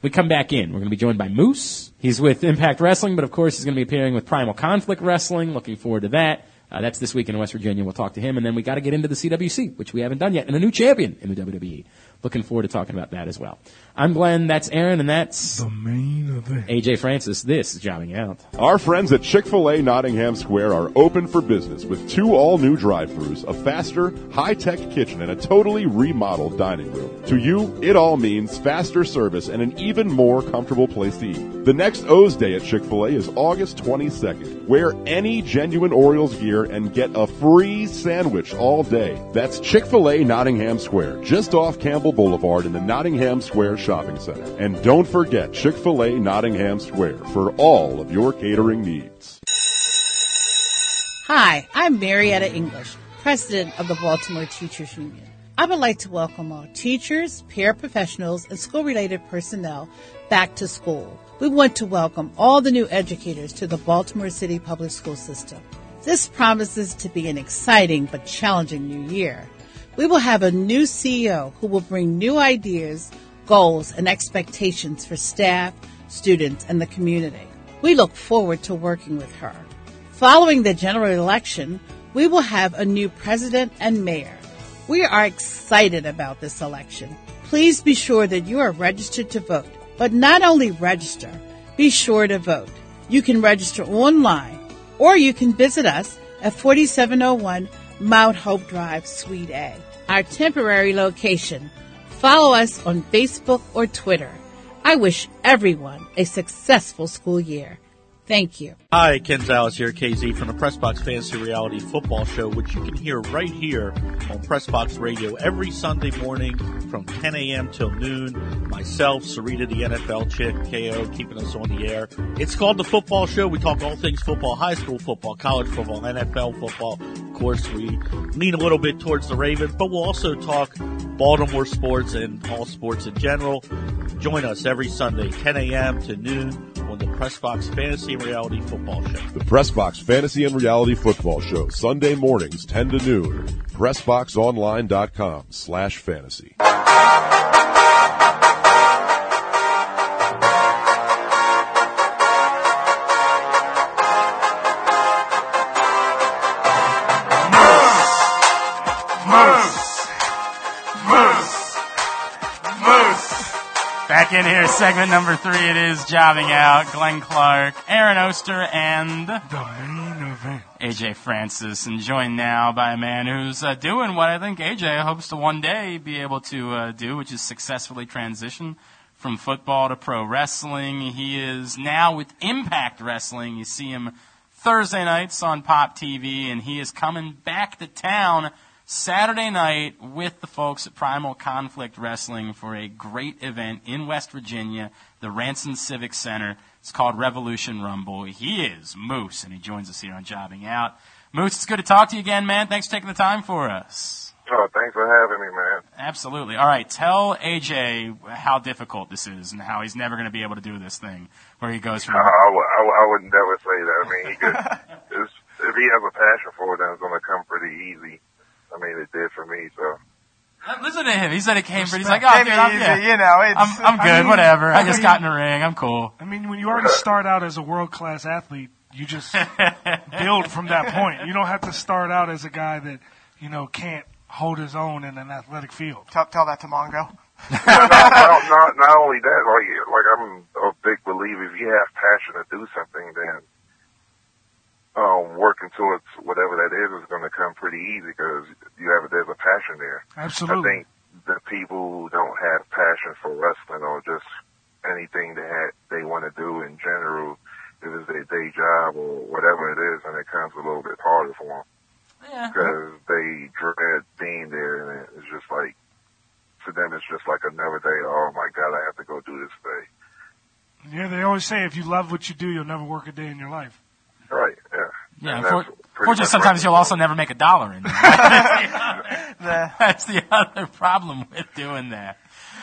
We come back in. We're going to be joined by Moose. He's with Impact Wrestling, but of course he's going to be appearing with Primal Conflict Wrestling. Looking forward to that. Uh, that's this week in West Virginia. We'll talk to him, and then we got to get into the CWC, which we haven't done yet, and a new champion in the WWE. Looking forward to talking about that as well. I'm Glenn. That's Aaron, and that's
The main event.
AJ Francis. This is jobbing out.
Our friends at Chick fil A Nottingham Square are open for business with two all new drive throughs, a faster, high tech kitchen, and a totally remodeled dining room. To you, it all means faster service and an even more comfortable place to eat. The next O's Day at Chick fil A is August 22nd. Wear any genuine Orioles gear and get a free sandwich all day. That's Chick fil A Nottingham Square, just off Campbell Boulevard in the Nottingham Square Shopping Center. And don't forget Chick fil A Nottingham Square for all of your catering needs.
Hi, I'm Marietta English, president of the Baltimore Teachers Union. I would like to welcome all teachers, paraprofessionals, and school related personnel back to school. We want to welcome all the new educators to the Baltimore City Public School System. This promises to be an exciting but challenging new year. We will have a new CEO who will bring new ideas, goals, and expectations for staff, students, and the community. We look forward to working with her. Following the general election, we will have a new president and mayor. We are excited about this election. Please be sure that you are registered to vote, but not only register, be sure to vote. You can register online or you can visit us at 4701 Mount Hope Drive, Suite A, our temporary location. Follow us on Facebook or Twitter. I wish everyone a successful school year. Thank you.
Hi, Ken Zales here, KZ, from the Pressbox Fantasy Reality Football Show, which you can hear right here on Pressbox Radio every Sunday morning from 10 a.m. till noon. Myself, Sarita, the NFL chick, KO, keeping us on the air. It's called the Football Show. We talk all things football, high school football, college football, NFL football. Of course, we lean a little bit towards the Ravens, but we'll also talk Baltimore sports and all sports in general. Join us every Sunday, 10 a.m. to noon on the Pressbox Fantasy and Reality Football Show.
The Pressbox Fantasy and Reality Football Show, Sunday mornings, 10 to noon. PressboxOnline.com slash fantasy.
Back in here, segment number three. It is jobbing out. Glenn Clark, Aaron Oster, and
The main event.
AJ Francis, and joined now by a man who's uh, doing what I think AJ hopes to one day be able to uh, do, which is successfully transition from football to pro wrestling. He is now with Impact Wrestling. You see him Thursday nights on Pop TV, and he is coming back to town Saturday night with the folks at Primal Conflict Wrestling for a great event in West Virginia, the Ranson Civic Center. It's called Revolution Rumble. He is Moose, and he joins us here on Jobbing Out. Moose, it's good to talk to you again, man. Thanks for taking the time for us.
Oh, thanks for having me, man.
Absolutely. All right, tell AJ how difficult this is and how he's never going to be able to do this thing where he goes from.
I, I, would- I, would- I would never say that. I mean, he could, it's, if he has a passion for it, then it's going to come pretty easy. I mean, it did for me, so.
Listen to him. He said it came, but he's like, oh, dude, I'm, yeah,
you know, it's,
I'm, I'm
I
good,
mean,
whatever. I
I
just
mean-
got in the ring. I'm cool.
I mean, when you already start out as a world class athlete, you just build from that point. You don't have to start out as a guy that you know can't hold his own in an athletic field.
tell, tell that to Mongo.
not, not, not only that, like, like I'm a big believer. If you have passion to do something, then um, working towards whatever that is is going to come pretty easy because you have there's a passion there. I
Absolutely.
think the people who don't have passion for wrestling or just anything that ha- they want to do in general, if it's their day job or whatever it is, and it comes a little bit harder for them
Yeah.
because they dread being there, and it's just like for them, it's just like another day. Oh my God, I have to go do this day.
Yeah, they always say if you love what you do, you'll never work a day in your life.
Right? Yeah.
Yeah,
And
unfor-
that's pretty
fortunately,
much
sometimes
what-
you'll also never make a dollar in there. That's the other problem with doing that.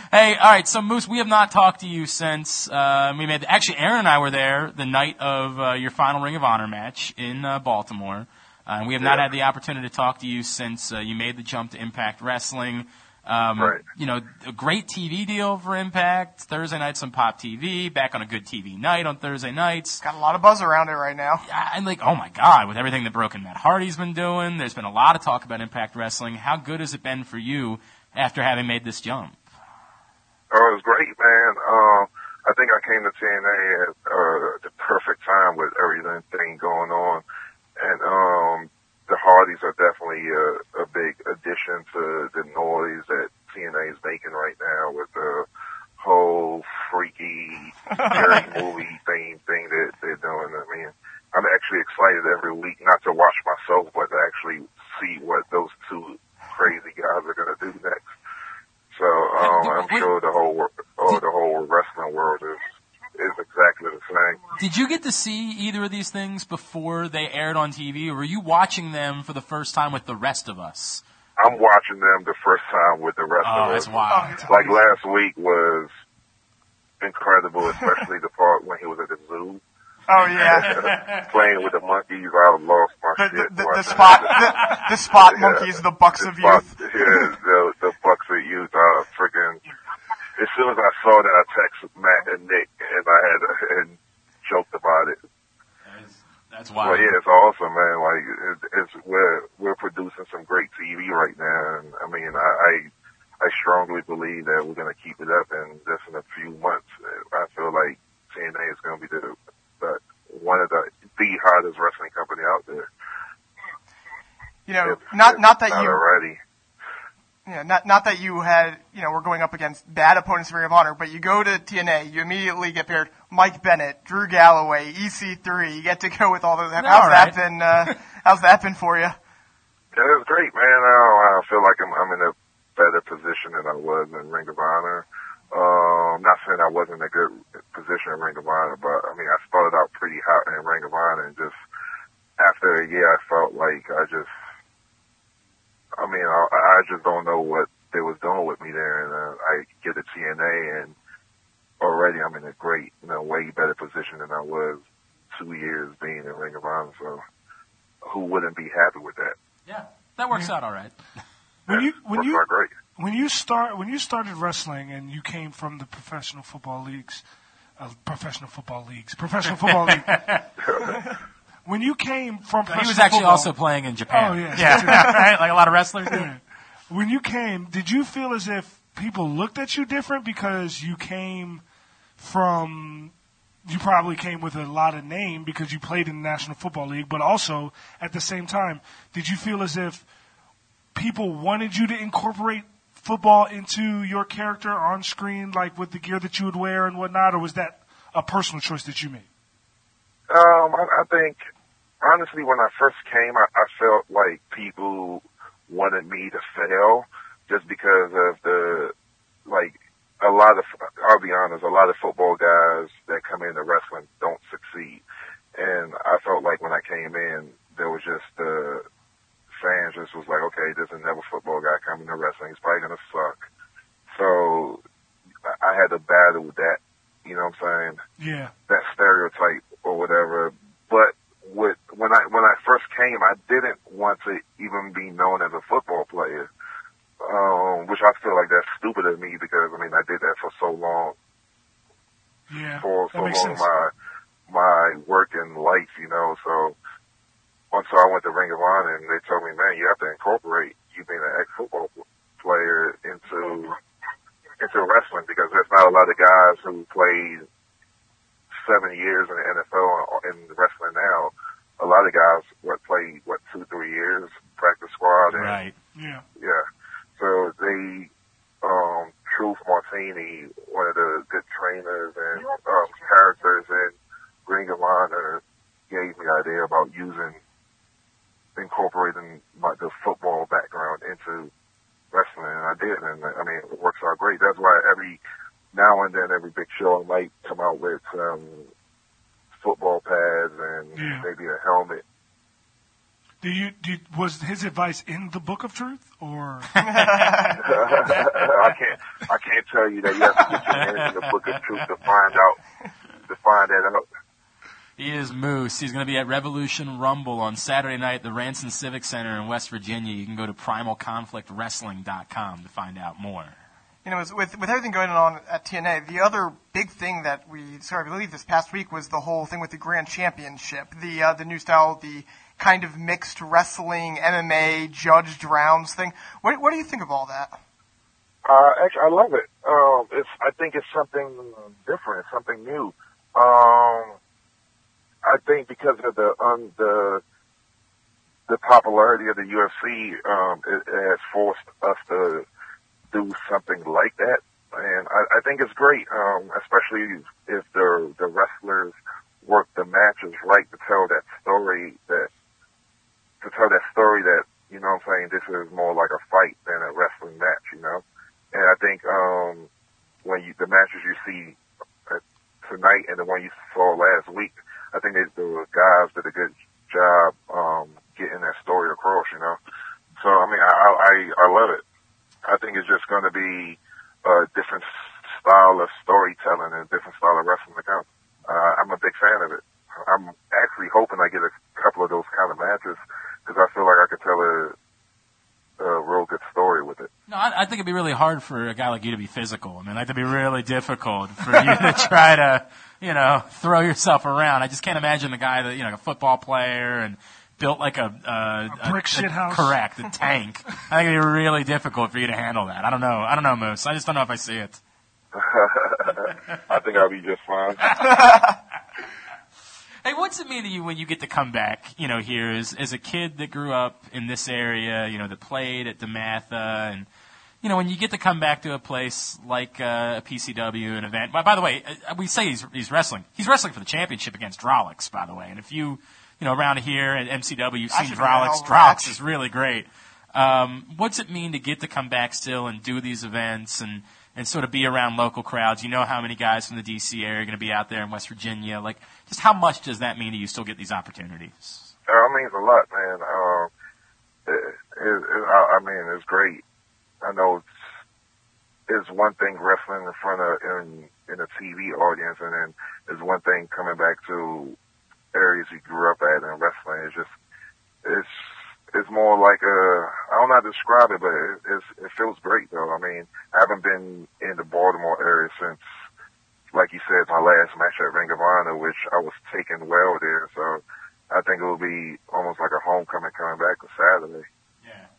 Hey, all right, so Moose, we have not talked to you since uh, we made. Actually, Aaron and I were there the night of uh, your final Ring of Honor match in uh, Baltimore, uh, and we have not
Yeah.
had the opportunity to talk to you since uh, you made the jump to Impact Wrestling. Um,
Right.
You know, a great TV deal for Impact. Thursday nights on Pop TV. Back on a good TV night on Thursday nights.
Got a lot of buzz around it right now.
I- I'm like, oh my god, with everything that Broken Matt Hardy's been doing, there's been a lot of talk about Impact Wrestling. How good has it been for you after having made this jump?
Oh, it was great, man. Um, I think I came to TNA at uh, the perfect time with everything going on, and um, the Hardys are definitely a, a big addition to the noise that TNA is making right now with the whole freaky scary movie thing thing that they're doing. I mean, I'm actually excited every week not to watch myself, but to actually see what those two crazy guys are going to do next. So um, I'm
Wait.
sure the whole wor- oh, the whole wrestling world is is exactly the same.
Did you get to see either of these things before they aired on TV, or were you watching them for the first time with the rest of us?
I'm watching them the first time with the rest
Oh,
of
that's
us.
wild.
Like last week was incredible, especially the part when he was at the zoo
Oh yeah,
playing with the monkeys. I lost
the, the,
my shit.
the, the
watching
spot,
that.
the, the spot
Yeah.
monkeys, the bucks
The
of
Bucks-
youth.
Yeah, the, the Bucks of Youth. Uh, freaking. As soon as I saw that, I texted Matt and Nick, and I had and joked about it.
That's
Well,
wild.
yeah, it's awesome, man. Like it, it's we're we're producing some great TV right now, and I mean, I I, I strongly believe that we're gonna keep it up, and just in a few months, I feel like TNA is gonna be the, the one of the the hottest wrestling company out there.
You know,
If-
not
if
not that
not
you,
already.
yeah, not not that you had you know, we're going up against bad opponents in Ring of Honor, but you go to TNA, you immediately get paired Mike Bennett, Drew Galloway, EC3. You get to go with all those. How's
all right.
that been? Uh, how's that been for you?
Yeah, it's great, man. I, I feel like I'm, I'm in a better position than I was in Ring of Honor. Um, not saying I wasn't in a good position in Ring of Honor, but I mean, I started out pretty hot in Ring of Honor and just after a year, I felt like I just, I mean, I, I just don't know what they was doing with me there. And uh, I get to TNA and already I'm in a great, you know, way better position than I was two years being in Ring of Honor. So who wouldn't be happy with that?
Yeah, that works out all right.
When you when
Worked
you
out great.
when you start when you started wrestling and you came from the professional football leagues, uh, professional football leagues, professional football league. when you came from
He was
professional
actually
football-
also playing in Japan.
Oh, yeah.
right? Like a lot of wrestlers do.
when you came, did you feel as if people looked at you different because you came from you probably came with a lot of name because you played in the National Football League, but also at the same time, did you feel as if people wanted you to incorporate football into your character on screen, like with the gear that you would wear and whatnot, or was that a personal choice that you made?
Um, I, I think honestly, when I first came, I, I felt like people wanted me to fail just because of the like a lot of. I'll be honest, a lot of football guys that come into wrestling don't succeed, and I felt like when I came in, there was just the fans just was like, okay, this is never football guy coming to wrestling. He's probably gonna suck. So I- I had to battle that. You know what I'm saying?
Yeah,
that stereotype or whatever. But with, when I when I first came, I didn't want to even be known as a football player, um, which I feel like that's stupid of me because I mean I did that for so long,
yeah,
for so
that
long
makes sense.
my my work and life, you know. So until I went to Ring of Honor and they told me, man, you have to incorporate you being an ex football player into into wrestling because there's not a lot of guys who played seven years in the NFL and in wrestling now. A lot of guys what played what two three years practice squad and
Right.
Yeah,
yeah. So they, um, Truth Martini, one of the good trainers and um, characters in Ring of Honor, gave me the idea about using, incorporating my, the football background into wrestling, and I did, and I mean, it works out great. That's why every now and then, every big show, I might come out with um, football pads and
Yeah.
maybe a helmet.
do you, do you- was his advice in the Book of Truth or?
I can't I can't tell you that you have to get your hands in the book of truth to find out to find that out.
He is Moose. He's going to be at Revolution Rumble on Saturday night at the Ranson Civic Center in West Virginia. You can go to primalconflictwrestling.com to find out more.
you know, with with everything going on at TNA, the other big thing that we sorry, I believe this past week was the whole thing with the Grand Championship, the uh, the new style, the kind of mixed wrestling, MMA, judged rounds thing. What what do you think of all that?
Uh, actually, I love it. Um, it's I think it's something different, it's something new. Um, I think because of the um, the the popularity of the UFC, um, it, it has forced us to do something like that, and I, I think it's great, um, especially if the the wrestlers work the matches right to tell that story that to tell that story that you know what I'm saying this is more like a fight than a wrestling match, you know. And I think um, when you, the matches you see uh, tonight and the one you saw last week, I think that the guys did a good job um, getting that story across, you know. So I mean, I I, I love it. I think it's just going to be a different style of storytelling and a different style of wrestling to come. Uh, I'm a big fan of it. I'm actually hoping I get a couple of those kind of matches because I feel like I could tell a, a real good story with it.
No, I, I think it'd be really hard for a guy like you to be physical. I mean, that'd be really difficult for you to try to, you know, throw yourself around. I just can't imagine the guy that, you know, a football player and built like a, uh,
A brick shit house.
Correct, a tank. I think it'd be really difficult for you to handle that. I don't know. I don't know, Moose. I just don't know if I see it.
I think I'll be just fine.
Hey, what's it mean to you when you get to come back? You know, here as as a kid that grew up in this area, you know, that played at Dematha, and you you know, when you get to come back to a place like uh, a PCW, an event. By, by the way, uh, we say he's he's wrestling. He's wrestling for the championship against Drolix, by the way. And if you, you know, around here at MCW, you've seen
should be right
Drolix.
over
Drolix
that.
is really great. Um, what's it mean to get to come back still and do these events and and sort of be around local crowds? You know how many guys from the DC area are going to be out there in West Virginia. Like, just how much does that mean to you? Still get these opportunities.
Uh, it means a lot, man. Um, it, it, it, I, I mean, it's great. I know it's, it's one thing wrestling uh, in front of in in a TV audience, and then it's one thing coming back to areas you grew up at and wrestling. It's just it's it's more like a I don't know how to describe it, but it, it's, it feels great though. I mean, I haven't been in the Baltimore area since, like you said, my last match at Ring of Honor, which I was taken well there. So I think it will be almost like a homecoming coming back on Saturday.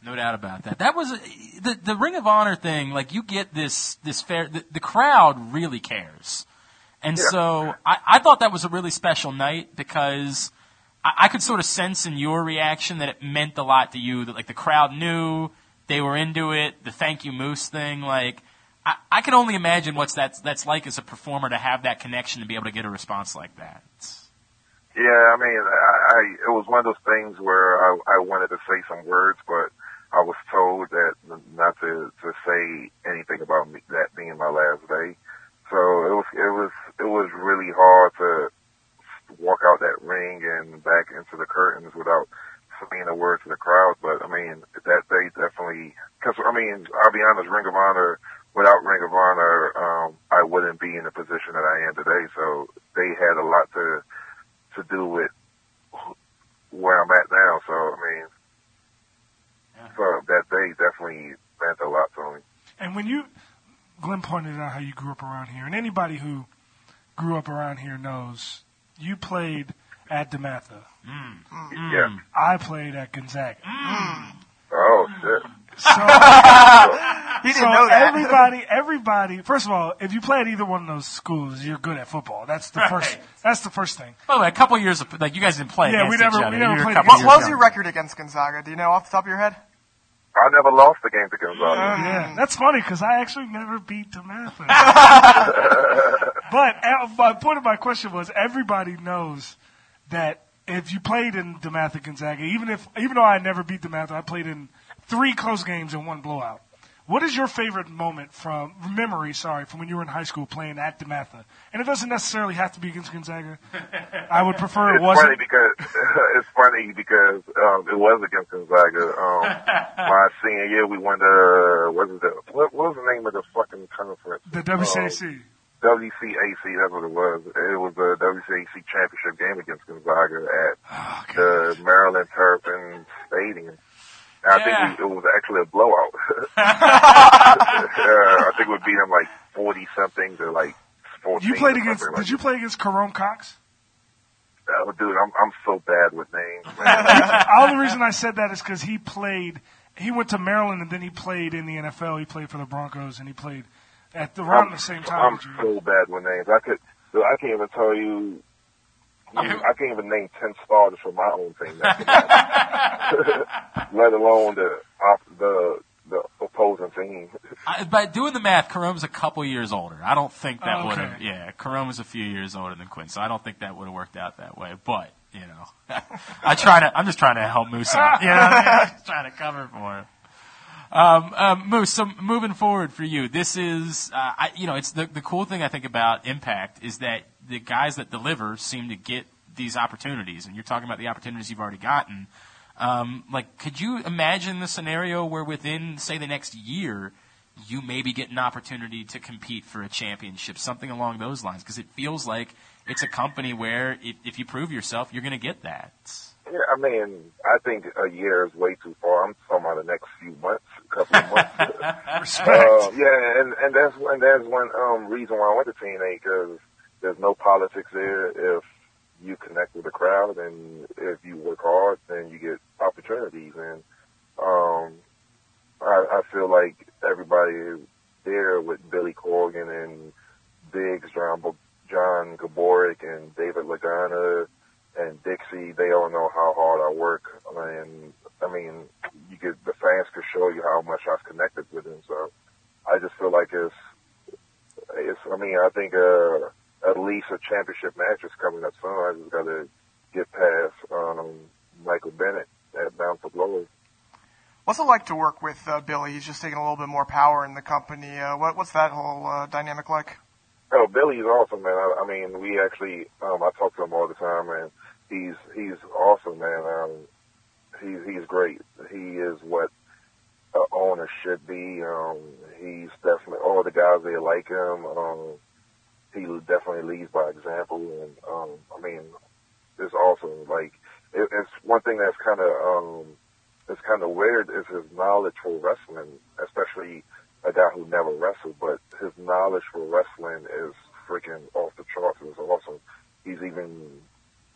No doubt about that. That was the the Ring of Honor thing. Like you get this this fair. The, the crowd really cares, and so I, I thought that was a really special night because I, I could sort of sense in your reaction that it meant a lot to you. That like the crowd knew they were into it. The thank you moose thing, like. I, I can only imagine what's that's that's like as a performer to have that connection to be able to get a response like that.
Yeah, I mean, I, I it was one of those things where I, I wanted to say some words, but I was told that not to to say anything about me, that being my last day. So it was it was it was really hard to walk out that ring and back into the curtains without saying a word to the crowd. But I mean, that day definitely because I mean, I'll be honest, Ring of Honor. Without Ring of Honor, um, I wouldn't be in the position that I am today. So they had a lot to to do with wh- where I'm at now. So I mean, so that day definitely meant a lot to me.
And when you, Glenn pointed out how you grew up around here, and anybody who grew up around here knows you played at Dematha.
Yeah.
I played at Gonzaga.
Oh shit.
So,
He didn't
so
know that.
everybody, everybody. First of all, if you play at either one of those schools, you're good at football. That's the first. That's the first thing.
By the way, a couple years of like you guys didn't play
Yeah,
against
we never-
each other.
we never
You were a
played
couple
against
What,
years
what was
younger.
your record against Gonzaga? Do you know off the top of your head?
I never lost the game to Gonzaga.
Yeah, that's funny because I actually never beat Dematha. but uh, my point of my question was everybody knows that if you played in Dematha Gonzaga, even if even though I never beat Dematha, I played in three close games and one blowout. What is your favorite moment from memory? Sorry, from when you were in high school playing at Dematha, and it doesn't necessarily have to be against Gonzaga. I would prefer it
It's funny
wasn't.
because it's funny because um, it was against Gonzaga. Um, my senior year, we won the what was the what, what was the name of the fucking conference?
The WCAC.
Um, WCAC. That's what it was. It was the WCAC championship game against Gonzaga at
Oh,
the Maryland Terrapin Stadium. And I
Yeah.
think we, it was actually a blowout. uh, I think we beat them like forty something to like fourteen.
You played
or
against.
something like
Did you play against Carone Cox?
that. Oh, dude, I'm I'm so bad with names. Man.
The only reason I said that is because he played. He went to Maryland and then he played in the NFL. He played for the Broncos and he played at the, around
I'm,
the same time.
I'm
as you.
so bad with names. I could. dude, I can't even tell you. I can't even name ten starters for my own team, let alone the op- the the opposing team.
I, by doing the math, Karome's a couple years older. I don't think that
Oh, okay.
would have. Yeah, Karome was a few years older than Quinn, so I don't think that would have worked out that way. But you know, I try to. I'm just trying to help Moose out. You know, what I mean? I'm just trying to cover for him. Um, um, Moose. So moving forward for you, this is uh, I, you know, it's the the cool thing I think about Impact is that the guys that deliver seem to get these opportunities, and you're talking about the opportunities you've already gotten. Um, like, could you imagine the scenario where within, say, the next year, you maybe get an opportunity to compete for a championship, something along those lines? Because it feels like it's a company where if, if you prove yourself, you're going to get that.
Yeah, I mean, I think a year is way too far. I'm talking about the next few months, a couple of months. Uh, yeah, and and that's and that's one um, reason why I went to TNA because there's no politics there. If you connect with the crowd and if you work hard, then you get opportunities. And um, I, I feel like everybody there with Billy Corgan and Biggs, John Bo- John Gaborik, and David Lagana and Dixie, they all know how hard I work. And I mean, you get the fans could show you how much I've connected with them. So I mean, I think uh, at least a championship match is coming up soon. I just got to get past um, Michael Bennett at Bound for Glory.
What's it like to work with uh, Billy? He's just taking a little bit more power in the company. Uh, what, what's that whole uh, dynamic like?
Oh, Billy's awesome, man. I, I mean, we actually, um, I talk to him all the time, and he's he's awesome, man. Um, he's he's great. He is what a owner should be. Um, he's definitely all the guys they like him. Um, he definitely leads by example, and um, I mean, it's awesome. Like, it, it's one thing that's kind of um, it's kind of weird is his knowledge for wrestling, especially a guy who never wrestled, but his knowledge for wrestling is freaking off the charts. It's awesome. He's even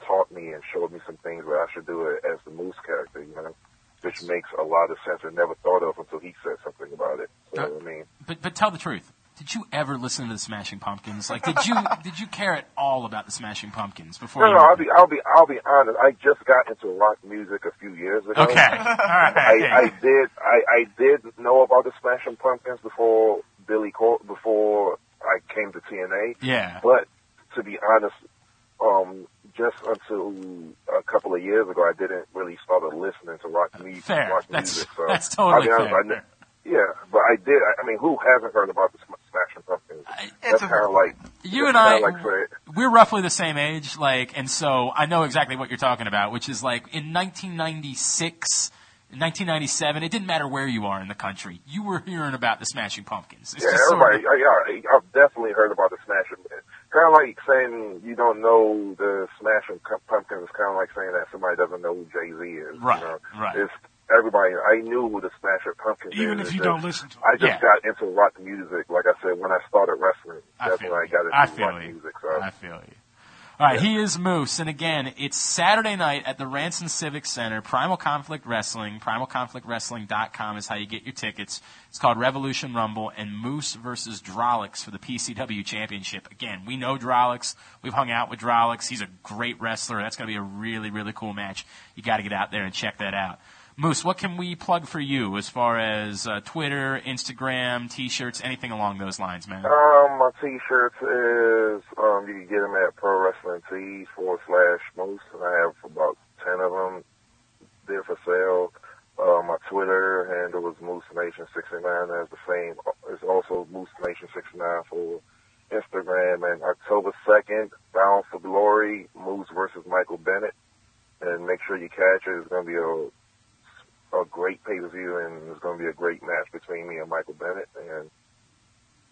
taught me and showed me some things that I should do it as the Moose character, you know, which makes a lot of sense and never thought of until he said something about it. So, I mean,
But but tell the truth. Did you ever listen to the Smashing Pumpkins? Like, did you did you care at all about the Smashing Pumpkins before?
no,
you
no, I'll be, I'll be, I'll be honest. I just got into rock music a few years ago.
Okay. All right.
I, I did I, I did know about the Smashing Pumpkins before Billy Cor- before I came to TNA.
Yeah.
But to be honest, um, just until a couple of years ago, I didn't really start listening to rock, mu-
Fair.
rock
That's-
music. So
that's totally
I'll be honest,
fair.
I kn- yeah, but I did. I, I mean, who hasn't heard about the Sm- Smashing Pumpkins? that's
a-
kind of like
You
that's
and I,
kinda like say,
we're roughly the same age, like, and so I know exactly what you're talking about, which is like in 1996, 1997, it didn't matter where you are in the country, you were hearing about the Smashing Pumpkins. It's
yeah,
just sort of-
everybody. yeah, I- I've definitely heard about the Smashing. Kind of like saying you don't know the Smashing Cu- Pumpkins. Kind of like saying that somebody doesn't know who Jay Z is.
Right,
You know?
right.
It's everybody. I knew who the Smashing Pumpkins.
Even
is.
if you
It's
don't
just-
listen to it.
I just
Yeah.
got into rock music, like I said, when I started wrestling.
I
That's
feel
when I
you.
got into
I feel
rock
you.
music. So
I feel you. All right, he is Moose, and again, it's Saturday night at the Ranson Civic Center, Primal Conflict Wrestling. PrimalConflictWrestling.com is how you get your tickets. It's called Revolution Rumble and Moose versus Drolix for the PCW Championship. Again, we know Drolix. We've hung out with Drolix. He's a great wrestler. That's going to be a really, really cool match. You got to get out there and check that out. Moose, what can we plug for you as far as uh, Twitter, Instagram, T-shirts, anything along those lines, man?
Um, my t-shirts is um, you can get them at pro wrestling tees forward slash moose, and I have about ten of them there for sale. Uh, my Twitter handle is Moose Nation sixty nine. That's the same. It's also Moose Nation sixty nine for Instagram. And October second, Bound for Glory, Moose versus Michael Bennett. And make sure you catch it. It's gonna be a a great pay per view, and it's gonna be a great match between me and Michael Bennett. And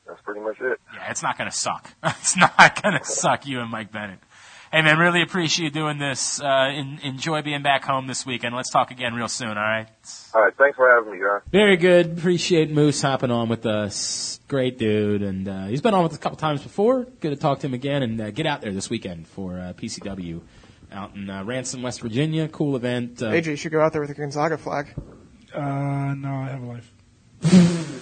that's pretty much it.
Yeah, it's not going to suck. It's not going to suck, you and Mike Bennett. Hey, man, really appreciate you doing this. Uh, en enjoy being back home this weekend. Let's talk again real soon, all right?
All right, thanks for having me, guys.
Very good. Appreciate Moose hopping on with us. Great dude, and uh, he's been on with us a couple times before. Good to talk to him again, and uh, get out there this weekend for uh, PCW out in uh, Ransom, West Virginia. Cool event. Uh,
AJ should go out there with a Gonzaga flag.
Uh, no, I have a life.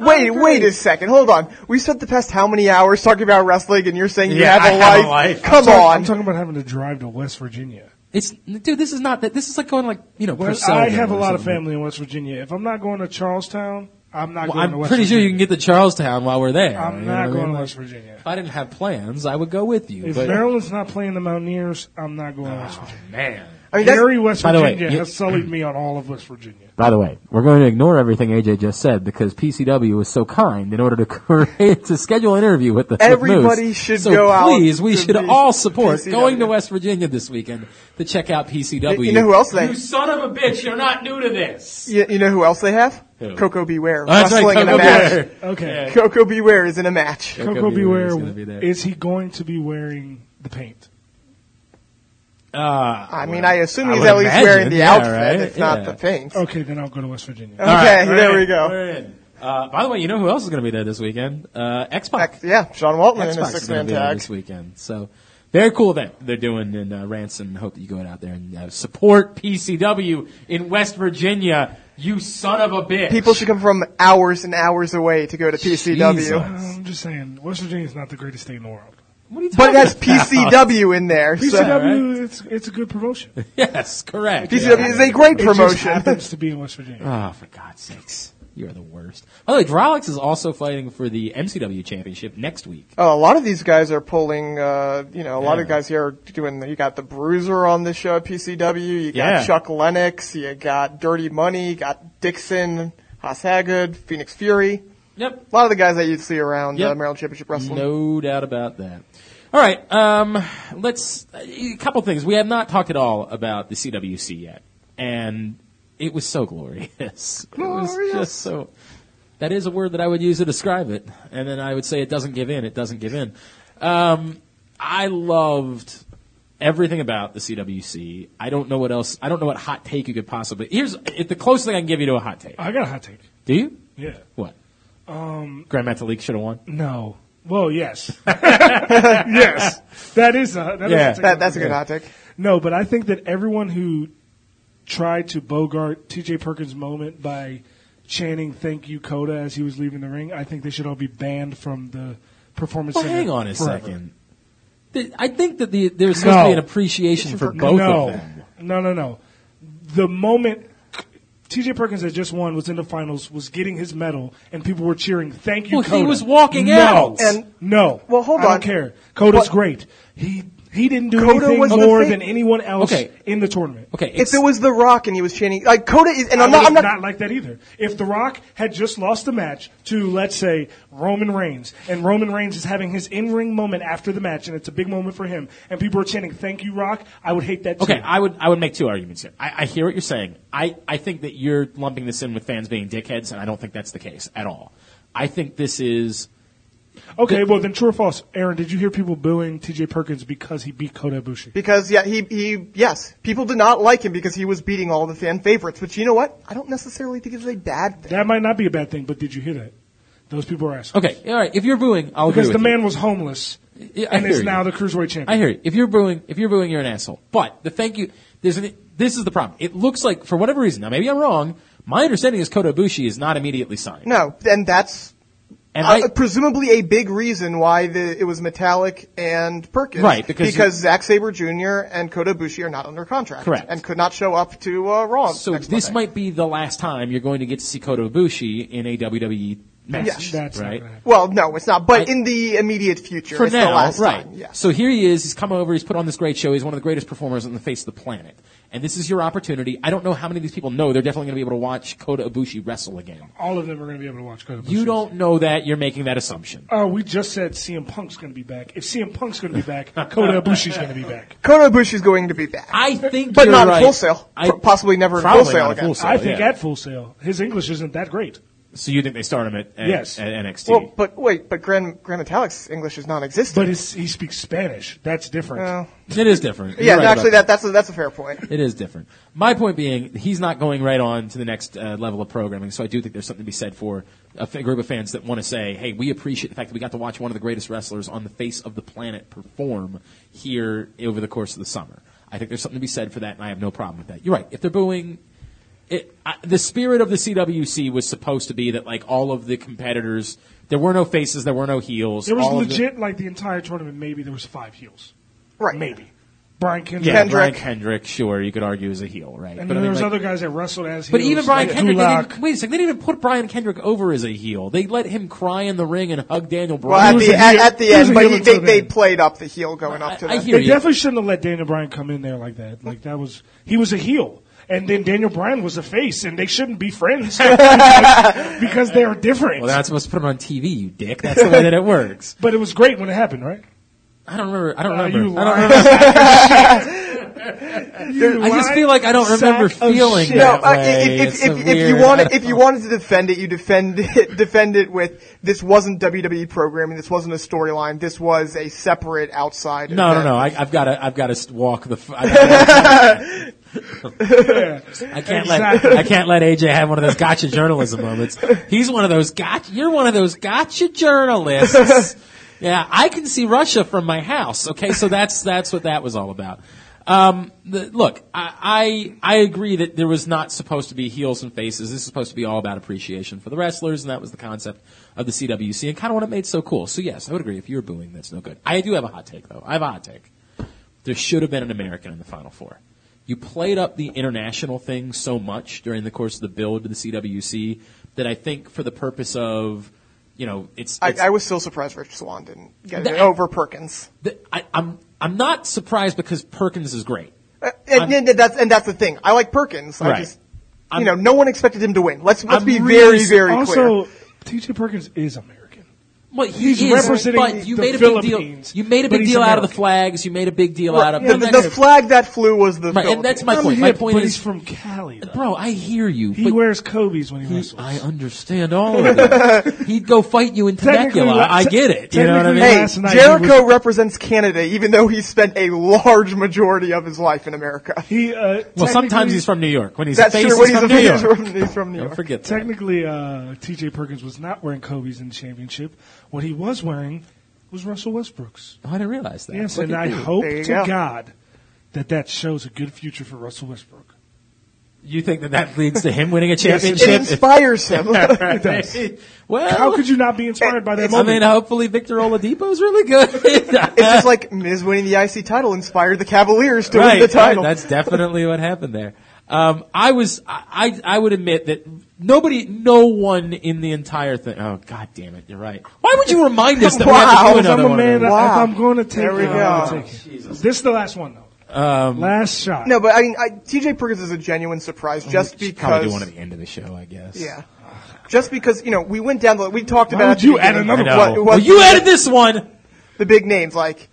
Wait, wait a second. Hold on. We spent the past how many hours talking about wrestling, and you're saying you
Yeah,
have
I
a
have
life?
a life.
Come
Talk-
on.
I'm talking about having to drive to West Virginia.
It's dude, this is not that. This is like going like you know.
Well,
Purcellville
I have a
or
lot of
something.
family in West Virginia. If I'm not going to Charlestown, I'm not
Well,
going
I'm
to West
pretty sure you
Virginia.
can get to Charlestown while we're there.
I'm
You know what
not
I
going
mean?
to
Like,
West Virginia.
If I didn't have plans, I would go with you.
If
but
Maryland's not playing the Mountaineers, I'm not going to West
oh,
Virginia.
man.
I mean, that's,
Gary, West
By the way,
Virginia
you-
has sullied me on all of West Virginia.
By the way, we're going to ignore everything AJ just said because PCW was so kind in order to create, to schedule an interview with the with
Everybody
Moose.
should
so
go out
Please, we
to
should
the
all support
PCW.
going to West Virginia this weekend to check out PCW.
You know who else they-
You son of a bitch! You're not new to this.
you, you know who else they have?
Who?
Coco Beware.
That's right,
Wrestling in
Coco
a match.
Beware.
Okay.
Coco Beware is in a match.
Coco
Coco
Beware is
Beware,
gonna be there.
is he going to be wearing the paint?
Uh,
I mean, I assume
I
he's
would
at least
imagine,
wearing the
yeah,
outfit,
right?
if not
Yeah.
the paint. Okay,
Okay, then I'll go to West Virginia.
All right, we're
there
in,
we go.
we're in. Uh, by the way, you know who else is going to be there this weekend? Uh, Xbox.
Heck, Yeah, Sean Waltman in
Xbox
a
is going
six-man
to be there
tag.
this weekend. So, very cool event they're doing in uh, Ransom. Hope that you go out there and uh, support PCW in West Virginia. You son of a bitch!
People should come from hours and hours away to go to PCW.
Jesus.
I'm just saying, West Virginia's not the greatest state in the world.
What are you
But it
talking
has
about?
PCW in there. So
PCW, it's it's a good promotion.
Yes, correct.
PCW is a great
It just
promotion.
Uh.
happens to be in West Virginia.
Oh, for God's sakes!
You are the worst. By the way, Drolix is also fighting for the MCW championship next week.
Oh, a lot of these guys are pulling. Uh, you know, a lot of guys here are doing. You got the Bruiser on the show at PCW. You got
Yeah.
Chuck Lennox. You got Dirty Money. You got Dixon, Haas Haggard, Phoenix Fury.
Yep.
A lot of the guys that you'd see around
Yep.
uh, Maryland Championship Wrestling.
No doubt about that. All right, um, let's a couple things. We have not talked at all about the CWC yet, and it was so glorious. It was just so. That is a word that I would use to describe it, and then I would say it doesn't give in. It doesn't give in. Um, I loved everything about the CWC. I don't know what else. I don't know what hot take you could possibly. Here's the closest thing I can give you to a hot take.
I got a hot take.
Do you?
Yeah.
What?
Um.
Grand Metalik should have won.
No. Well, yes. yes. That is a. That is
Yeah.
a take.
That, that's a good hot take.
No, but I think that everyone who tried to bogart T.J. Perkins' moment by chanting "Thank you, Coda" as he was leaving the ring, I think they should all be banned from the performance.
Well,
center
Oh, hang on a
forever.
second. Th- I think that the, there's supposed to be
No.
an appreciation for both
no.
of them.
No, no, no. The moment T.J. Perkins had just won, was in the finals, was getting his medal, and people were cheering, "Thank you,
Well, he
Coda."
was walking
no.
out.
And-
no,
Well, hold
I
on.
don't care. Coda's
But-
great. He he didn't do
Coda
anything
was the
more
thing.
than anyone else
Okay.
in the tournament.
Okay,
If
ex-
it was The Rock and he was chanting, like Coda is, and
I
I'm not,
would
I'm not,
not like that either. If The Rock had just lost the match to, let's say, Roman Reigns, and Roman Reigns is having his in-ring moment after the match, and it's a big moment for him, and people are chanting "Thank you, Rock," I would hate that.
okay,
too.
I would I would make two arguments here. I, I hear what you're saying. I, I think that you're lumping this in with fans being dickheads, and I don't think that's the case at all. I think this is
Okay, well then, true or false? Aaron, did you hear people booing T.J. Perkins because he beat Kota Ibushi?
because yeah, he, he, yes, people did not like him because he was beating all the fan favorites, which you know what? I don't necessarily think it's a bad thing.
That might not be a bad thing, but did you hear that? Those people are asking
okay. All right, if you're booing, I'll
because
agree
the
with you.
man was homeless
Yeah, I
and is
hear you.
now the cruiserweight champion.
I hear you. If you're booing, if you're booing, you're an asshole. But the thank you, there's an, this is the problem. It looks like for whatever reason. Now maybe I'm wrong. My understanding is Kota Ibushi is not immediately signed.
No, and that's
and
uh, presumably a big reason why the, it was Metallic and Perkins.
Right, because you-
Zack Sabre Jr. and Kota Ibushi are not under contract.
Correct.
And could not show up to uh, Raw
So
next
this
Monday.
might be the last time you're going to get to see Kota Ibushi in a WWE match,
Yes.
That's
right?
not gonna happen.
Well, no, it's not, but
I-
in the immediate future,
For
it's
now,
the last
right?
time. Yeah.
So here he is. He's come over. He's put on this great show. He's one of the greatest performers on the face of the planet. And this is your opportunity. I don't know how many of these people know. They're definitely going to be able to watch Kota Ibushi wrestle again.
All of them are going to be able to watch Kota Ibushi.
You don't know that. You're making that assumption.
Oh, we just said CM Punk's going to be back. If CM Punk's going to be back, Kota Ibushi's going to be back.
Kota Ibushi's going to be back.
I think,
but
you're
not
right.
at full sale.
I-
possibly never at
probably
full sale
not at
again.
full sale.
I think
yeah.
at Full Sail, his English isn't that great.
So you think they start him at, at,
Yes.
at NXT?
Well, but wait, but Grand Grand Metallic's English is non-existent.
But his, he speaks Spanish. That's different.
Well,
it is different. You're
yeah,
right about
actually, that, that's a, that's a fair point.
It is different. My point being, he's not going right on to the next uh, level of programming. So I do think there's something to be said for a f- group of fans that want to say, "Hey, we appreciate the fact that we got to watch one of the greatest wrestlers on the face of the planet perform here over the course of the summer." I think there's something to be said for that, and I have no problem with that. You're right. If they're booing, it, I, the spirit of the CWC was supposed to be that like all of the competitors, there were no faces, there were no heels.
There was
all of the-
legit, like the entire tournament, maybe there was five heels.
Right.
Maybe. Brian Kendrick.
yeah,
Kendrick.
Brian Kendrick. Sure, you could argue is a heel, right?
And
But I
then
mean,
there was
like-
other guys that wrestled as heels.
But even Brian
like
Kendrick, they
Gulak.
didn't, wait a second, they didn't even put Brian Kendrick over as a heel. They let him cry in the ring and hug Daniel
Well, at
Bryan.
was
the,
a
at,
heel-
at the
he was
end,
a
but
heel
he,
until
they, they
then.
played up the heel going up to
I- I
that.
hear
They
you.
definitely shouldn't have let Daniel Bryan come in there like that. Like that was he was a heel, and then Daniel Bryan was a face, and they shouldn't be friends because they are different.
Well, they're not supposed to put him on TV, you dick. That's the way that it works.
but it was great when it happened, right?
I don't remember. I don't
Uh,
remember.
you
I, don't
lied.
remember.
You
I just
lied
feel like I don't
sack
remember
of
feeling
shit.
that.
No, I-
way.
if,
It's
if,
so
if, if you
weird.
want if you wanted to defend it, you defend it defend it with this wasn't WWE programming, this wasn't a storyline, this was a separate outside.
No, no,
event.
no. I, I've got to. I've got to walk the. F- I've gotta, I can't
Exactly.
let. I can't let AJ have one of those gotcha journalism moments. He's one of those gotcha. You're one of those gotcha journalists. yeah, I can see Russia from my house. Okay, so that's that's what that was all about. Um, the, look, I, I I agree that there was not supposed to be heels and faces. This is supposed to be all about appreciation for the wrestlers, and that was the concept of the CWC and kind of what it made so cool. So yes, I would agree. If you're booing, that's no good. I do have a hot take though. I have a hot take there should have been an American in the Final Four. You played up the international thing so much during the course of the build to the CWC that I think for the purpose of, you know, it's.
I,
it's
I was still surprised Rich Swan didn't get it
That-
over Perkins.
th- I, I'm I'm not surprised because Perkins is great.
Uh, And, and that's and that's the thing. I like Perkins.
Right.
I just
I'm-
you know no one expected him to win. Let's let's
I'm
be
really
very very clear.
also, T.J. Perkins is American.
Well, he
He's
is,
representing
but you
the
made a big deal.
Philippines,
You made a
but
big
he's
deal out of the
American.
flags. You made a big deal out of
Right. The,
I'm not
the
gonna-
flag that flew was the
Right, and that's my
Philippines.
point.
I'm
My
hip,
point
but
is-
he's from Cali. Though.
bro. I hear you.
he
but
wears Kobe's when he,
he-
wrestles.
I understand all of that. He'd go fight you in
Technically,
Temecula.
la-
I get it. You know what I mean?
technically,
Hey,
last night he
Jericho represents Canada, even though he spent a large majority of his life in America.
He uh,
Well, sometimes
technically-
he's from New York. When he's
That's
a face,
true. When
he's
he's,
from
a,
New York.
he's from, he's from New
Don't
York.
forget that.
Technically, uh, T.J. Perkins was not wearing Kobe's in the championship. What he was wearing was Russell Westbrook's.
Oh, I didn't realize that.
Yes,
Look
and
at
I
you.
hope
There you
to
go.
God that that shows a good future for Russell Westbrook.
You think that that leads to him winning a
Yes, it
It
championship?
inspires him.
It does.
well,
How could you not be inspired by that
I
moment?
mean, hopefully Victor Oladipo's really good.
It's just like Miz winning the IC title inspired the Cavaliers to
right,
win the title.
right. That's definitely what happened there. Um, I was, I, I I would admit that nobody, no one in the entire thing. Oh, god damn it, you're right. Why would you remind us that we have to
Wow,
do
I'm
another
I'm a
one?
man.
of
I-
those?
Wow.
If I'm going to take
There we
it, I'm
go.
going to take it. This is the last one, though.
Um,
Last shot.
no, but I mean, I, TJ Perkins is a genuine surprise just
probably do one
because.
at the end of the show, I guess.
Yeah. Just because, you know, we went down the, we talked
Why
about.
would
at the
you add
beginning
another
I know.
what- what
well, you
the-
added this one.
The big names, like,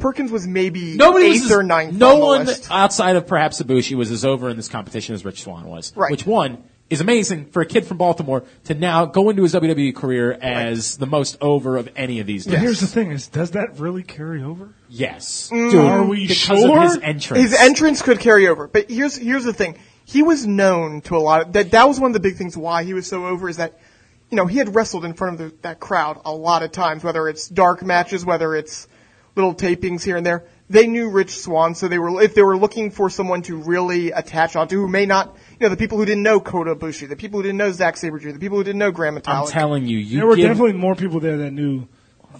Perkins was maybe
Nobody
eighth
was as-
or ninth.
No
on the
one
list.
outside of perhaps Ibushi was as over in this competition as Rich Swan was.
Right.
Which one is amazing for a kid from Baltimore to now go into his WWE career as the most over of any of these.
But
guys.
here's the thing: is does that really carry over?
Yes.
Are we
because
sure?
of his entrance.
Mm. His entrance could carry over, but here's here's the thing. He was known to a lot of that. That was one of the big things why he was so over is that, you know, he had wrestled in front of the, that crowd a lot of times. Whether it's dark matches, whether it's little tapings here and there, they knew Rich Swan, so they were if they were looking for someone to really attach onto who may not, you know, the people who didn't know Kota Ibushi, the people who didn't know Zack Sabre Jr., the people who didn't know Graham
I'm
Metalik.
telling you, you
There were
give-
definitely more people there that knew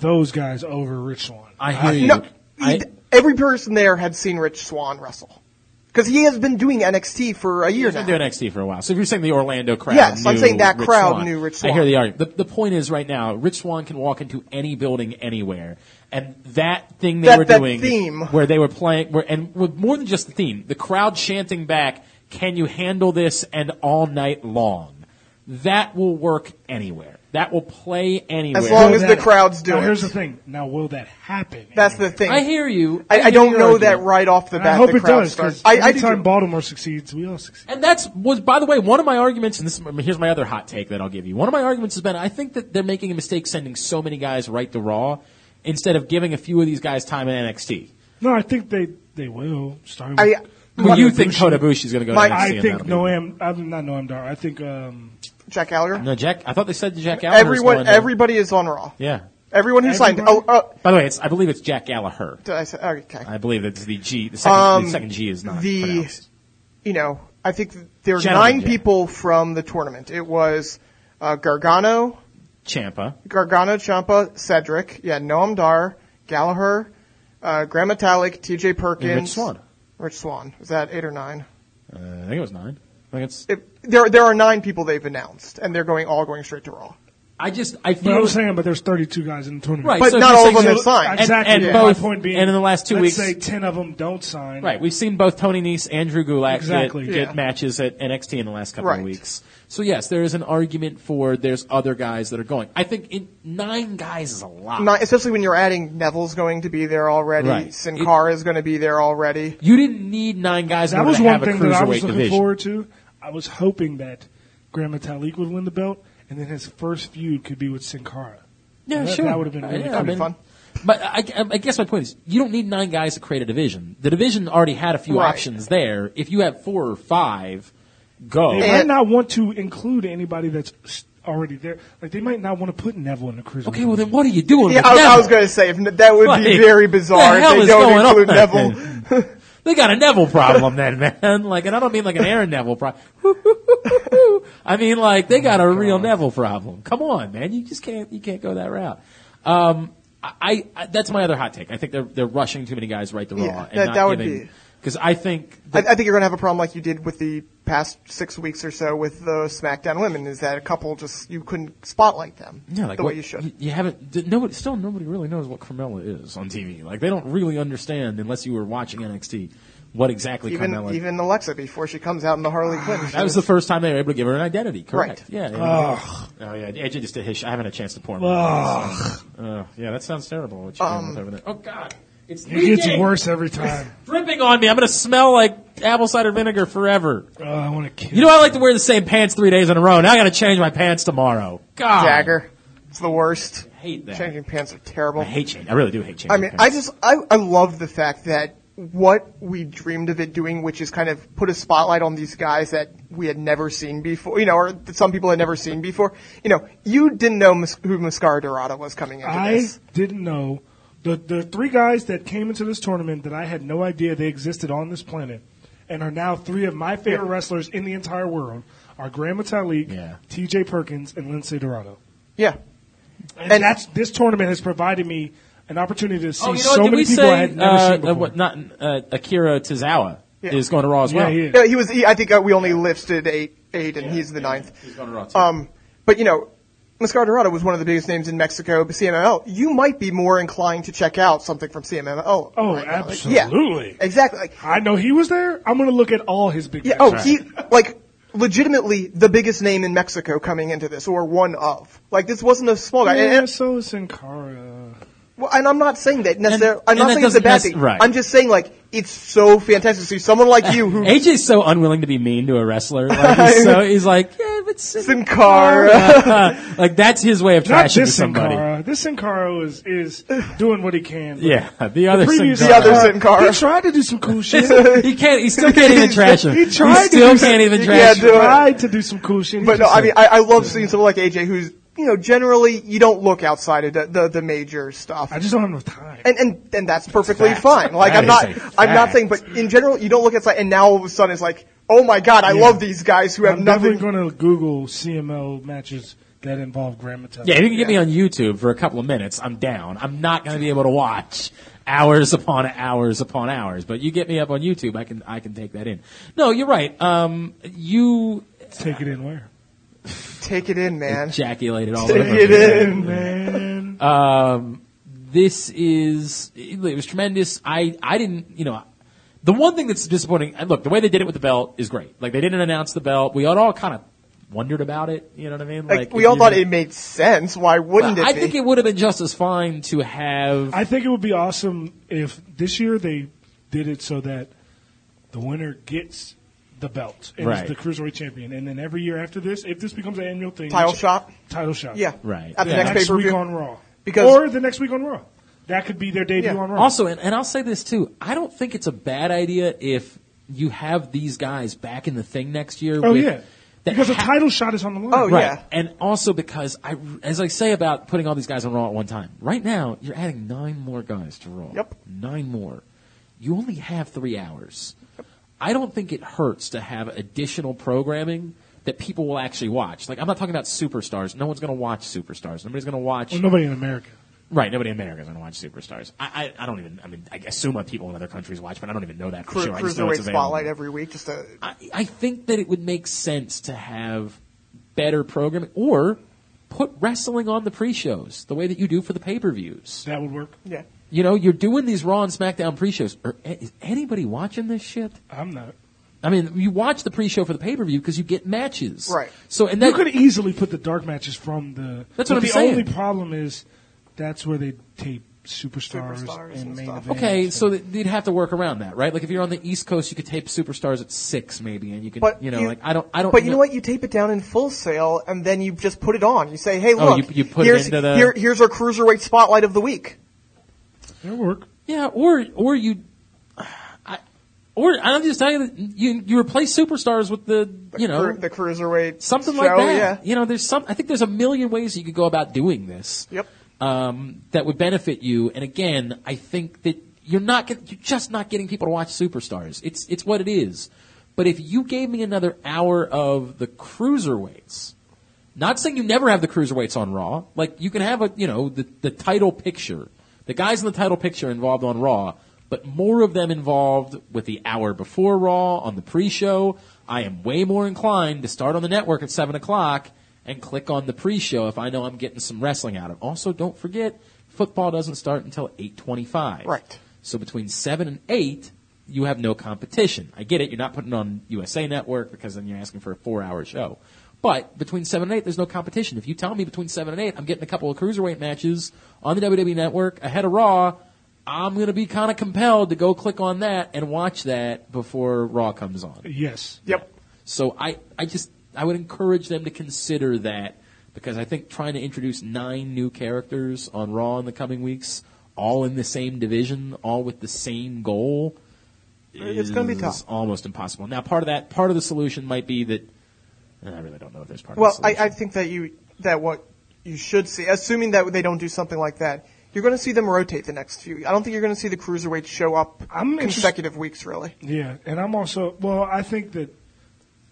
those guys over Rich Swan.
I hear you.
No,
I-
every person there had seen Rich Swan wrestle. Because he has been doing NXT for a year
He's
now.
been doing NXT for a while. So if you're saying the Orlando crowd,
Yes, I'm
knew
saying that
Rich
crowd
Swan,
knew Rich
I hear
Swan.
the argument. The, the point is, right now, Rich Swan can walk into any building anywhere, and that thing they
That-
were
that
doing,
theme.
where they were playing, where and with more than just the theme, the crowd chanting back, "Can you handle this?" and all night long, that will work anywhere. That will play anywhere.
As long
Will
as the
that-
crowds do
now,
it.
Here's the thing. Now, will that happen?
That's the thing.
I hear you.
I, I
hear
don't
your
know
argument.
that right off the
And
bat.
I hope
the
it
crowd
does
starts.
because
I, I do.
anytime Baltimore succeeds, we all succeed.
And that's was, by the way, one of my arguments. And this here's my other hot take that I'll give you. One of my arguments has been I think that they're making a mistake sending so many guys right to Raw instead of giving a few of these guys time in NXT.
No, I think they they will. Starting
I-
with-
Well,
Well,
you
Ibushi-
think Kota Ibushi is going to go? to
My-
NXT
I
and
think
that'll be-
Noam. I'm not Noam Dar. I think um,
Jack Gallagher.
No, Jack. I thought they said Jack Gallagher. was
Everyone,
going to-
everybody is on Raw.
Yeah.
Everyone who signed. Oh,
Everybody?
oh,
By the way, it's, I believe it's Jack Gallagher.
did I say? Okay.
I believe it's the G. The second,
Um,
the second G is not
the-
pronounced.
You know, I think th- there were
Gentlemen,
nine
yeah.
people from the tournament. It was uh, Gargano,
Champa.
Gargano, Champa, Cedric. Yeah, Noam Dar, Gallagher, uh, Graham Metallic, T.J. Perkins,
Rich Swan.
Rich Swan. Is that eight or nine?
Uh, I think it was nine. I think it's.
It, there, there are nine people they've announced, and they're going all going straight to Raw.
I just. I feel.
but I was saying, but there's 32 guys in the tournament.
Right,
But
so if
not
you're
all of
saying-
them have signed.
Exactly.
And, and
yeah.
both,
My point being,
and in the last 2
let's
weeks,
say 10 of them don't sign.
Right, we've seen both Tony Nese and Drew Gulak
Exactly.
get, get
Yeah.
matches at NXT in the last couple of
Right.
weeks. So yes, there is an argument for there's other guys that are going. I think in, nine guys is a lot.
Not, especially when you're adding Neville's going to be there already,
Right.
Sin Cara is going to be there already.
you didn't need nine guys. in
That
order
was
to
one
have
thing
a
that I was
cruiserweight
looking
division.
forward to. I was hoping that Grand Metalik would win the belt, and then his first feud could be with Sin Cara.
Yeah,
That-
sure.
that would've been really
Yeah,
cool.
I mean,
Fun.
But I, I- I guess my point is, you don't need nine guys to create a division. The division already had a few
Right.
options there. If you have four or five, go.
They might
And-
not want to include anybody that's s- already there. Like they might not want to put Neville in the cruiserweight.
Okay, well then, what are you doing?
Yeah,
with
I, I
Neville?
was going to say if, n- that would
Like,
be very
the
bizarre if
hell
they
is
don't
going
include
on?
Neville.
They got a Neville problem then, man. Like, and I don't mean like an Aaron Neville problem. I mean like
Oh
they got a real Neville problem. Come on, man. You just can't you can't go that route. Um, I, I that's my other hot take. I think they're they're rushing too many guys right to raw.
Yeah,
and
that-
not
that would
giving-
be-
Because I think
I, I think you're going to have a problem like you did with the past six weeks or so with the SmackDown women. Is that a couple just you couldn't spotlight them
Yeah, like
the
what,
way you should?
You, haven't. d- Nobody, still, nobody really knows what Carmella is on TV. Like they don't really understand unless you were watching NXT what exactly
even
Carmella.
even Alexa before she comes out in the Harley Quinn. she
that was the first time they were able to give her an identity. Correct.
Right.
Yeah.
Uh,
yeah. Oh yeah. AJ just did his. Sh- I haven't had a chance to pour. more. Uh, yeah, that sounds terrible. What you um, with over there. Oh God, it's
It gets
leaking!
worse every time.
dripping on me. I'm gonna smell like apple cider vinegar forever.
Oh, I want to kill.
You know I like to wear the same pants three days in a row. Now I gotta change my pants tomorrow. God,
dagger. It's the worst.
I hate that.
Changing pants are terrible.
I hate change. I really do hate change.
I mean, I just I, I love the fact that what we dreamed of it doing, which is kind of put a spotlight on these guys that we had never seen before, you know, or that some people had never seen before. You know, you didn't know Mas- who Mascara Dorada was coming into
I
this.
didn't know the the three guys that came into this tournament that I had no idea they existed on this planet, and are now three of my favorite wrestlers in the entire world are Graham Metalik,
Yeah.
T.J. Perkins, and Lindsay Dorado.
Yeah,
And,
And-
that's this tournament has provided me an opportunity to see
Oh, you know
so
what? Did
many
we
people
say
I had never
uh,
seen before.
Uh, what, not uh, Akira Tozawa
Yeah.
is going to Raw as
yeah,
well?
he is.
yeah. He was. He, I think uh, we only listed eight, eight, and he's the ninth.
He's going to Raw too.
Um, but you know, Mascara Dorada was one of the biggest names in Mexico. But CMML, you might be more inclined to check out something from CMML. Oh,
Oh, absolutely.
exactly. Like,
I know he was there. I'm going to look at all his big.
Yeah.
matches.
Oh, he like legitimately the biggest name in Mexico coming into this, or one of. Like this wasn't a small guy. And,
Yeah,
and,
so is Sin Cara.
well, and I'm not saying that necessarily.
And-
I'm not
and that
saying it's a
doesn't
bad
nec-
thing.
right.
I'm just saying like it's so fantastic to see someone like you who
AJ's so unwilling to be mean to a wrestler. Like, he's, so, he's like, yeah, but
Sin Cara.
like that's his way of
Not
trashing
this Sin
somebody.
Cara. This Sin Cara is is doing what he can. but
Yeah, the other
previous
Sin
The other
Cara.
Sin Cara.
He tried to do some cool shit.
he can't. He still can't even trash him.
He tried to
still
do
can't even
He
trash
can't
him.
do it.
tried to do some cool shit. He
But no,
just
I
said,
mean I, I love seeing someone like AJ who's you know generally you don't look outside of the the, the major stuff.
I just don't have enough time.
and and and that's perfectly fine. Like
That
I'm not,
is a
I'm not
fact.
saying, but in general, you don't look at like, and now all of a sudden it's like, oh my god, I love these guys who have
I'm
nothing.
never going to Google CML matches that involve Grand Metallic.
Yeah, if you can get me on YouTube for a couple of minutes, I'm down. I'm not going to be able to watch hours upon hours upon hours. But you get me up on YouTube, I can I can take that in. No, you're right. Um, you
Take it in where?
Take it in, man.
ejaculated all
Take
over.
it
me.
in, man.
Man.
Um, this is it was tremendous. I I didn't you know. The one thing that's disappointing, and look, the way they did it with the belt is great. Like they didn't announce the belt. We all, kind of wondered about it. You know what I mean?
Like, we all
you
thought
know-
it made sense. Why wouldn't it
I
be?
think it would have been just as fine to have.
I think it would be awesome if this year they did it so that the winner gets the belt and
Right.
is the cruiserweight champion, and then every year after this, if this becomes an annual thing,
Title
which-
shot.
title shot,
Yeah.
Right.
At the
Yeah.
next pay per
week
view.
on Raw,
Because-
or the next week on Raw, that could be their debut
Yeah.
on Raw.
Also, and, and I'll say this too. I don't think it's a bad idea if you have these guys back in the thing next year.
oh
with,
yeah,
that
because a
ha-
title shot is on the line.
Oh, yeah.
Right. And also because I, as I say about putting all these guys on Raw at one time, right now you're adding nine more guys to Raw.
Yep.
Nine more. You only have three hours. I don't think it hurts to have additional programming that people will actually watch. Like I'm not talking about superstars. No one's going to watch superstars. Nobody's going to watch.
Well, nobody in America.
Right, nobody in America is going to watch Superstars. I, I, I don't even, I mean, I assume that people in other countries watch, but I don't even know that for
Cru-
sure. I just know
Cruiserweight
it's available.
spotlight every week. Just a,
I, I think that it would make sense to have better programming or put wrestling on the pre-shows the way that you do for the pay-per-views.
That would work.
yeah.
You know, you're doing these Raw and SmackDown pre-shows. Are, is anybody watching this shit?
I'm not.
I mean, you watch the pre-show for the pay-per-view because you get matches.
Right.
So, and
You
that,
could easily put the dark matches from the.
That's what
but
I'm
the
saying.
only problem is that's where they tape superstars,
Superstars
and
and
main
stuff.
events.
Okay,
and-
so th- you'd have to work around that, right? Like if you're on the East Coast, you could tape superstars at six, maybe, and you could,
But
you know, like I don't, I don't.
But you know what? You tape it down in full sale, and then you just put it on. You say, "Hey,
Oh,
look,
you- you put it
here's
into the-
here, here's our cruiserweight spotlight of the week."
That'll work.
Yeah, or or you, I, or I'm just telling you, that you you replace superstars with the you know
Cru- the cruiserweight
something
show,
like that.
Yeah.
You know, there's some. I think there's a million ways you could go about doing this.
Yep.
Um, that would benefit you. And again, I think that you're not get, you're just not getting people to watch superstars. It's it's what it is. But if you gave me another hour of the cruiserweights, not saying you never have the cruiserweights on Raw. Like you can have a you know the the title picture, the guys in the title picture involved on Raw, but more of them involved with the hour before Raw on the pre-show. I am way more inclined to start on the network at seven o'clock and click on the pre-show if I know I'm getting some wrestling out of. it. Also, don't forget football doesn't start until eight twenty-five.
Right.
So between seven and eight, you have no competition. I get it. You're not putting on USA Network because then you're asking for a four-hour show. But between seven and eight, there's no competition. If you tell me between seven and eight, I'm getting a couple of cruiserweight matches on the WWE Network ahead of Raw. I'm gonna be kind of compelled to go click on that and watch that before Raw comes on.
Yes.
Yep.
So I, I just, I would encourage them to consider that because I think trying to introduce nine new characters on Raw in the coming weeks, all in the same division, all with the same goal,
It's gonna be
is
tough.
Almost impossible. Now, part of that, part of the solution might be that. and I really don't know if there's part
Well,
of the
I,
solution.
I think that you that what you should see, assuming that they don't do something like that, you're going to see them rotate the next few. I don't think you're going to see the cruiserweights show up
I'm interest-
consecutive weeks, really.
Yeah, and I'm also well. I think that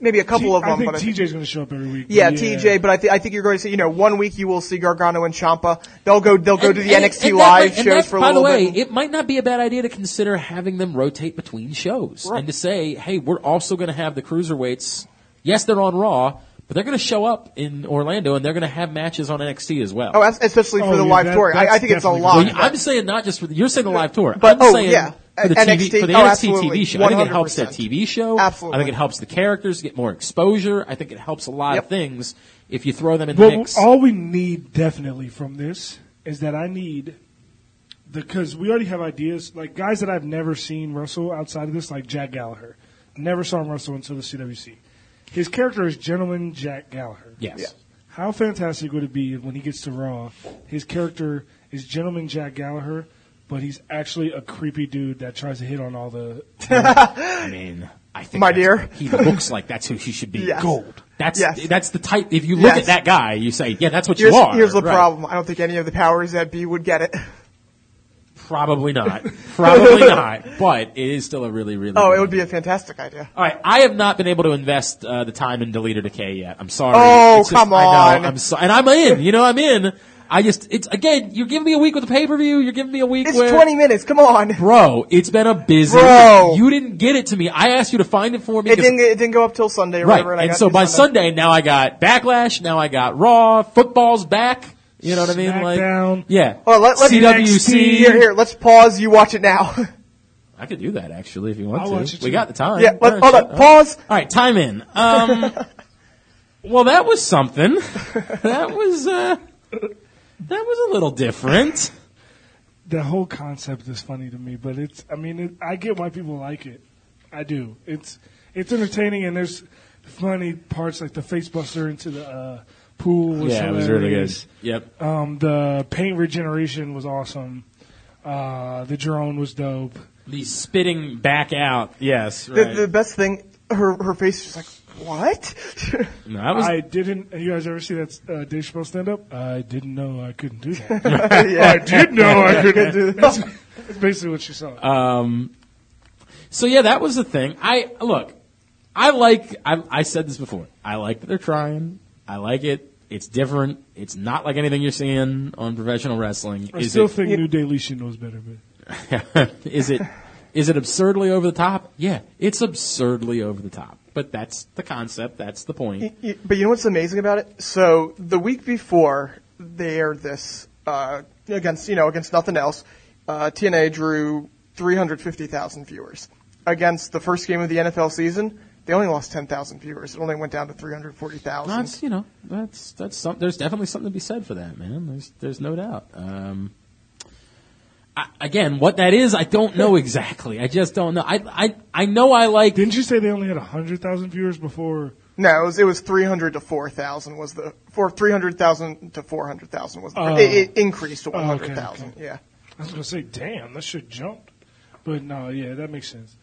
Maybe a couple
T-
of them.
I think
but I-
TJ's going to show up every week.
yeah, TJ. But I, th- I think you're going to see. You know, one week you will see Gargano and Champa. They'll go. They'll go to the
And- and-
NXT
and that
live
might- and that-
shows for a
by
little
the way,
bit.
it might not be a bad idea to consider having them rotate between shows and to say, hey, we're also going to have the cruiserweights. Yes, they're on Raw, but they're going to show up in Orlando and they're going to have matches on NXT as well.
oh, that's- especially for
Oh,
the
yeah,
live
that-
tour. I,
that's
I think it's a
definitely
lot.
going
Well, I'm saying not just for the, you're saying the live tour, I'm
But- oh,
saying
yeah.
for the
NXT
TV, for the
oh,
NXT
absolutely.
TV show. I think it helps their
100%.
TV show. I
Absolutely.
think it helps the characters get more exposure. I think it helps a lot
Yep.
of things if you throw them in the
Well,
mix.
all we need definitely from this is that I need because we already have ideas like guys that I've never seen wrestle outside of this, like Jack Gallagher. Never saw him wrestle until the CWC. His character is Gentleman Jack Gallagher.
yes.
How fantastic would it be if when he gets to Raw, his character is Gentleman Jack Gallagher, but he's actually a creepy dude that tries to hit on all the.
I mean, I think
My
that's-
dear.
he looks like that's who he should be.
Yes. Gold.
That's
Yes.
that's the type. If you look
Yes.
at that guy, you say, yeah, that's what
Here's,
you are.
here's the
Right.
problem. I don't think any of the powers that be would get it.
Probably not. Probably not. But it is still a really, really.
Oh,
good
it would be
idea.
a fantastic idea.
All right, I have not been able to invest uh, the time in Deleter Decay yet. I'm sorry.
Oh,
It's just-
come
I
on.
know, I'm so, and I'm in. You know, I'm in. I just, it's again, you're giving me a week with a pay per view. You're giving me a week
It's
where
20 minutes. Come on.
Bro, it's been a busy.
Bro.
you didn't get it to me. I asked you to find it for me.
It
'cause-
didn't. It didn't go up till Sunday. Or
Right.
Whatever, and I
and
got
so
to
by Sunday, now I got Backlash, now I got Raw, football's back. You know what I mean?
Smackdown.
Like, yeah.
Oh, let, let
CWC.
Here, here. Let's pause. You watch it now.
I could do that actually if you want
I'll
to.
watch it,
we
too.
got the time.
yeah.
All
Let,
right,
hold
shit.
on. Pause.
All right, time in. Um, well, that was something. That was uh, that was a little different.
The whole concept is funny to me, but it's. I mean, it, I get why people like it. I do. It's it's entertaining, and there's funny parts like the face buster into the uh, pool. Was hilarious.
Yep.
Um, the paint regeneration was awesome. Uh, the drone was dope.
The spitting back out. Yes.
The,
Right.
the best thing. Her her face is like what?
no, that was
I didn't. You guys ever see that uh, Dave Chappelle stand up? I didn't know I couldn't do that.
yeah.
did know I couldn't do that. That's basically what you saw.
Uh, So yeah, that was the thing. I look, I like. I, I said this before. I like that they're trying. I like it. It's different. It's not like anything you're seeing on professional wrestling.
I
is
still
it?
think New Day Leash knows better, but
is it? Is it absurdly over the top? Yeah, it's absurdly over the top. But that's the concept. That's the point.
Y- But you know what's amazing about it? So the week before they aired this uh, against you know against nothing else, uh, TNA drew 350,000 viewers. Against the first game of the NFL season, they only lost 10,000 viewers. It only went down to 340,000.
That's you know that's that's some, there's definitely something to be said for that man. There's there's no doubt. Um, I, again, what that is, I don't know exactly. I just don't know. I I I know I like
didn't you say they only had hundred thousand viewers before?
No, it was, it was 300 to 4,000 was the for 300,000 to 400,000 was the, it, it increased to
Oh. okay,
100,000.
okay.
Yeah.
I was gonna say, damn, that shit jumped. But no, yeah, that makes sense.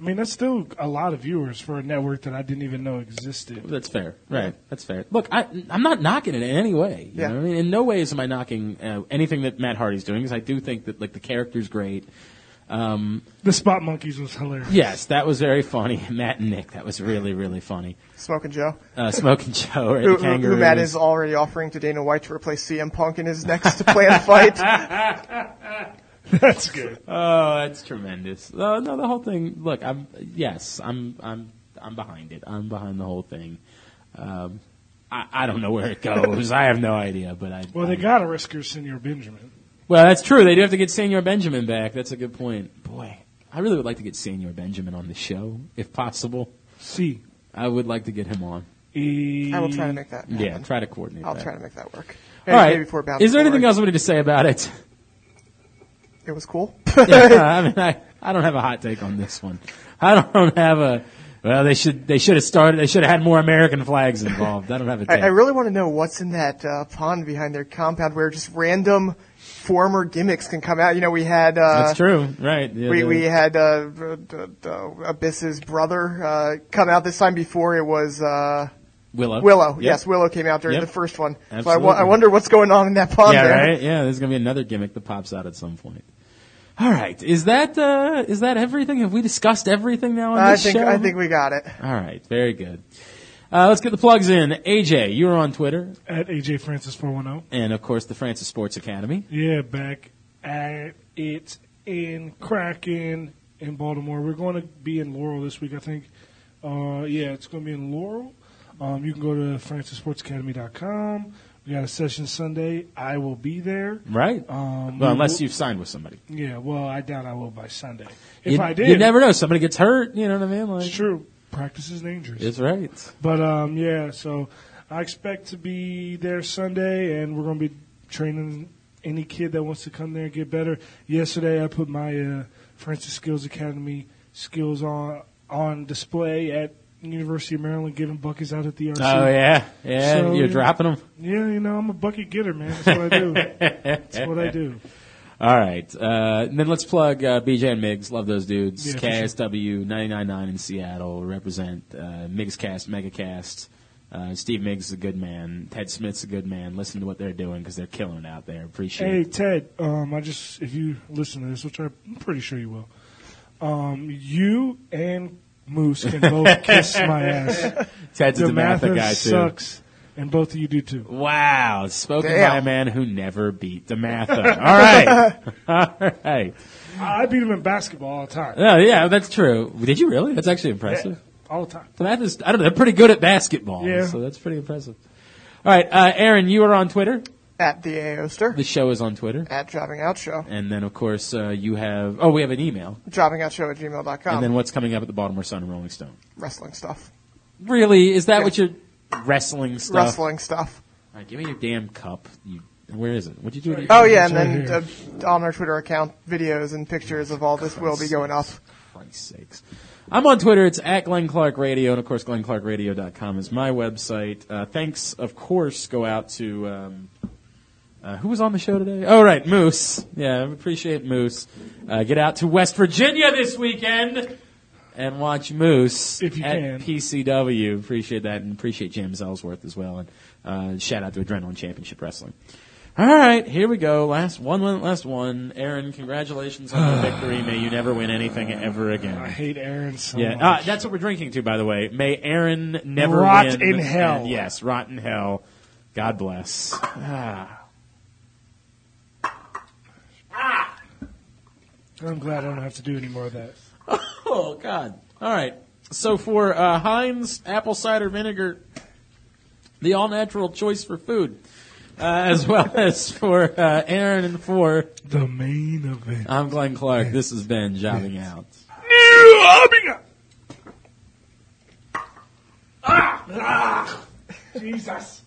I mean, that's still a lot of viewers for a network that I didn't even know existed.
That's fair, right? That's fair. Look, I, I'm not knocking it in any way. You
Yeah.
know what I mean? In no ways am I knocking uh, anything that Matt Hardy's doing, because I do think that like the character's great. Um,
The Spot Monkeys was hilarious.
yes, that was very funny, Matt and Nick. That was really really funny.
Smoking Joe.
Uh, Smoke and Joe, right?
Who,
the
who- who
kangaroos.
Matt is already offering to Dana White to replace CM Punk in his next planned fight.
That's good.
Oh, that's tremendous. Uh, no, the whole thing. Look, I'm yes, I'm I'm I'm behind it. I'm behind the whole thing. Um, I, I don't know where it goes. I have no idea, but I
Well,
I-
they got to risk your senior Benjamin.
well, that's true. They do have to get Senior Benjamin back. That's a good point. Boy, I really would like to get Senior Benjamin on the show, if possible.
C.
I would like to get him on.
E.
I will try to make that happen.
Yeah, try to coordinate.
I'll
that.
try to make that work.
All right.
Maybe before Bounce
Is there anything
Forward.
else we need to say about it?
It was cool.
Yeah, I mean, I, I don't have a hot take on this one. I don't have a. Well, they should they should have started. They should have had more American flags involved. I don't have a
I,
take.
I really want to know what's in that uh, pond behind their compound where just random former gimmicks can come out. You know, we had uh,
That's true, right? Yeah,
We,
the-
we had uh, uh, uh, uh, Abyss's brother uh, come out this time before it was uh,
Willow.
Willow.
Yep.
Yes, Willow came out during
Yep.
the first one. So I,
Absolutely.
w- I wonder what's going on in that pond
Yeah,
there.
right. Yeah, there's gonna be another gimmick that pops out at some point. All right, is that uh, is that everything? Have we discussed everything now on
I
this
think
show?
I think we got it.
All right, very good. Uh, let's get the plugs in. AJ, you were on Twitter,
At AJ Francis oh. 410.
and of course the Francis Sports Academy.
Yeah, back at it in Kraken in Baltimore. We're going to be in Laurel this week, I think. Uh, yeah, it's going to be in Laurel. Um, you can go to francisportsacademy.com. We got a session Sunday. I will be there.
Right.
Um,
well,
we
unless
will-
you've signed with somebody.
Yeah, well, I doubt I will by Sunday. If
you,
I did,
you never know. Somebody gets hurt. You know what I mean? Like,
it's true. Practice is dangerous.
It's right.
But um, yeah, so I expect to be there Sunday, and we're going to be training any kid that wants to come there and get better. Yesterday, I put my uh, Francis Skills Academy skills on on display at University of Maryland, giving buckets out at the RC.
Oh yeah, yeah.
So,
you're
yeah.
dropping them.
Yeah, you know, I'm a bucket getter, man. That's what I do. That's what I do.
All right. Uh, and then let's plug uh, BJ and Migs. Love those dudes.
Yeah, for sure.
KSW 99.9 in Seattle. Represent uh, MigsCast, MegaCast. Uh, Steve Miggs is a good man. Ted Smith's a good man. Listen to what they're doing because they're killing it out there. Appreciate
Hey
it.
Ted, um, I just if you listen to this, which I'm pretty sure you will, um, you and Moose can both kiss my ass.
Ted's a Dematha
Damathis
guy, too.
sucks, and both of you do too.
Wow. Spoken
Damn.
by a man who never beat Dematha. All right. All right.
I beat him in basketball all the time.
Oh, yeah, that's true. Did you really? That's actually impressive.
All the time.
So that is, I don't know, they're pretty good at basketball.
Yeah.
So that's pretty impressive. All right, uh, Aaron, you are on Twitter.
At the Aoster.
The show is on Twitter.
At dropping out show.
And then, of course, uh, you have, oh, we have an email.
Dropping out show at gmail.com.
And then what's coming up at the Baltimore Sun and Rolling Stone.
wrestling stuff.
Really? Is that
Yeah.
what you're, wrestling stuff?
Wrestling stuff.
All right, give me your damn cup. You, where is it? What'd you do with it?
Oh yeah, and
right
then uh, on our Twitter account, videos and pictures of all this will be going up.
Christ's sakes. I'm on Twitter. It's at Glenn Clark Radio, and of course, glennclarkradio.com is my website. Uh, thanks, of course, go out to um, uh, who was on the show today? Oh, right, Moose. Yeah, I appreciate Moose. Uh, get out to West Virginia this weekend and watch Moose
If you
at
can.
PCW. Appreciate that, and appreciate James Ellsworth as well. And uh, shout out to Adrenaline Championship Wrestling. All right, here we go. Last one, last one. Aaron, congratulations on the victory. May you never win anything ever
I
again.
hate Aaron so
Yeah,
much.
uh, that's what we're drinking to, by the way. May Aaron never
Rot
win.
in hell.
And yes, rot in hell. God bless. Ah, uh,
I'm glad I don't have to do any more of that.
Oh God. All right. So for uh, Heinz apple cider vinegar, the all-natural choice for food, uh, as well as for uh, Aaron and for
The main event.
I'm Glenn Clark. This has been jobbing out.
Ah! Jesus.